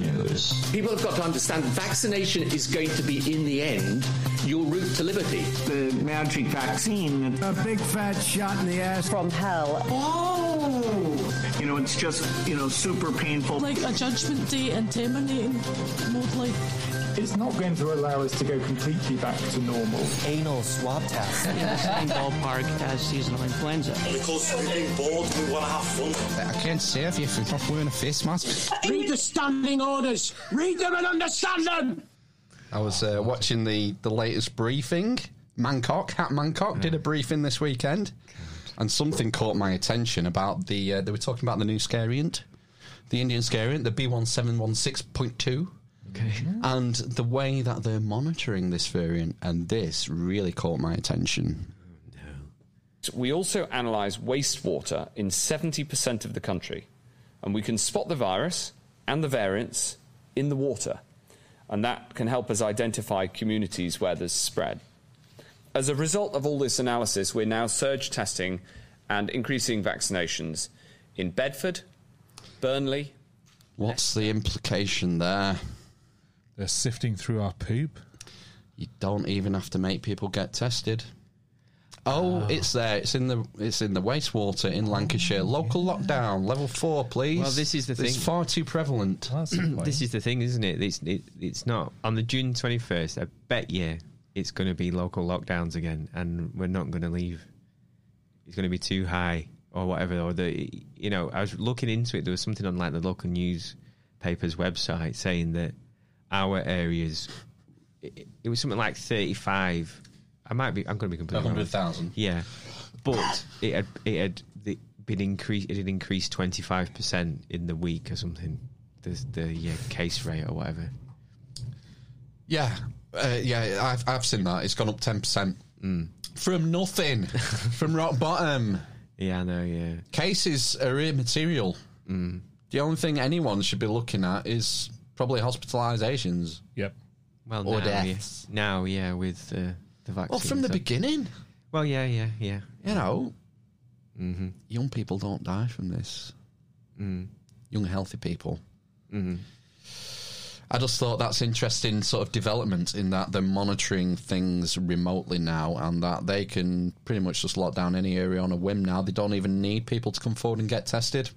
S18: news.
S11: People have got to understand vaccination is going to be, in the end, your route to liberty. The magic vaccine.
S9: A big fat shot in the ass. From hell. Oh!
S11: You know, it's just, you know, super painful.
S15: Like a judgment day intimidating mode, like.
S19: It's not going to allow us to go completely back to normal.
S11: Anal swab test.
S12: In the same ballpark as seasonal influenza.
S11: Because we're getting bored, we want to have fun.
S4: I can't serve you if you're not wearing a face mask.
S9: Read the standing orders. Read them and understand them.
S2: I was uh, watching the, the latest briefing. Mancock, Hat Mancock, did a briefing this weekend, and something caught my attention about the. Uh, they were talking about the new scariant, the Indian scariant, the B one seven one six point two. Okay. And the way that they're monitoring this variant, and this really caught my attention.
S20: We also analyse wastewater in 70% of the country, and we can spot the virus and the variants in the water, and that can help us identify communities where there's spread. As a result of all this analysis, we're now surge testing and increasing vaccinations in Bedford, Burnley.
S2: What's the implication there?
S3: They're sifting through our poop.
S2: You don't even have to make people get tested.
S4: Ah.
S2: Oh, it's there. It's in the it's in the wastewater in Lancashire. Local lockdown, level four, please.
S4: Oh, Well, this is the
S2: It's
S4: thing.
S2: far too prevalent.
S4: this is the thing, isn't it? It's it, it's not on the June twenty first. I bet you it's going to be local lockdowns again, and we're not going to leave. It's going to be too high or whatever. Or the you know, I was looking into it. There was something on like the local newspaper's website saying that our areas. It, it was something like thirty five. I might be. I'm going to be completely wrong.
S2: 100,000.
S4: Yeah, but it had it had the- been increased. It had increased twenty five percent in the week or something. The the yeah, case rate or whatever.
S2: Yeah, uh, yeah, I've I've seen that. It's gone up ten percent
S4: Hmm.
S2: from nothing, from rock bottom.
S4: Yeah, I know. Yeah,
S2: cases are immaterial.
S4: Hmm.
S2: The only thing anyone should be looking at is probably hospitalisations.
S3: Yep.
S4: Well,
S2: Or
S4: now,
S2: deaths.
S4: Yeah, now yeah, with uh, the vaccine.
S2: Well, from the
S4: so-
S2: beginning,
S4: Well, yeah, yeah, yeah.
S2: you know, young people don't die from this. Young healthy people. I just thought that's interesting sort of development in that they're monitoring things remotely now and that they can pretty much just lock down any area on a whim now. They don't even need people to come forward and get tested.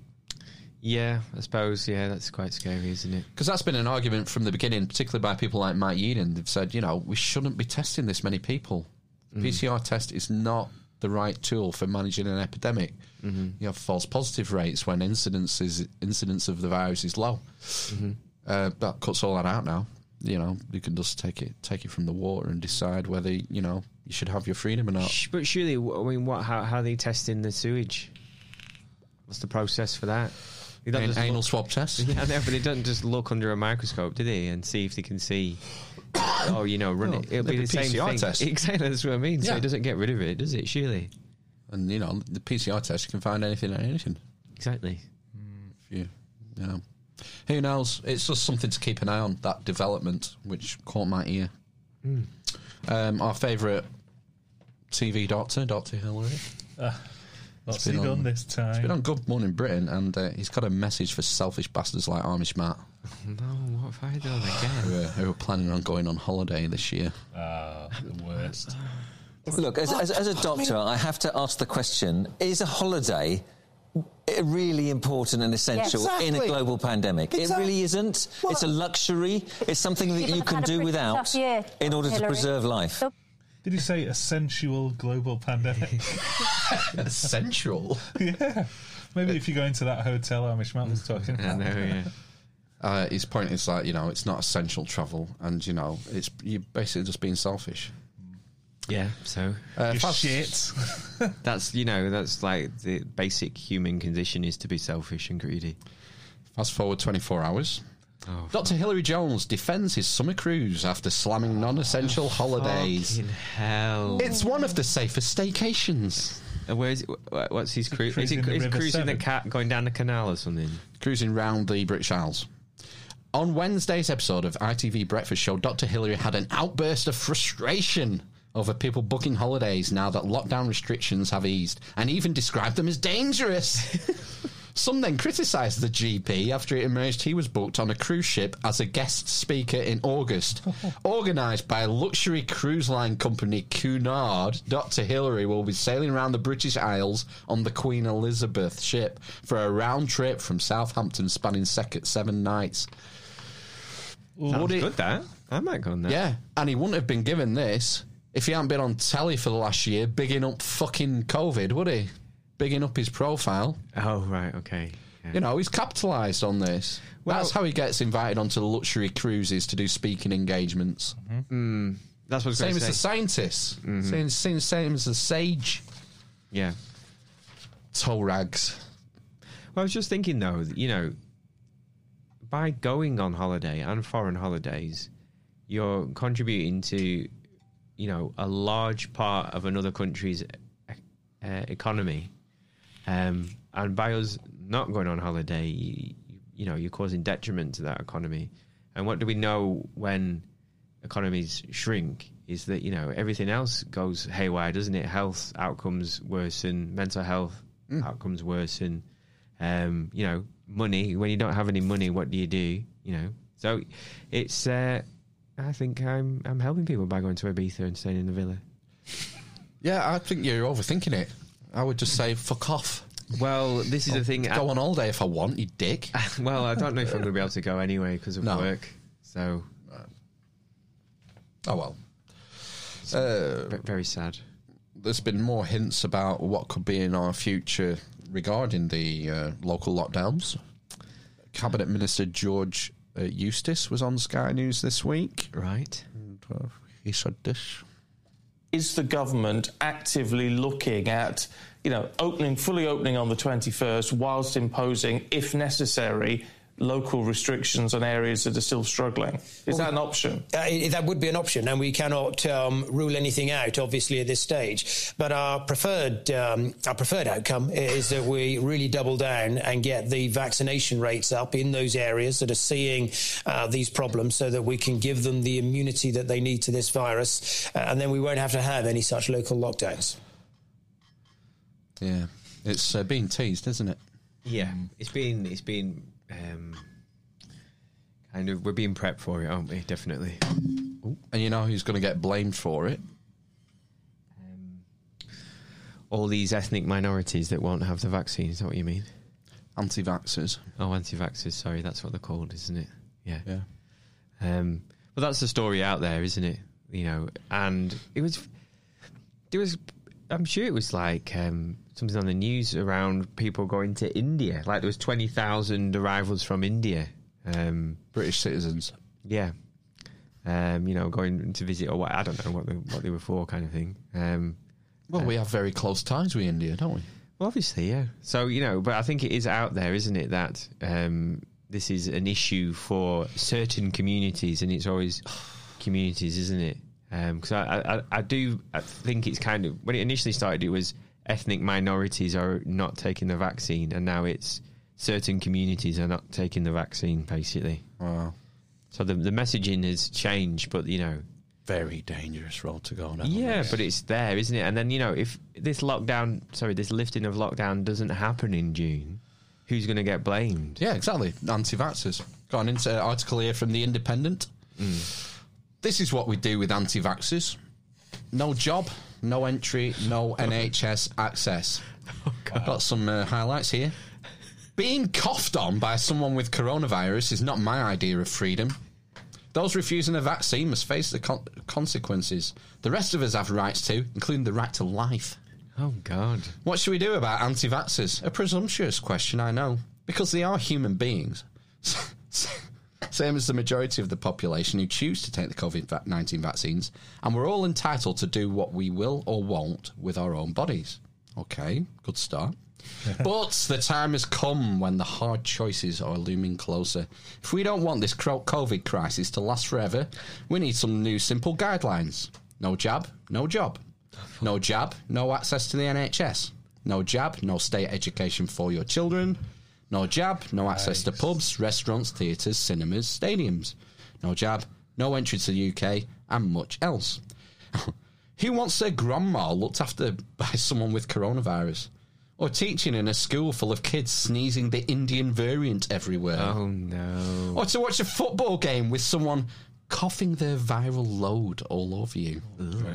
S4: Yeah, I suppose. Yeah, that's quite scary, isn't it?
S2: Because that's been an argument from the beginning, particularly by people like Mike Yeadon. They've said, you know, we shouldn't be testing this many people. The PCR test is not the right tool for managing an epidemic. You have false positive rates when incidence is incidence of the virus is low. Uh, that cuts all that out now. You know, you can just take it take it from the water and decide whether you know you should have your freedom or not.
S4: Sh- But surely, wh- I mean, what? How, how are they testing the sewage? What's the process for that? They don't
S2: An-
S4: just
S2: anal swab test.
S4: Yeah, I know, but they don't just look under a microscope, do they, and see if they can see? oh, you know, run
S2: Well,
S4: it. It'll be
S2: like
S4: the
S2: a
S4: same
S2: PCR
S4: thing.
S2: test.
S4: Exactly, that's what I mean. So
S2: Yeah.
S4: it doesn't get rid of it, does it? Surely.
S2: And you know, the PCR test you can find anything and anything.
S4: Exactly.
S2: Yeah. yeah. Who knows? It's just something to keep an eye on that development, which caught my ear.
S4: Mm.
S2: Um, our favourite TV doctor, Doctor Hillary.
S3: Uh, what's he done this time?
S2: He's been on Good Morning Britain, and uh, he's got a message for selfish bastards like Amish Matt,
S4: No, what have I done
S2: who,
S4: again?
S2: uh, who are planning on going on holiday this year.
S3: Ah, the worst.
S21: Look, as, as, as a doctor, I have to ask the question is a holiday i- really important and essential
S22: Yes.
S21: in a
S22: Exactly.
S21: global pandemic?
S22: Exact-
S21: It really isn't. It's a luxury, it's something that
S22: People
S21: you
S22: have
S21: can
S22: had a
S21: do
S22: pretty
S21: without
S22: tough year,
S21: in order to
S22: Hillary.
S21: preserve life.
S3: Did you say a sensual global pandemic?
S2: Sensual?
S3: yeah. Maybe if you go into that hotel Amish Matt was talking about.
S2: Uh, his point is like you know it's not essential travel, and you know it's you're basically just being selfish.
S4: Yeah, so
S2: Uh, fast-
S4: that's you know that's like the basic human condition is to be selfish and greedy.
S2: Fast forward 24 hours. Dr. Hillary Jones defends his summer cruise after slamming non essential holidays.
S4: Fucking hell.
S2: It's one of the safest staycations.
S4: Uh, Where's wh- what's his cruise? Is
S2: cruising
S4: he
S2: the
S4: is he
S2: River
S4: cruising the
S2: Severn.
S4: cat going down the canal or something?
S2: cruising round the British Isles. On Wednesday's episode of ITV Breakfast Show, Dr. Hillary had an outburst of frustration over people booking holidays now that lockdown restrictions have eased and even described them as dangerous. Some then criticised the GP after it emerged he was booked on a cruise ship as a guest speaker in August. Organised by luxury cruise line company Cunard, Dr. Hillary will be sailing around the British Isles on the Queen Elizabeth ship for a round trip from Southampton spanning sec- seven nights.
S4: Sounds
S2: Would it-
S4: good, that. I might go on that.
S2: Yeah, and he wouldn't have been given this if he hadn't been on telly for the last year bigging up fucking COVID, would he? Bigging up his profile.
S4: Oh, right, okay.
S2: You know, he's capitalised on this. That's how he gets invited onto luxury cruises to do speaking engagements.
S4: Mm, that's what I was
S2: Same
S4: gonna
S2: as the
S4: say.
S2: scientists.
S4: Mhm.
S2: Same, same, same as the sage.
S4: Yeah.
S2: Toll rags.
S4: Well, I was just thinking though, that, you know, by going on holiday and foreign holidays, you're contributing to, you know, a large part of another country's uh, economy. Um, and by us not going on holiday, you, you know, you're causing detriment to that economy. And what do we know when economies shrink? Is that you know everything else goes haywire, doesn't it? Health outcomes worsen, mental health outcomes worsen. Um, you know, money. When you don't have any money, what do you do? You know, so it's. Uh, I think I'm I'm helping people by going to Ibiza and staying in the villa.
S2: Yeah, I think you're overthinking it. I would just say, fuck off.
S4: Well, this is the thing.
S2: Oh, Go on all day if I want, you dick.
S4: well, I don't know if I'm going to be able to go anyway because of work. So,
S2: oh well. Uh,
S4: very sad.
S2: There's been more hints about what could be in our future regarding the uh, local lockdowns. Cabinet Minister George uh, Eustace was on Sky News this week.
S4: Right.
S2: And, uh, he said this.
S1: is the government actively looking at, you know, opening, fully opening on the 21st, whilst imposing, if necessary, local restrictions on areas that are still struggling? Is that an option?
S22: Uh, i- that would be an option, and we cannot um, rule anything out, obviously, at this stage. But our preferred um, our preferred outcome is that we really double down and get the vaccination rates up in those areas that are seeing uh, these problems, so that we can give them the immunity that they need to this virus, uh, and then we won't have to have any such local lockdowns.
S2: Yeah, it's uh, being teased, isn't it?
S4: Yeah, it's been it's been um, kind of we're being prepped for it, aren't we? Definitely.
S2: And you know who's going to get blamed for it?
S4: All these ethnic minorities that won't have the vaccine. Is that what you mean?
S2: Anti-vaxxers.
S4: Oh, anti-vaxxers. Sorry, that's what they're called, isn't it? Yeah.
S2: Yeah.
S4: Um, but that's the story out there, isn't it? You know, and it was, there was, I'm sure it was like um, something on the news around people going to India. Like there was twenty thousand arrivals from India. Um,
S2: British citizens.
S4: Yeah. Um, you know, going to visit or what I don't know what they, what they were for, kind of thing. Um,
S2: Well, we have very close ties with India, don't we?
S4: well, obviously, yeah. So you know, but I think it is out there, isn't it? That um, this is an issue for certain communities, and it's always communities, isn't it? Because I I, I, I do I think it's kind of when it initially started, it was ethnic minorities are not taking the vaccine, and now it's certain communities are not taking the vaccine, basically.
S2: Wow.
S4: So the the messaging has changed, but you know,
S2: Very dangerous road to go now.
S4: yeah, but it's there, isn't it? And then you know, if this lockdown, sorry, this lifting of lockdown doesn't happen in June, who's going to get blamed?
S2: Yeah, exactly. Anti-vaxxers. Got an ins- uh, article here from the Independent. This is what we do with anti-vaxxers: no job, no entry, no NHS access. I've got some uh, highlights here. Being coughed on by someone with coronavirus is not my idea of freedom. Those refusing a vaccine must face the con- consequences. The rest of us have rights to, including the right to life.
S4: Oh God!
S2: What should we do about anti-vaxxers? A presumptuous question, I know, because they are human beings, same as the majority of the population who choose to take the COVID nineteen vaccines, and we're all entitled to do what we will or won't with our own bodies. Okay, good start. but the time has come when the hard choices are looming closer. If we don't want this cro- COVID crisis to last forever, we need some new simple guidelines. No jab, no job. No jab, no access to the NHS. No jab, no state education for your children. No jab, no access to pubs, restaurants, theatres, cinemas, stadiums. No jab, no entry to the UK, and much else. Who wants their grandma looked after by someone with coronavirus? Or teaching in a school full of kids sneezing the Indian variant everywhere?
S4: Oh no.
S2: Or to watch a football game with someone coughing their viral load all over you.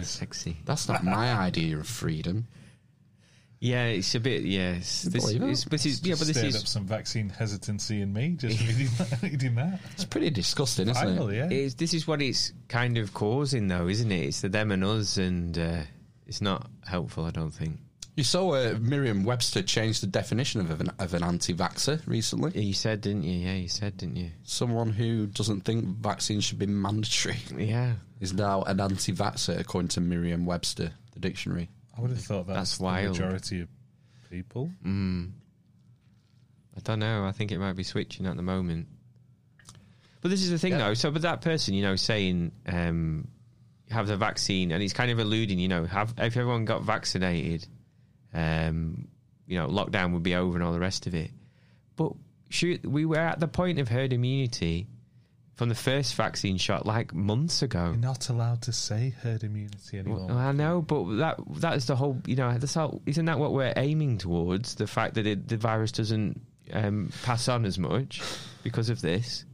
S4: sexy.
S2: That's not my idea of freedom.
S4: Yeah, it's a bit. Yes,
S2: Can you
S4: this
S2: believe it?
S4: is. This is
S3: It's
S4: yeah,
S3: just
S4: but this
S3: stirred
S4: is
S3: up some vaccine hesitancy in me just reading that. Reading that.
S2: It's pretty disgusting, isn't
S3: Finally,
S2: it?
S3: yeah.
S4: It's, this is what it's kind of causing, though, isn't it? It's the them and us, and uh, it's not helpful, I don't think.
S2: You saw uh, Merriam-Webster change the definition of an, of an anti-vaxxer recently.
S4: You said, didn't you? Yeah, you said, didn't you?
S2: Someone who doesn't think vaccines should be mandatory.
S4: Yeah.
S2: Is now an anti-vaxxer, according to Merriam-Webster, the dictionary.
S3: I would have thought that's,
S4: That's
S3: the
S4: wild.
S3: majority of people.
S2: Hmm.
S4: Mm. I don't know. I think it might be switching at the moment. But this is the thing, though. So, but that person, you know, saying um, have the vaccine, and he's kind of alluding, you know, have if everyone got vaccinated, um, you know, lockdown would be over and all the rest of it. But shoot, we were at the point of herd immunity from the first vaccine shot like months ago.
S3: You're not allowed to say herd immunity anymore.
S4: Well, I know, but that that is the whole. You know, that's how, isn't that what we're aiming towards? The fact that it, the virus doesn't um, pass on as much because of this.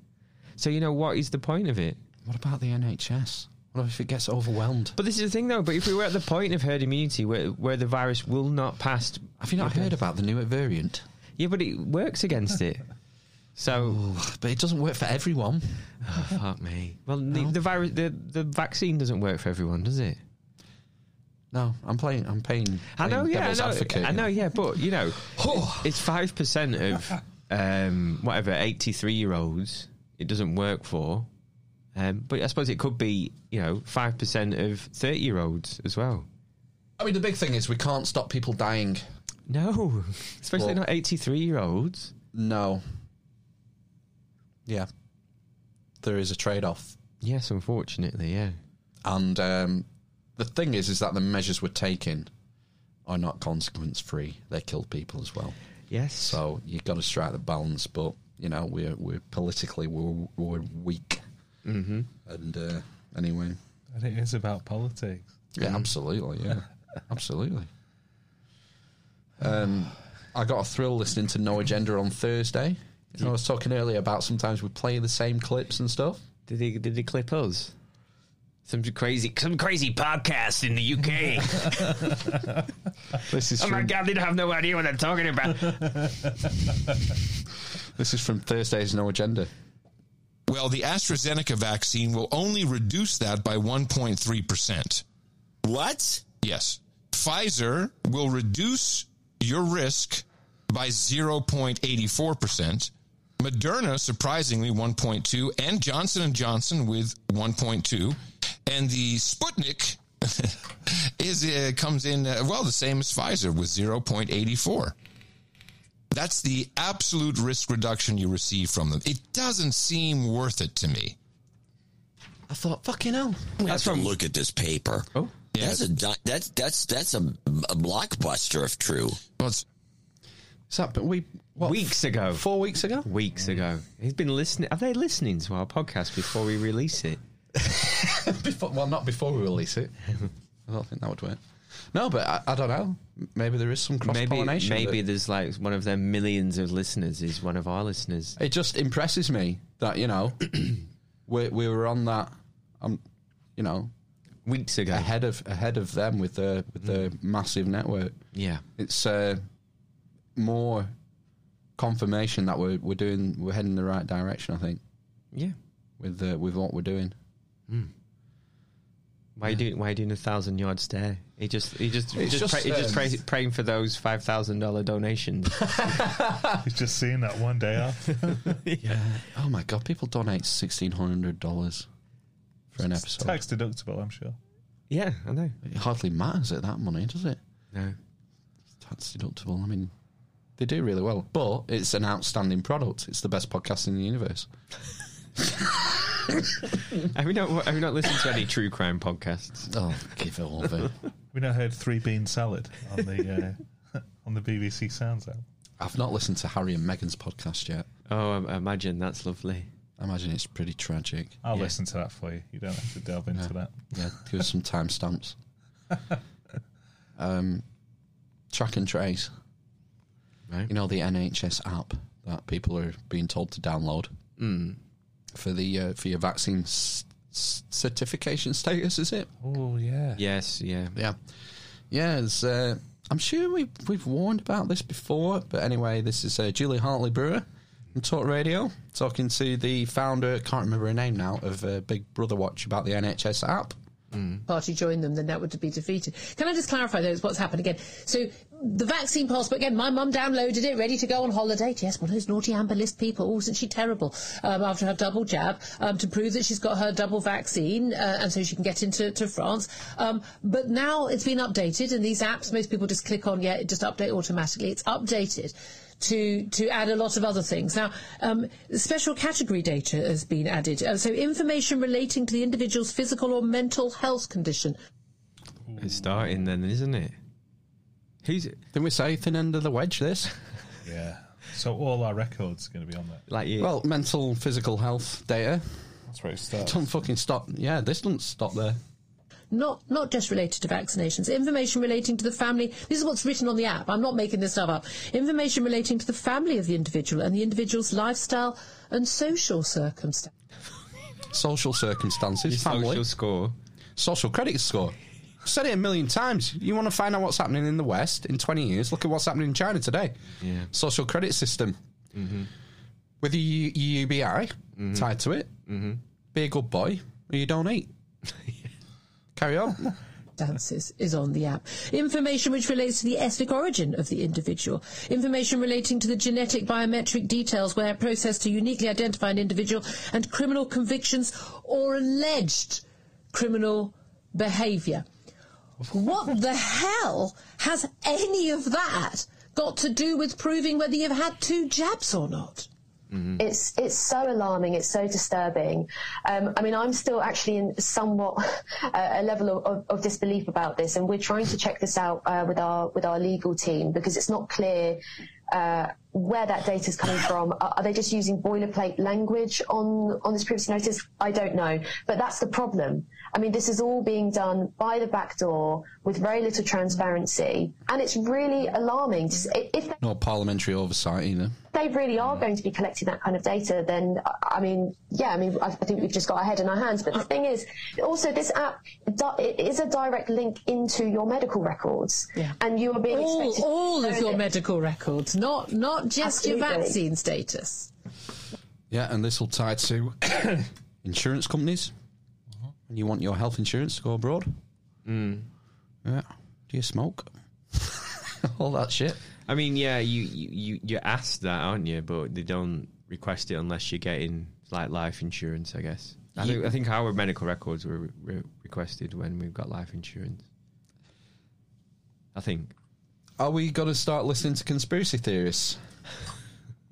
S4: So you know, what is the point of it?
S2: What about the NHS? What if it gets overwhelmed?
S4: But this is the thing, though. But if we were at the point of herd immunity, where where the virus will not pass,
S2: have you not heard about the newer variant?
S4: Yeah, but it works against it. So,
S2: but it doesn't work for everyone.
S4: Oh, fuck me. Well, the, the virus, the the vaccine doesn't work for everyone, does it?
S2: No, I'm playing. I'm paying.
S4: I know,
S2: playing
S4: yeah, I
S2: devil's
S4: know,
S2: advocate.
S4: I know, yeah, but you know, it's- it's five percent of um, whatever eighty-three-year-olds. It doesn't work for, um, but I suppose it could be you know five percent of thirty-year-olds as well.
S2: I mean, the big thing is we can't stop people dying.
S4: No, especially
S2: Well-
S4: not eighty-three-year-olds.
S2: No. Yeah. There is a trade off.
S4: Yes, unfortunately, yeah.
S2: And um, the thing is, is that the measures we're taking are not consequence free. They kill people as well.
S4: Yes.
S2: So you've got to strike the balance, but you know we're we're politically we're, we're weak.
S4: Mm-hmm.
S3: Mhm.
S2: And uh, anyway,
S3: And it is about politics.
S2: yeah, absolutely, yeah, absolutely. Um, I got a thrill listening to No Agenda on Thursday. You know, I was talking earlier about sometimes we play the same clips and stuff.
S4: Did he did he clip us? Some crazy some crazy podcast in the UK.
S2: This is
S4: oh my
S2: from-
S4: god, they don't have no idea what they're talking about.
S2: This is from Thursday's No Agenda.
S6: Well, the AstraZeneca vaccine will only reduce that by 1.3%. What? Yes. Pfizer will reduce your risk by 0.84%. Moderna surprisingly 1.2 and Johnson and Johnson with 1.2 and the Sputnik is uh, comes in uh, well the same as Pfizer with 0.84. That's the absolute risk reduction you receive from them. It doesn't seem worth it to me.
S2: I thought, fucking hell.
S7: That's from look at this paper. Oh, that's a di- that's that's that's a, a blockbuster if true.
S2: Is that but we
S4: weeks ago?
S2: Four weeks ago?
S4: Weeks ago. He's been listening. Are they listening to our podcast before we release it?
S2: before, well, not before we release it. I don't think that would work. No, but I, I don't know. Maybe there is some cross
S4: Maybe
S2: pollination.
S4: maybe there's like one of their millions of listeners is one of our listeners.
S2: it just impresses me that you know we we were on that, um, you know,
S4: weeks ago
S2: ahead of ahead of them with the with the massive network.
S4: Yeah.
S2: it's uh, more confirmation that we're we're doing we're heading in the right direction. I think.
S4: Yeah.
S2: With uh, with what we're doing.
S4: Why are you doing? Why are you doing a thousand yard stare? He just, he just, he
S2: It's
S4: just,
S2: just,
S4: pray, he just
S2: um,
S4: pray, praying for those five thousand dollar donations.
S3: He's just seeing that one day off.
S2: yeah. Oh my god, people donate sixteen hundred dollars for an
S3: It's
S2: episode.
S3: tax deductible, I'm sure.
S4: Yeah, I know.
S2: It hardly matters at that money, does it?
S4: No.
S2: It's tax deductible. I mean, They do really well, but it's an outstanding product. It's the best podcast in the universe.
S4: have we not have we not listened to any true crime podcasts?
S2: Oh, give it over.
S3: We now heard three bean salad on the uh, on the BBC Sounds app.
S2: I've not listened to Harry and Meghan's podcast yet.
S4: Oh, I- I imagine that's lovely.
S2: I imagine it's pretty tragic.
S3: I'll listen to that for you. You don't have to delve into that.
S2: Yeah, give us some timestamps. um, track and trace. You know the NHS app that people are being told to download
S4: Mm.
S2: for the uh, for your vaccine s- s- certification status. Is it?
S3: Oh yeah.
S4: Yes, yeah,
S2: yeah, yeah. It's, uh, I'm sure we we've warned about this before, but anyway, this is uh, Julie Hartley Brewer from Talk Radio talking to the founder. Can't remember her name now of uh, Big Brother Watch about the NHS app.
S8: party joined them, then that would be defeated. Can I just clarify though, it's what's happened again? So the vaccine passport again. My mum downloaded it, ready to go on holiday. Yes, one of those naughty amber list people. Oh, isn't she terrible? Um, after her double jab, um, to prove that she's got her double vaccine, uh, and so she can get into to France. Um, but now it's been updated, and these apps, most people just click on, yeah, it just update automatically. It's updated to to add a lot of other things. Now, um, special category data has been added, uh, so information relating to the individual's physical or mental health condition.
S4: It's starting then, isn't it? Who's it?
S2: Didn't we say thin end of the wedge? This.
S3: Yeah. So all our records are going to be on there.
S4: Like
S2: Well, mental, physical health data.
S3: That's where it starts.
S2: Don't fucking stop. Yeah, this doesn't stop there.
S8: Not not just related to vaccinations. Information relating to the family. This is what's written on the app. I'm not making this stuff up. Information relating to the family of the individual and the individual's lifestyle and social circumstances.
S2: Social circumstances, family. Social
S4: score.
S2: Social credit score. I've said it a million times. You want to find out what's happening in the West in 20 years? Look at what's happening in China today.
S4: Yeah.
S2: Social credit system. With a U- UBI tied to it. Mm-hmm. Be a good boy or you don't eat. Carry on.
S8: circumstances is on the app. Information which relates to the ethnic origin of the individual. Information relating to the genetic biometric details where processed to uniquely identify an individual and criminal convictions or alleged criminal behaviour. What the hell has any of that got to do with proving whether you've had two jabs or not?
S10: It's it's so alarming. It's so disturbing. Um, I mean, I'm still actually in somewhat a a level of, of, of disbelief about this, and we're trying to check this out uh, with our with our legal team because it's not clear. Uh, where that data is coming from? Are, are they just using boilerplate language on Mm, on this privacy notice? I don't know, but that's the problem. I mean, this is all being done by the back door with very little transparency, and it's really alarming. Just- If they-
S2: No parliamentary oversight either.
S10: they really are going to be collecting that kind of data, then I- I mean, yeah, I mean, I I think we've just got our head in our hands.
S8: Uh,
S10: But the thing is, also this app di- it is a direct link into your medical records, and you are being
S8: All,
S10: expected.
S8: all
S10: to
S8: of
S10: know
S8: your
S10: this.
S8: medical records, not not just your
S10: Absolutely.
S8: vaccine status.
S2: Yeah, and this will tie to insurance companies. And you want your health insurance to go abroad?
S4: Mm.
S2: Yeah. Do you smoke? All that shit.
S4: I mean, yeah, you you you- you're asked that, aren't you? But they don't request it unless you're getting like life insurance, I guess. I
S2: You-
S4: think I think our medical records were re- requested when we've got life insurance. I think.
S2: Are we going to start listening to conspiracy theorists?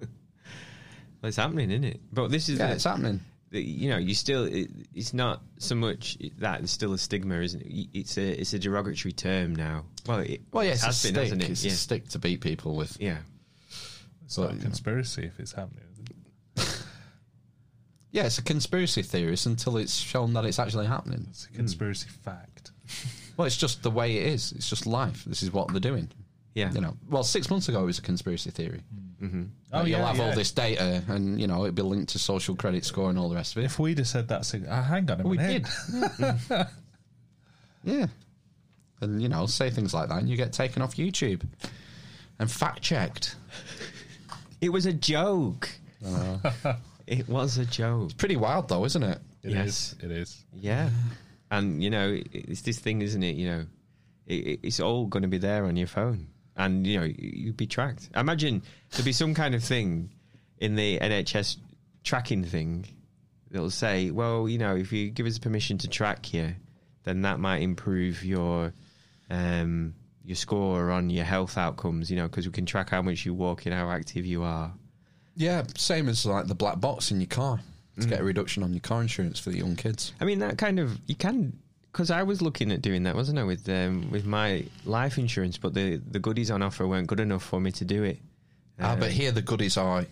S4: Well, it's happening, isn't it? But this is
S2: Yeah, it's happening.
S4: the- you know, you still it, it's not so much that there's still a stigma, isn't it? It's a it's a derogatory term now. Well, it
S2: Well, yeah, it's
S4: has
S2: a
S4: been,
S2: stick.
S4: hasn't it?
S2: It's
S4: yeah.
S2: a stick to beat people with.
S4: yeah,
S3: It's not a
S2: Mm.
S3: conspiracy if it's happening. Is it?
S2: Yeah, it's a conspiracy theorist until it's shown that it's actually happening.
S3: It's a conspiracy fact.
S2: Well, it's just the way it is. It's just life. This is what they're doing.
S4: Yeah.
S2: You know, well, six months ago it was a conspiracy theory. Mm-hmm.
S3: Oh,
S2: Oh, you'll
S3: yeah,
S2: have all
S3: yeah.
S2: this data and, you know, it'll be linked to social credit score and all the rest of it.
S3: If we'd have said that, sig- uh, hang on a
S2: We
S3: minute.
S2: did. yeah. And, you know, say things like that and you get taken off YouTube and fact checked.
S4: It was a joke. it was a joke. It's
S2: pretty wild, though, isn't it?
S3: Uh-huh. It
S4: yes,
S3: it is.
S4: Yeah, and you know, it- it's this thing, isn't it? You know, it, it- it's all going to be there on your phone, and you know, you- you'd be tracked. I imagine there'd be some kind of thing in the NHS tracking thing that'll say, well, you know, if you give us permission to track you, then that might improve your um, your score on your health outcomes, you know, because we can track how much you walk and how active you are.
S2: Yeah, same as like the black box in your car to get a reduction on your car insurance for the young kids.
S4: I mean, that kind of you can because I was looking at doing that, wasn't I, with um, with my life insurance, but the the goodies on offer weren't good enough for me to do it.
S2: Ah, but here the goodies are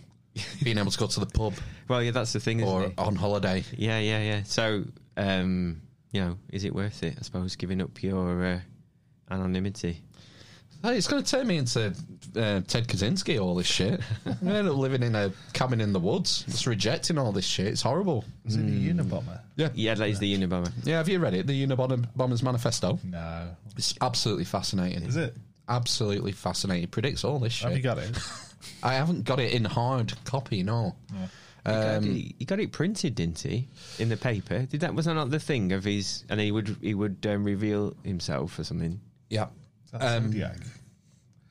S2: being able to go to the pub.
S4: Well, yeah, that's the thing.
S2: Or on holiday.
S4: Yeah, yeah, yeah. So, um, you know, is it worth it? I suppose giving up your uh, anonymity.
S2: Hey, it's going to turn me into uh, Ted Kaczynski, all this shit. I'm going to end up living in a cabin in the woods, just rejecting all this shit. It's horrible.
S3: Is it the Unabomber?
S2: Hmm. Yeah.
S4: Yeah, that is the Unabomber.
S2: Yeah, have you read it? The Unabomber's Manifesto?
S3: No.
S2: It's absolutely fascinating.
S3: Is it?
S2: Absolutely fascinating. It predicts all this shit.
S3: Have you got it?
S2: I haven't got it in hard copy, no.
S4: He got it- he got it printed, didn't he? In the paper. Did that was that not the thing of his? And he would he would um, reveal himself or something.
S2: Yeah. Um,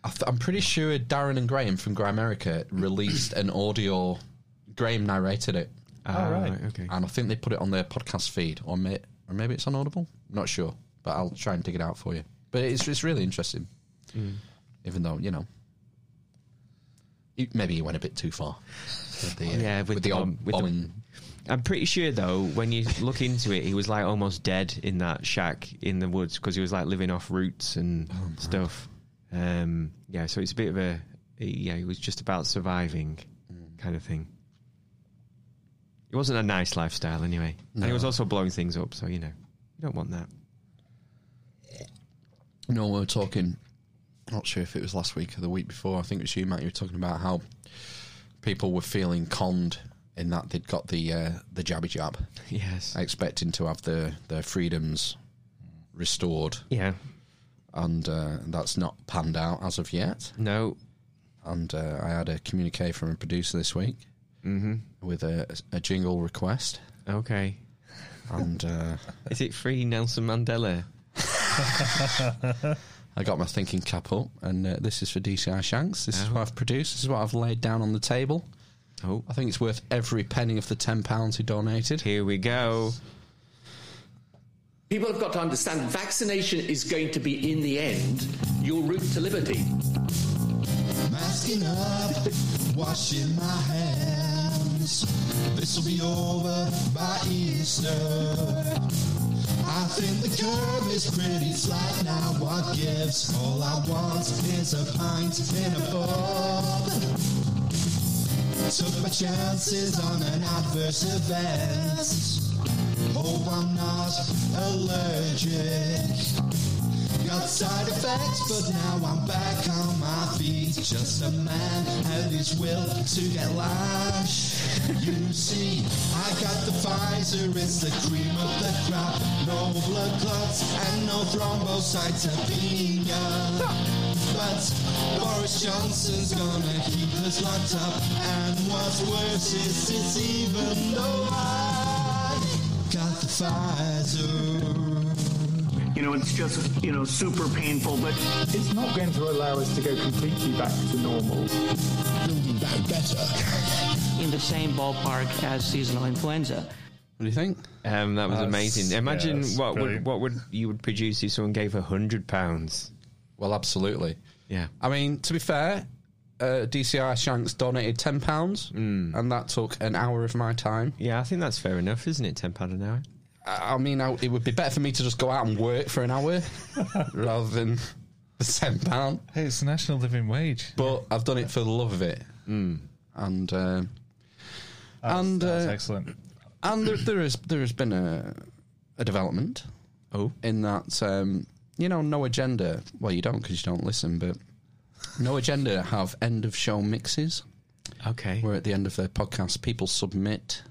S2: I th- I'm pretty sure Darren and Graham from Grimerica released an audio. Graham narrated it.
S4: Ah, right. right, okay.
S2: And I think they put it on their podcast feed, or, may- or maybe it's on Audible. Not sure, but I'll try and dig it out for you. But it's it's really interesting,
S4: Mm.
S2: even though you know. you- Maybe he went a bit too far. With the, uh,
S4: yeah, with, the, bomb, with the- I'm pretty sure though, when you look into it, he was like almost dead in that shack in the woods because he was like living off roots and stuff. Um, yeah, so it's a bit of a yeah, it was just about surviving kind of thing. It wasn't a nice lifestyle anyway, and he was also blowing things up, so you know you don't want that.
S2: No, we were talking. Not sure if it was last week or the week before. I think it was you, Matt. You were talking about how people were feeling conned in that they'd got the uh, the jabby jab,
S4: yes,
S2: expecting to have their their freedoms restored.
S4: Yeah,
S2: and uh, that's not panned out as of yet.
S4: No.
S2: And uh, I had a communique from a producer this week Mm-hmm. with a, a jingle request.
S4: Okay.
S2: And uh,
S4: is it free Nelson Mandela?
S2: I got my thinking cap up, and uh, this is for DCI Shanks. This is what I've produced. This is what I've laid down on the table.
S4: Oh,
S2: I think it's worth every penny of the ten pounds he donated.
S4: Here we go.
S11: People have got to understand vaccination is going to be, in the end, your route to liberty.
S18: Masking up, washing my hands. This'll be over by Easter. I think the curve is pretty flat now. What gives? All I want is a pint and a ball. Took my chances on an adverse event. Hope I'm not allergic. Got side effects, but now I'm back on my feet. Just a man and his will to get lash. You see, I got the Pfizer, it's the cream of the crop. No blood clots and no thrombocytopenia. But Boris Johnson's gonna keep us locked up. And what's worse is it's even though I got the Pfizer.
S19: You know, it's just, you know, super painful, but it's not going to allow us to go completely back to normal. Building back better.
S12: in the same ballpark as seasonal influenza.
S2: What do you think?
S4: Um, that was
S12: That's-
S4: amazing. Imagine
S12: yeah, that's
S4: what
S12: brilliant.
S4: would what would you would produce if someone gave a hundred pounds.
S2: Well, absolutely.
S4: Yeah.
S2: I mean, to be fair, uh, DCI Shanks donated ten pounds, and that took an hour of my time.
S4: Yeah, I think that's fair enough, isn't it? Ten pound an hour.
S2: I I mean, I, it would be better for me to just go out and work for an hour rather than the ten pound.
S3: Hey, it's the national living wage.
S2: But I've done it for the love of it, and um and uh,
S3: excellent.
S2: And there, there is there has been a a development.
S4: Oh,
S2: in that um, you know, no agenda. Well, you don't because you don't listen, but no agenda have end of show mixes.
S4: Okay,
S2: where at the end of their podcast, people submit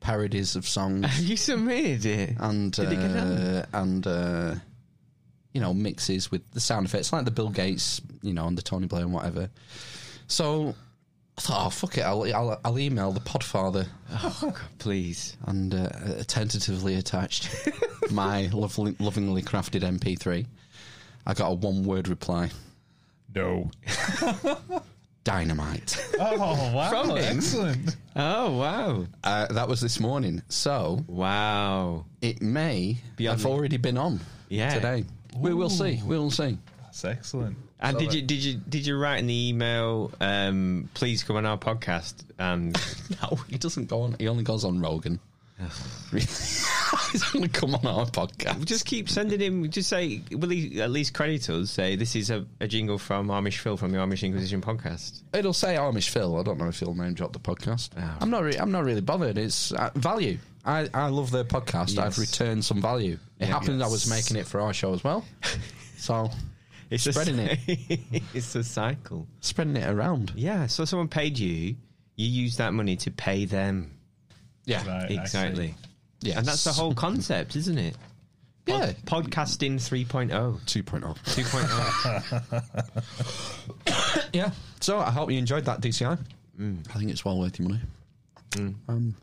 S2: parodies of songs.
S4: you submitted it,
S2: and
S4: Did it get
S2: uh, and uh, you know mixes with the sound effects, like the Bill Gates, you know, and the Tony Blair and whatever. So I thought, oh fuck it, I'll I'll, I'll email the Podfather,
S4: please,
S2: and uh, tentatively attached my lovely, lovingly crafted MP3. I got a one-word reply.
S3: No.
S2: Dynamite.
S3: Oh, wow.
S2: From him?
S3: Excellent.
S4: Oh wow!
S2: Uh, that was this morning. So
S4: wow,
S2: it may have already been on.
S4: Yeah.
S2: today we will see. We will see.
S3: That's excellent.
S4: And
S3: Love
S4: did
S3: it.
S4: you did you did you write in the email? Um, please come on our podcast. And
S2: no, he doesn't go on. He only goes on Rogan. Really? He's only come on our podcast.
S4: We just keep sending him. Just say, will he at least credit us? Say this is a, a jingle from Amish Phil from the Amish Inquisition podcast.
S2: It'll say Amish Phil. I don't know if he'll name drop the podcast. I'm not. Re- I'm not really bothered. It's uh, value. I, I love their podcast.
S4: Yes.
S2: I've returned some value. It
S4: Yeah.
S2: happened. I was
S4: Yes.
S2: making it for our show as well. So
S4: It's a
S2: spreading it.
S4: it. it's a cycle.
S2: Spreading it around.
S4: Yeah. So someone paid you. You use that money to pay them.
S2: Yeah.
S3: Right, I
S4: exactly.
S2: see. Yes.
S4: And that's the whole concept, isn't it?
S2: Yeah.
S4: Podcasting oh. 3.0. 2.0. oh. 2.0.
S2: yeah. So I hope you enjoyed that DCI.
S4: Mm.
S2: I think it's well worth your money. Um,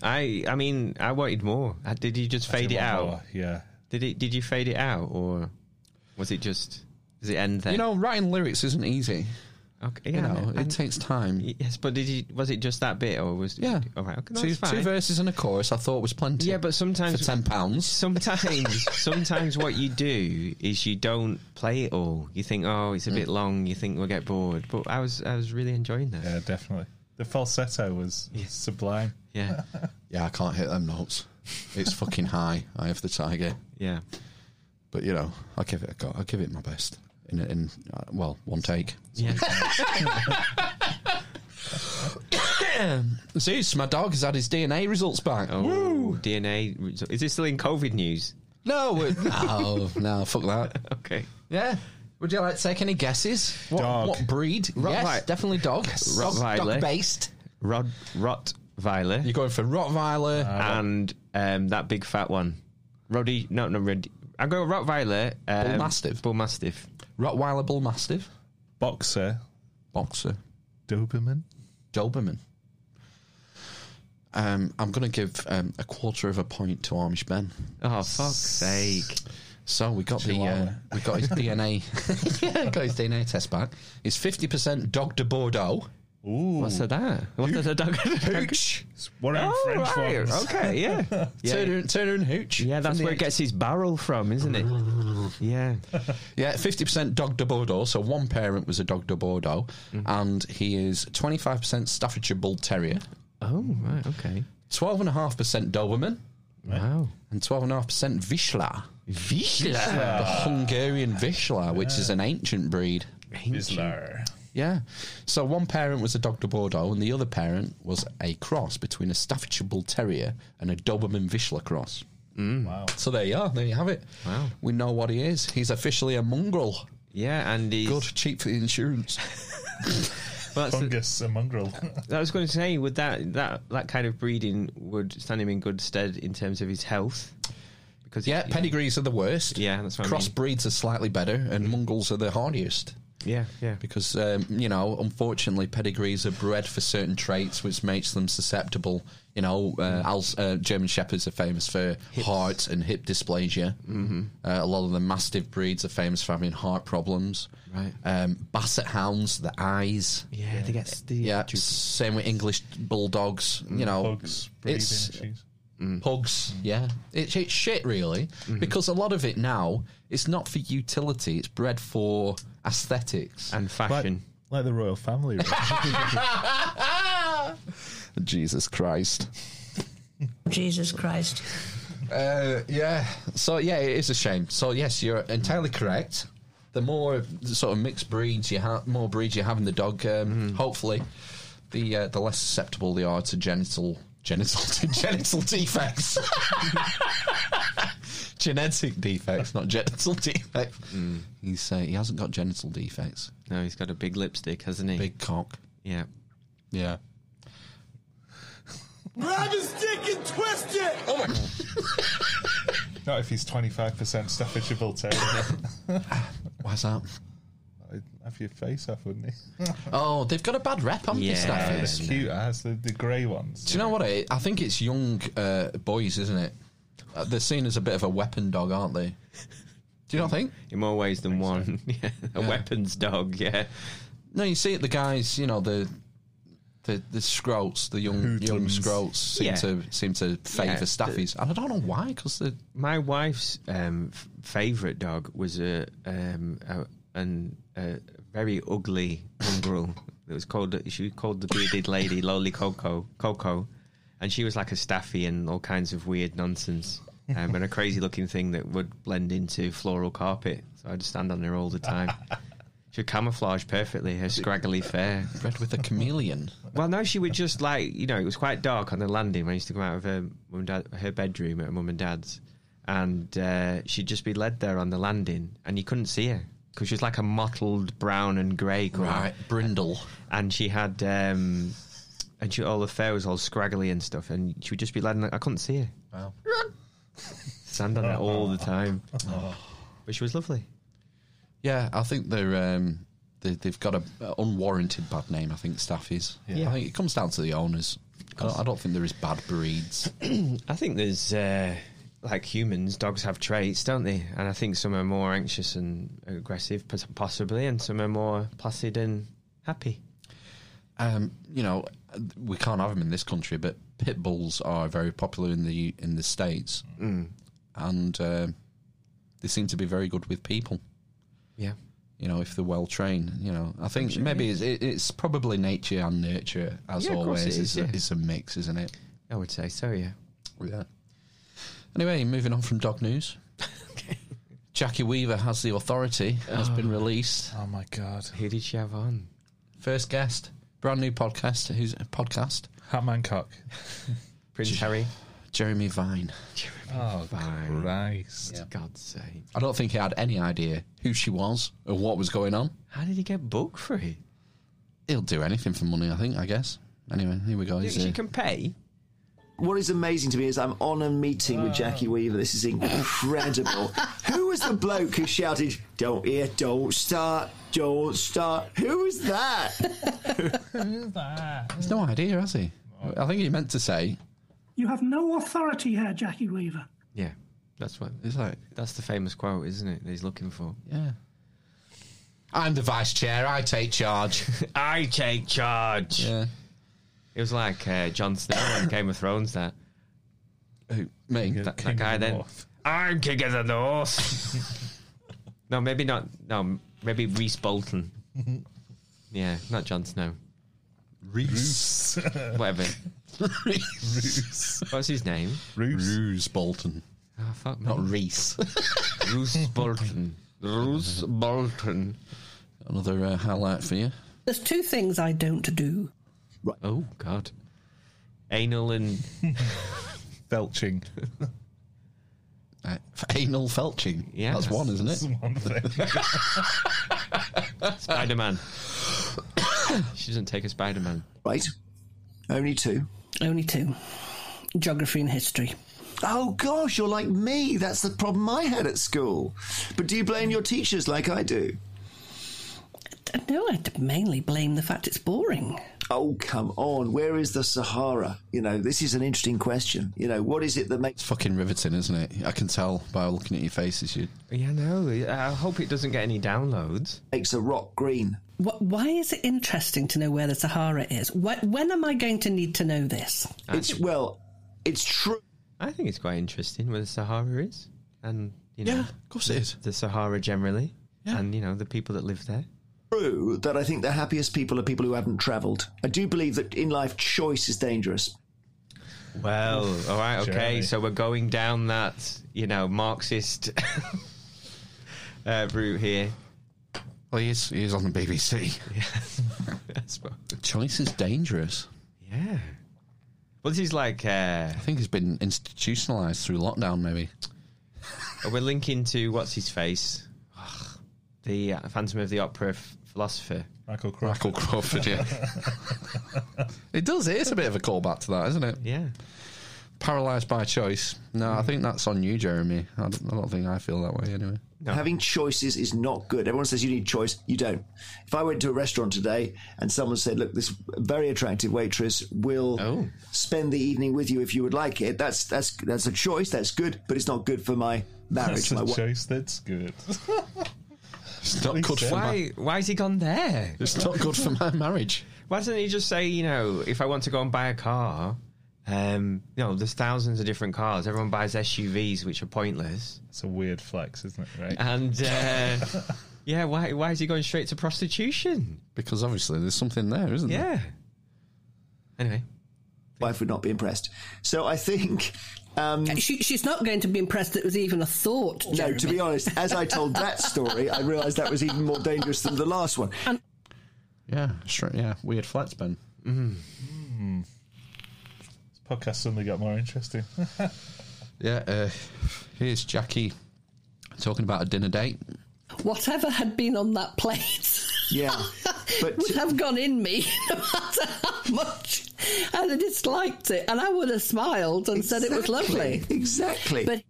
S4: I I mean I wanted more. Uh, Did you just fade it
S3: want
S4: out?
S3: more, yeah.
S4: Did it? Did you fade it out, or was it just? Does it end there?
S2: you know, writing lyrics isn't easy.
S4: Okay.
S2: you know, it
S4: takes
S2: time.
S4: Yes, but did you? Was it just that bit, or was?
S2: Yeah.
S4: All right. Okay, no,
S2: two,
S4: it's fine.
S2: two verses and a chorus. I thought was plenty.
S4: Yeah, but sometimes
S2: for ten pounds.
S4: Sometimes, sometimes what you do is you don't play it all. You think, oh, it's a bit long. You think we'll get bored. But I was, I was really enjoying that.
S3: Yeah, definitely. The falsetto was sublime.
S4: Yeah.
S2: Yeah, I can't hit them notes. It's fucking high. I have the tiger.
S4: Yeah.
S2: But you know, I'll give it a go. I'll give it my best. In in uh, well, one take.
S4: Yeah.
S2: Zeus, my dog has had his DNA results back.
S4: Oh. Woo! DNA. result- Is this still in COVID news?
S2: No, we- no, no, fuck that.
S4: Okay.
S2: Yeah. Would you like to take any guesses? What,
S4: Dog.
S2: what breed? yes,
S4: Rottweiler.
S2: definitely dog. Dog,
S4: Rottweiler.
S2: dog based.
S4: Rod Rottweiler.
S2: You're going for Rottweiler
S4: Uh, and um, that big fat one, Roddy. No, no, Roddy. I go Rottweiler. Um,
S2: Bull Mastiff.
S4: Bull Mastiff.
S2: Rottweiler Bull Mastiff.
S3: Boxer.
S2: Boxer.
S3: Doberman.
S2: Doberman. Um, I'm going to give um, a quarter of a point to Amish Ben.
S4: Oh, fuck's sake.
S2: So we got the uh,
S4: Chihuahua.
S2: we got his DNA. yeah, got his DNA test back. It's fifty percent dog de Bordeaux.
S3: Ooh,
S4: what's that? What's that dog?
S2: Hooch.
S3: One of them
S4: Oh,
S3: French
S4: right.
S3: ones.
S4: Okay, yeah. Yeah.
S2: Turner, and- Turner and Hooch.
S4: Yeah, that's
S2: From
S4: where
S2: the
S4: it gets his barrel from, isn't it? yeah.
S2: Yeah, fifty percent dog de Bordeaux. So one parent was a dog de Bordeaux,
S4: Mm.
S2: and he is twenty five percent Staffordshire Bull Terrier,
S4: Oh, right, okay.
S2: twelve and a half percent Doberman,
S4: Wow.
S2: and twelve and a half percent Vizsla.
S4: Vizsla,
S2: the Hungarian Vizsla, which is an ancient breed.
S3: Vizsla.
S2: Yeah. So one parent was a dog de Bordeaux, and the other parent was a cross between a Staffordshire Bull Terrier and a Doberman Vizsla cross.
S3: Wow.
S2: So there you are. There you have it.
S4: Mm. Wow.
S2: We know what he is. He's officially a mongrel.
S4: Yeah, and he's.
S2: Good, cheap for the insurance.
S4: Well, that's the-
S3: Fungus, a mongrel.
S4: I was going to say, would that, that that kind of breeding would stand him in good stead in terms of his health? Because
S2: yeah, pedigrees are the worst.
S4: Yeah, that's what I mean.
S2: Crossbreeds are slightly better, and mongrels are the hardiest.
S4: Yeah, yeah.
S2: because um, you know unfortunately pedigrees are bred for certain traits which makes them susceptible you know
S4: Mm.
S2: uh, Als- uh, german shepherds are famous for heart and hip dysplasia mm-hmm. uh, a lot of the mastiff breeds are famous for having heart problems
S4: Right.
S2: um, basset hounds the eyes
S4: Yeah, they get the
S2: yeah same with english bulldogs
S4: Mm.
S2: you know
S3: Pugs, breathing issues.
S2: Pugs, yeah. It's, it's shit, really,
S4: Mm-hmm.
S2: because a lot of it now, it's not for utility, it's bred for aesthetics.
S4: and
S3: Like,
S4: fashion.
S3: like the royal family. right?
S2: Jesus Christ.
S5: Jesus Christ.
S2: Uh, yeah. So yeah, it is a shame. So yes, you're entirely correct. The more sort of mixed breeds you have, more breeds you have in the dog, um, hopefully, the uh, the less susceptible they are to genital genital to genital defects. Genetic defects, not genital defects. He's uh, he hasn't got genital defects.
S4: No, he's got a big lipstick, hasn't he?
S2: Big cock.
S4: Yeah.
S2: Yeah.
S18: Grab his dick and twist it! Oh my
S3: Not if he's 25% Staffordshire Bull Terrier.
S2: Why's that?
S3: He'd Have your face off, wouldn't he?
S2: Oh, they've got a bad rep, haven't they,
S4: Yeah.
S2: Stafford?
S3: It's cute as the, the grey ones.
S2: Do you know what? It, I think it's young uh, boys, isn't it? Uh, they're seen as a bit of a weapon dog, aren't they? Do you not think?
S4: In more ways than one. yeah. A
S2: Yeah.
S4: weapons dog, yeah.
S2: No, you see it. The guys, you know, the The the scroats, the young young scroats seem
S4: Yeah.
S2: to seem to favour
S4: Yeah, the-
S2: staffies. And I don't know why, because the
S4: My wife's um, f- favourite dog was a um, a, an, a very ugly mongrel. It was called she called the bearded lady Lolly Coco Coco, and she was like a staffy and all kinds of weird nonsense. Um, and a crazy looking thing that would blend into floral carpet. So I'd stand on her all the time. She would camouflage perfectly her scraggly fur.
S2: Bred with a chameleon.
S4: Well, no, she would just like you know it was quite dark on the landing. when I used to come out of her mum and dad, her bedroom at her mum and dad's, and uh, she'd just be led there on the landing, and you couldn't see her because she was like a mottled brown and grey colour,
S2: Right, brindle,
S4: and she had um, and she all the fur was all scraggly and stuff, and she would just be led, and I couldn't see her.
S2: Wow.
S4: Stand on it all the time,
S2: Oh.
S4: but she was lovely.
S2: Yeah, I think they're um, they, they've got a a unwarranted bad name. I think staffies.
S4: Yeah.
S2: I think it comes down to the owners. I don't, I don't think there is bad breeds.
S4: I think there's uh, like humans, dogs have traits, don't they? And I think some are more anxious and aggressive, pos- possibly, and some are more placid and happy.
S2: Um, you know, we can't have them in this country, but pit bulls are very popular in the in the states,
S4: Mm.
S2: and um they seem to be very good with people.
S4: Yeah.
S2: You know, if they're well trained, you know, I think
S4: sure,
S2: maybe
S4: yeah.
S2: it's, it, it's probably nature and nurture as
S4: Yeah, of course
S2: always.
S4: it is,
S2: it's,
S4: yeah.
S2: a, it's a mix, isn't it?
S4: I would say so. Yeah.
S2: Yeah. Anyway, moving on from dog news. Jackie Weaver has the authority. Has been released.
S4: Oh my god! Who did she have on?
S2: First guest, brand new podcast. Who's podcast?
S3: Hat Mancock.
S4: Prince Harry.
S2: Jeremy Vine.
S3: Oh, Christ.
S4: God's sake!
S2: I don't think he had any idea who she was or what was going on.
S4: How did he get booked for it?
S2: He'll do anything for money, I think. I guess. Anyway, here we go. He's, uh,
S4: can pay.
S13: What is amazing to me is I'm on a meeting
S14: Ah.
S13: with Jackie Weaver. This is incredible. who was the bloke who shouted, Don't hear, don't start, don't start? Who was that?
S2: he's no idea, has he? I think he meant to say.
S14: You have no authority here, Jackie Weaver.
S4: Yeah, that's what.
S2: It's like
S4: that's the famous quote, isn't it? That he's looking for.
S2: Yeah. I'm the vice chair. I take charge.
S4: I take charge.
S2: Yeah.
S4: It was like uh, Jon Snow on Game of Thrones. That.
S2: Who me?
S4: That, that guy then. I'm king of the north. no, maybe not. No, maybe Reese Bolton. Yeah, not Jon Snow.
S2: Reese.
S4: Whatever. What's his name?
S2: Ruse. Bolton.
S4: Oh, fuck me.
S2: Not Reese.
S4: Roose Bolton. Roose Bolton.
S2: Another uh, highlight for you.
S5: There's two things I don't do.
S4: Oh God. Anal and
S3: belching.
S2: Uh, anal felching. Yeah, that's one, isn't it?
S4: Spider Man. she doesn't take a Spider Man.
S13: Right. Only two.
S5: Only two. Geography and history.
S13: Oh gosh, you're like me. That's the problem I had at school. But do you blame your teachers like I do?
S5: No, I'd mainly blame the fact it's boring.
S13: Oh, come on. Where is the Sahara? You know, this is an interesting question. You know, what is it that makes.
S2: It's fucking riveting, isn't it? I can tell by looking at your faces. You
S4: Yeah, no. I hope it doesn't get any downloads.
S13: Makes a rock green.
S5: Wh- Why is it interesting to know where the Sahara is? Wh- When am I going to need to know this?
S13: It's, well, it's true.
S4: I think it's quite interesting where the Sahara is, and you know,
S13: Yeah,
S4: of
S2: course it is.
S4: The Sahara generally,
S13: Yeah.
S4: and you know the people that live there.
S13: True that I think the happiest people are people who haven't travelled. I do believe that in life, choice is dangerous.
S4: Well, all right, okay.
S13: Jeremy.
S4: So we're going down that you know Marxist uh, route here.
S2: Well, he is, he is on the BBC. Choice is dangerous.
S4: Yeah. Well, this is like. Uh, I
S2: think he's been institutionalised through lockdown, maybe.
S4: we're linking to what's his face, Ugh, the uh, Phantom of the Opera f- philosopher.
S3: Michael
S2: Michael Crawford, yeah. it does. It is a bit of a callback to that, isn't it?
S4: Yeah.
S2: Paralysed by choice. No, I think that's on you, Jeremy. I don't, I don't think I feel that way anyway.
S13: Having choices is not good. Everyone says you need choice. You don't. If I went to a restaurant today and someone said, "Look, this very attractive waitress will spend the evening with you if you would like it," that's that's that's a choice. That's good, but it's not good for my marriage.
S3: That's
S13: my
S3: a
S13: wife.
S3: choice that's good.
S2: It's not
S4: Why? Why has he gone there?
S2: It's not good for my marriage.
S4: Why doesn't he just say, you know, if I want to go and buy a car, um, you know, there's thousands of different cars. Everyone buys SUVs, which are pointless.
S3: It's a weird flex, isn't it? Right.
S4: And uh, yeah, why why is he going straight to prostitution?
S2: Because obviously there's something there, isn't there?
S4: Yeah. Anyway,
S13: wife would not be impressed. So I think. Um,
S5: she, she's not going to be impressed that it was even a thought.
S13: No, to be honest, as I told that story, I realised that was even more dangerous than the last one.
S2: Yeah, sure. Yeah, weird flex, Ben.
S3: Mm. This podcast suddenly got more interesting.
S2: Yeah, uh, here's Jackie talking about a dinner date.
S5: Whatever had been on that plate
S13: Yeah,
S5: would have gone in me, no matter how much I disliked it, and I would have smiled and said it was lovely.
S13: Exactly.
S5: But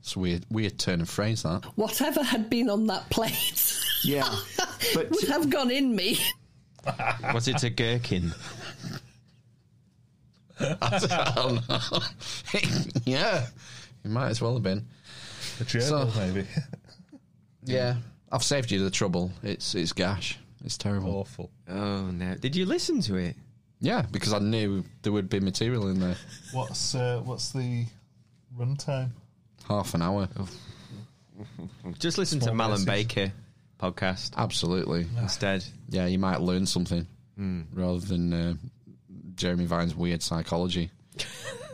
S2: It's a weird, weird turn of phrase that.
S5: whatever had been on that plate
S13: Yeah,
S5: would have gone in me.
S4: Was it a gherkin?
S2: I don't know. yeah, it might as well have been.
S3: A gerbil, maybe.
S2: yeah, I've saved you the trouble. It's it's gash. It's terrible.
S3: Awful.
S2: Oh
S4: no! Did you listen to it?
S2: Yeah, because I knew there would be material in there.
S3: What's uh, what's the runtime?
S2: Half an hour.
S4: Just listen to
S2: Small
S4: Malin
S2: message. Ah.
S4: Baker podcast.
S2: Absolutely.
S4: Instead.
S2: Yeah, you might learn something rather than uh, Jeremy Vine's weird psychology.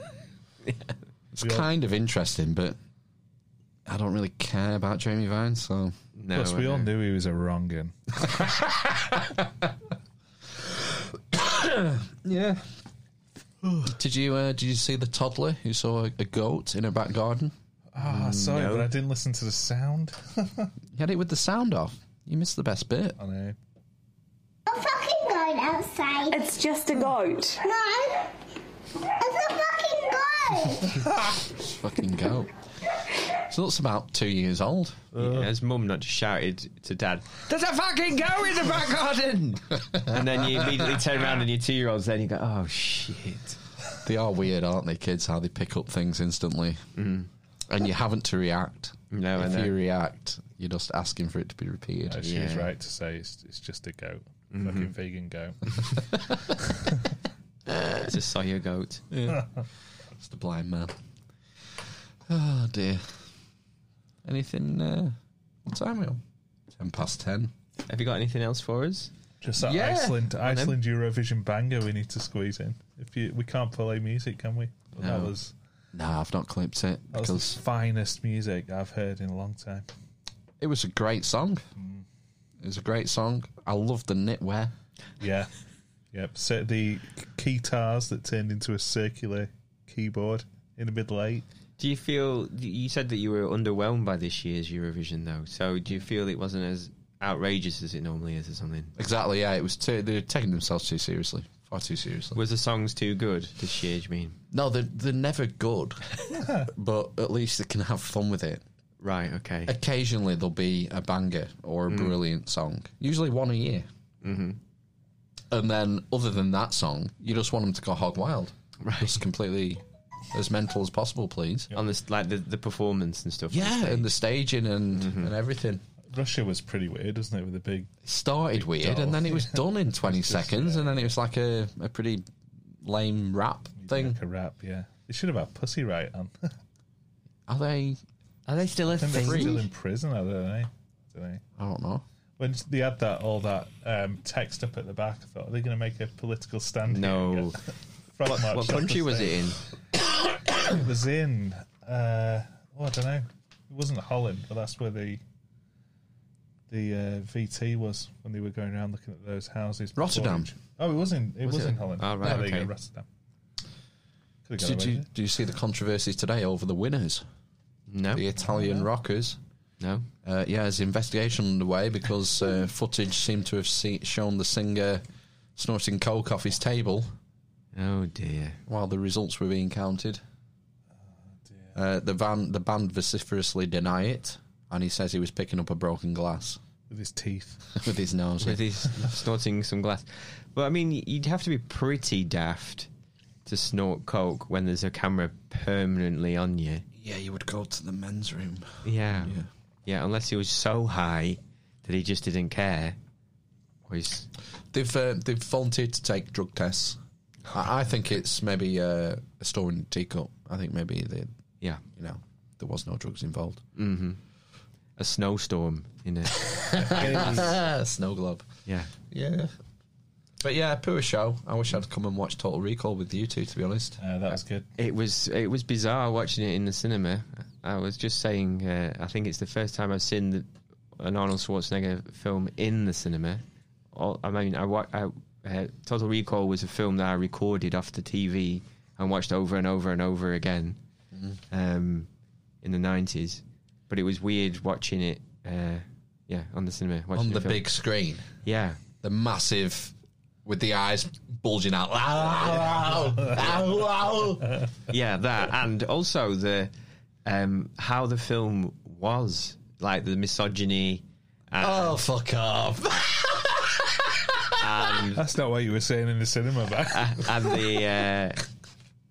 S2: It's kind of interesting, but I don't really care about Jeremy Vine, so.
S3: Plus,
S4: uh,
S3: we all knew he was a wrongin.
S2: yeah. did you uh, did you see the toddler who saw a, a goat in her back garden?
S3: Ah,
S4: Mm,
S3: oh, sorry,
S2: No.
S3: but I didn't listen to the sound.
S2: You had it with the sound off. You missed the best bit.
S3: I know.
S18: A fucking goat outside. It's just a goat. No. It's a fucking goat.
S2: Fucking goat. So that's about two years old.
S4: Yeah, his mum not just shouted to dad, There's a fucking goat in the back garden! and then you immediately turn around and your two year old's there and you go, oh shit.
S2: They are weird, aren't they, kids? How they pick up things instantly, mm. and you haven't to react.
S4: Mm-hmm. No,
S2: if
S4: I know.
S2: you react, you're just asking for it to be repeated.
S3: No, she was right to say it's, it's just a goat.
S4: Mm-hmm.
S3: Fucking vegan goat.
S4: It's a Sawyer goat.
S2: Yeah. it's the blind man. Oh dear. Anything? Uh, what time are we on? Ten past ten.
S4: Have you got anything else for us?
S3: Just that
S4: Yeah.
S3: Iceland
S4: Go on then.
S3: Iceland Eurovision banger we need to squeeze in. If you, we can't play music, can we? But That
S2: No.
S3: was
S2: No, I've not clipped it
S3: that
S2: because
S3: was the finest music I've heard in a long time.
S2: it was a great song.
S4: Mm.
S2: It was a great song. I love the knitwear.
S3: Yeah, yep. So the keytars that turned into a circular keyboard in the middle eight.
S4: Do you feel, you said that you were underwhelmed by this year's Eurovision though, so do you feel it wasn't as outrageous as it normally is or something?
S2: Exactly. Yeah, it was. Too, they're taking themselves too seriously. Far too seriously.
S4: Was the songs too good this year, do you mean?
S2: No, they're, they're never good, but at least they can have fun with it.
S4: Right, okay.
S2: Occasionally there'll be a banger or a
S4: Mm.
S2: brilliant song, usually one a year.
S4: Mm-hmm.
S2: And then, other than that song, you just want them to go hog wild. Right. Just completely as mental as possible, please.
S4: On this, like the, the performance and stuff. on the
S2: Yeah,
S4: stage.
S2: and the staging and, and everything.
S3: Russia was pretty weird, wasn't it? With the big
S2: Started weird, and then it was done in 20 seconds, and then it was like a, a pretty lame rap thing.
S3: like a rap. Yeah, they should have had Pussy Riot on.
S2: Are they.
S4: Are they still a
S3: I think they're
S4: thing?
S3: still in prison, are they? Don't they?
S2: I don't know.
S3: When they had that all that um, text up at the back, I thought, are they going to make a political stand? here
S4: No.
S3: and frog
S4: What-
S3: march
S4: what
S3: up the
S4: country was it in?
S3: stage? it was in. Uh, oh, I don't know. It wasn't Holland, but that's where the the uh, VT was when they were going around looking at those houses. before
S2: Rotterdam.
S3: each- Oh, it was in. It was,
S2: Was it?
S3: in Holland.
S2: Oh, right,
S3: Yeah, there you
S2: okay.
S3: go, Rotterdam. Could have got
S2: Did
S3: away
S2: you,
S3: with
S2: do you see the controversy today over the winners?
S4: No.
S2: The Italian rockers?
S4: No.
S2: Uh, yeah, there's investigation underway because uh, footage seemed to have se- shown the singer snorting coke off his table.
S4: Oh dear.
S2: While the results were being counted. Uh, the, van, the band vociferously deny it, and he says he was picking up a broken glass
S3: with his teeth.
S2: with his nose.
S4: with his snorting some glass. Well, I mean, you'd have to be pretty daft to snort coke when there's a camera permanently on you.
S2: yeah, you would go to the men's room.
S4: Yeah. Yeah, unless he was so high that he just didn't care.
S2: They've uh, they've volunteered to take drug tests. I, I think it's maybe uh, a store in a teacup. I think maybe they,
S4: Yeah.
S2: you know, there was no drugs involved.
S4: hmm A snowstorm in a
S2: Snow globe.
S4: Yeah.
S2: Yeah. But yeah, poor show. I wish I'd come and watch Total Recall with you two. To be honest,
S3: Uh, that was good.
S4: It was it was bizarre watching it in the cinema. I was just saying, uh, I think it's the first time I've seen the, an Arnold Schwarzenegger film in the cinema. All, I mean, I, wa- I uh, Total Recall was a film that I recorded off the TV and watched over and over and over again
S2: Mhm.
S4: um, in the nineties. But it was weird watching it, uh, yeah, on the cinema, watching
S2: on
S4: a
S2: the
S4: film.
S2: big screen,
S4: yeah,
S2: the massive with the eyes bulging out.
S4: yeah, that, and also the um, how the film was, like the misogyny. And,
S2: oh, fuck off!
S4: That's
S3: not what you were saying in the cinema back.
S4: and the uh,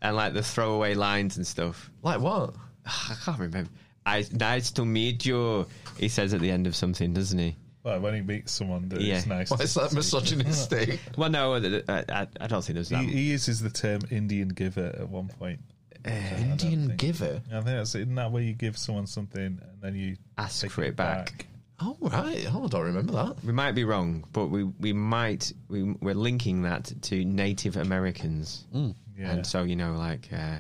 S4: and like the throwaway lines and stuff.
S2: Like what?
S4: I can't remember. I, nice to meet you. He says at the end of something, doesn't he?
S3: Well, when he meets someone, that
S4: Yeah.
S3: it's nice.
S4: Why is that
S3: misogynistic?
S4: Well, no, I, I, I don't think there's
S3: he,
S4: that.
S3: he uses the term Indian giver at one point.
S2: Indian giver.
S3: I think that's isn't that where you give someone something and then you
S4: ask
S3: for it back.
S2: Oh right, oh, I don't remember that.
S4: We might be wrong, but we we might we we're linking that to Native Americans,
S3: Yeah.
S4: and so you know like uh,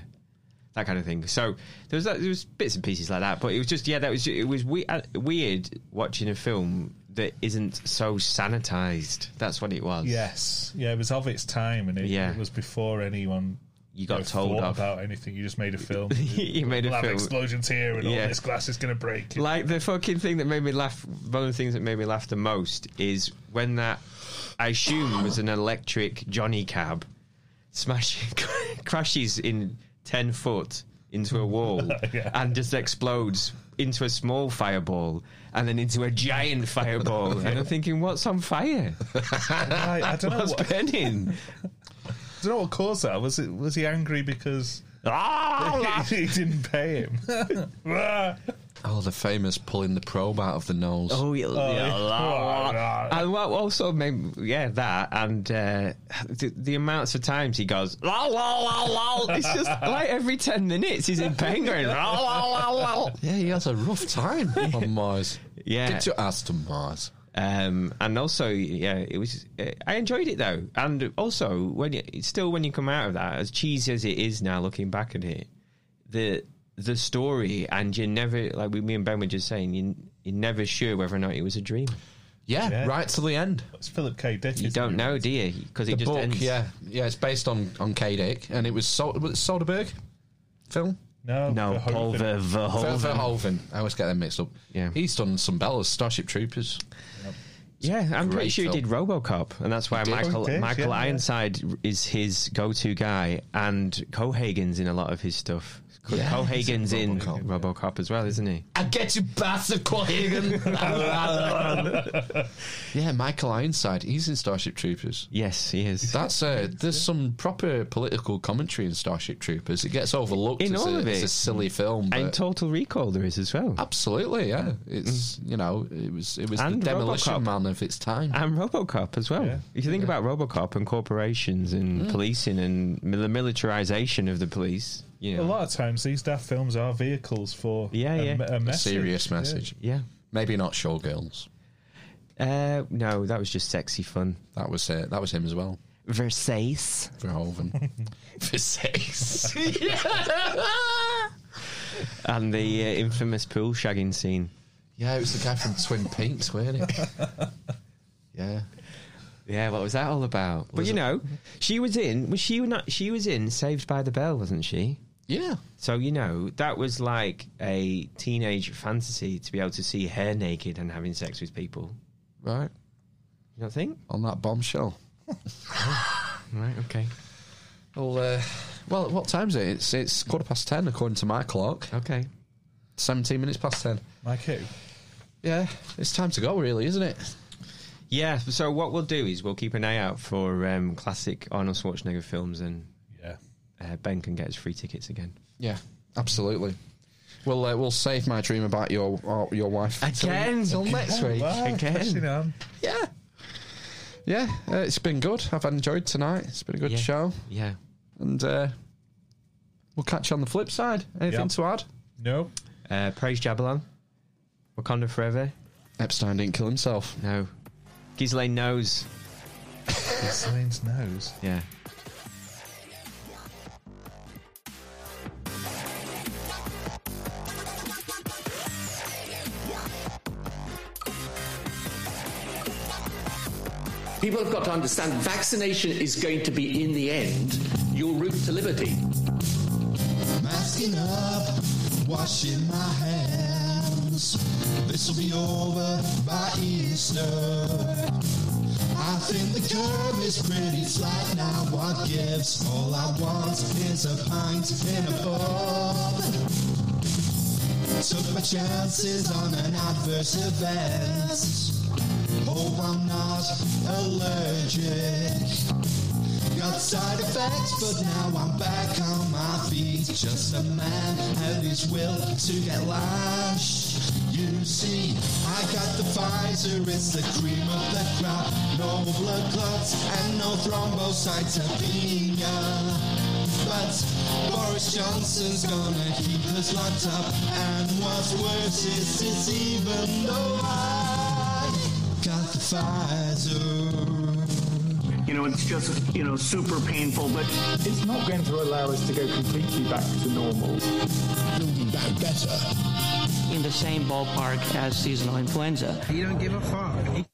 S4: that kind of thing. So there was that, there was bits and pieces like that, but it was just yeah that was it was we- uh, weird watching a film that isn't so sanitized. That's what it was.
S3: Yes, yeah, it was of its time, and it,
S4: Yeah.
S3: it was before anyone
S4: You got
S3: know,
S4: told
S3: thought
S4: off.
S3: about anything. You just made a film.
S4: You made a
S3: we'll
S4: film.
S3: Have explosions here, and
S4: Yeah.
S3: all this glass is going to break.
S4: Like the fucking thing that made me laugh. One of the things that made me laugh the most is when that I assume was an electric Johnny cab smash crashes in ten foot into a wall and just explodes into a small fireball and then into a giant fireball. And I'm thinking, what's on fire?
S3: I, I don't know
S4: what's
S3: what-
S4: burning.
S3: I don't know what caused that. Was it? Was he angry because
S4: Oh,
S3: he didn't pay him?
S2: Oh, the famous pulling the probe out of the nose.
S4: Oh, yeah. yeah. and what also made, yeah, that, and uh, the, the amounts of times he goes, la la la la. It's just like every 10 minutes he's in pain going, la la la la.
S2: Yeah, he has a rough time on Mars.
S4: Yeah.
S2: Get your ass to Mars.
S4: Um, and also, yeah, it was. Uh, I enjoyed it though, and also when you, still when you come out of that, as cheesy as it is now, looking back at it, the the story, and you're never like we, me and Ben were just saying, you you're never sure whether or not it was a dream.
S2: Yeah, right to the end.
S3: It's Philip K. Dick.
S4: You don't know, do you? Because
S2: the
S4: it just
S2: book,
S4: ends.
S2: yeah, yeah, it's based on on K. Dick, and it was, Sol- was it Soderbergh film.
S3: No,
S4: No, Paul Verhoeven. Verhoeven.
S2: Ver- Verhoeven. I always get them mixed up. Yeah, he's done some bellas, Starship Troopers.
S4: Yeah, I'm pretty
S2: Great
S4: sure he did
S2: film.
S4: RoboCop, and that's why
S2: did.
S4: Michael
S2: Oh, he did,
S4: Michael
S2: yeah, yeah.
S4: Ironside is his go-to guy, and Cohagen's in a lot of his stuff.
S2: Yeah,
S4: Cohagen's in RoboCop as well, isn't he?
S2: I get you, bastard, Quahagan. yeah, Michael Ironside. He's in Starship Troopers.
S4: Yes, he is.
S2: That's uh, there's some proper political commentary in Starship Troopers. It gets overlooked.
S4: In
S2: it's
S4: all
S2: a,
S4: of
S2: it's
S4: it.
S2: a silly film.
S4: And
S2: but- Oh.
S4: Total Recall there is as well.
S2: Absolutely, yeah. It's you know, it was it was
S4: And
S2: the demolition
S4: Robocop.
S2: man of its time.
S4: And RoboCop as well. If you think about RoboCop and corporations and
S3: Mm.
S4: policing and mil- the militarization of the police, you
S3: A
S4: know,
S3: lot of times these daft films are vehicles for
S4: Yeah,
S3: a,
S4: yeah.
S3: me- a
S4: A
S3: message.
S2: serious
S3: Yeah.
S2: message.
S4: Yeah.
S2: Maybe not showgirls.
S4: Uh, no, that was just sexy fun.
S2: That was it. That was him as well.
S4: Versace.
S2: Verhoeven. Versace.
S4: and the uh, infamous pool shagging scene.
S2: Yeah, it was the guy from Twin Peaks, weren't it? Yeah.
S4: Yeah, what was that all about? but you know, she was in. Was she not? She was in Saved by the Bell, wasn't she?
S2: Yeah.
S4: So you know, that was like a teenage fantasy to be able to see her naked and having sex with people.
S2: Right.
S4: You don't think?
S2: On that bombshell.
S4: Right. Okay.
S2: Well, uh, well, what time is it? It's it's quarter past ten according to my clock.
S4: Okay.
S2: Seventeen minutes past ten.
S3: Like who?
S2: Yeah, it's time to go, really, isn't it?
S4: Yeah. So what we'll do is we'll keep an eye out for um, classic Arnold Schwarzenegger films, and
S3: yeah,
S4: uh, Ben can get his free tickets again.
S2: Yeah, absolutely. We'll uh, we'll save my dream about your uh, your wife till-
S4: Again?
S2: till next
S4: Again.
S2: week.
S4: Wow, Again. pushing
S2: Yeah. Yeah, uh, it's been good. I've enjoyed tonight. It's been a good show.
S4: Yeah.
S2: And uh, we'll catch you on the flip side. Anything
S4: Yep.
S2: to add?
S3: No.
S4: Uh, praise Jabalan. Wakanda forever.
S2: Epstein didn't kill himself.
S4: No. Ghislaine knows.
S3: Ghislaine's nose.
S4: Yeah.
S11: People have got to understand vaccination is going to be, in the end, your route to liberty.
S18: Masking up, washing my hands. This will be over by Easter. I think the curve is pretty flat now. What gives? All I want is a pint and a bob. Took my chances on an adverse event. Hope I'm not allergic. Got side effects, but now I'm back on my feet. Just a man and his will to get lashed. You see, I got the Pfizer, it's the cream of the crop. No blood clots and no thrombocytopenia. But Boris Johnson's gonna keep us locked up. And what's worse is it's even though I got the Pfizer.
S19: You know, it's just, you know, super painful, but it's not going to allow us to go completely back to normal.
S12: In the same ballpark as seasonal influenza.
S19: You don't give a fuck.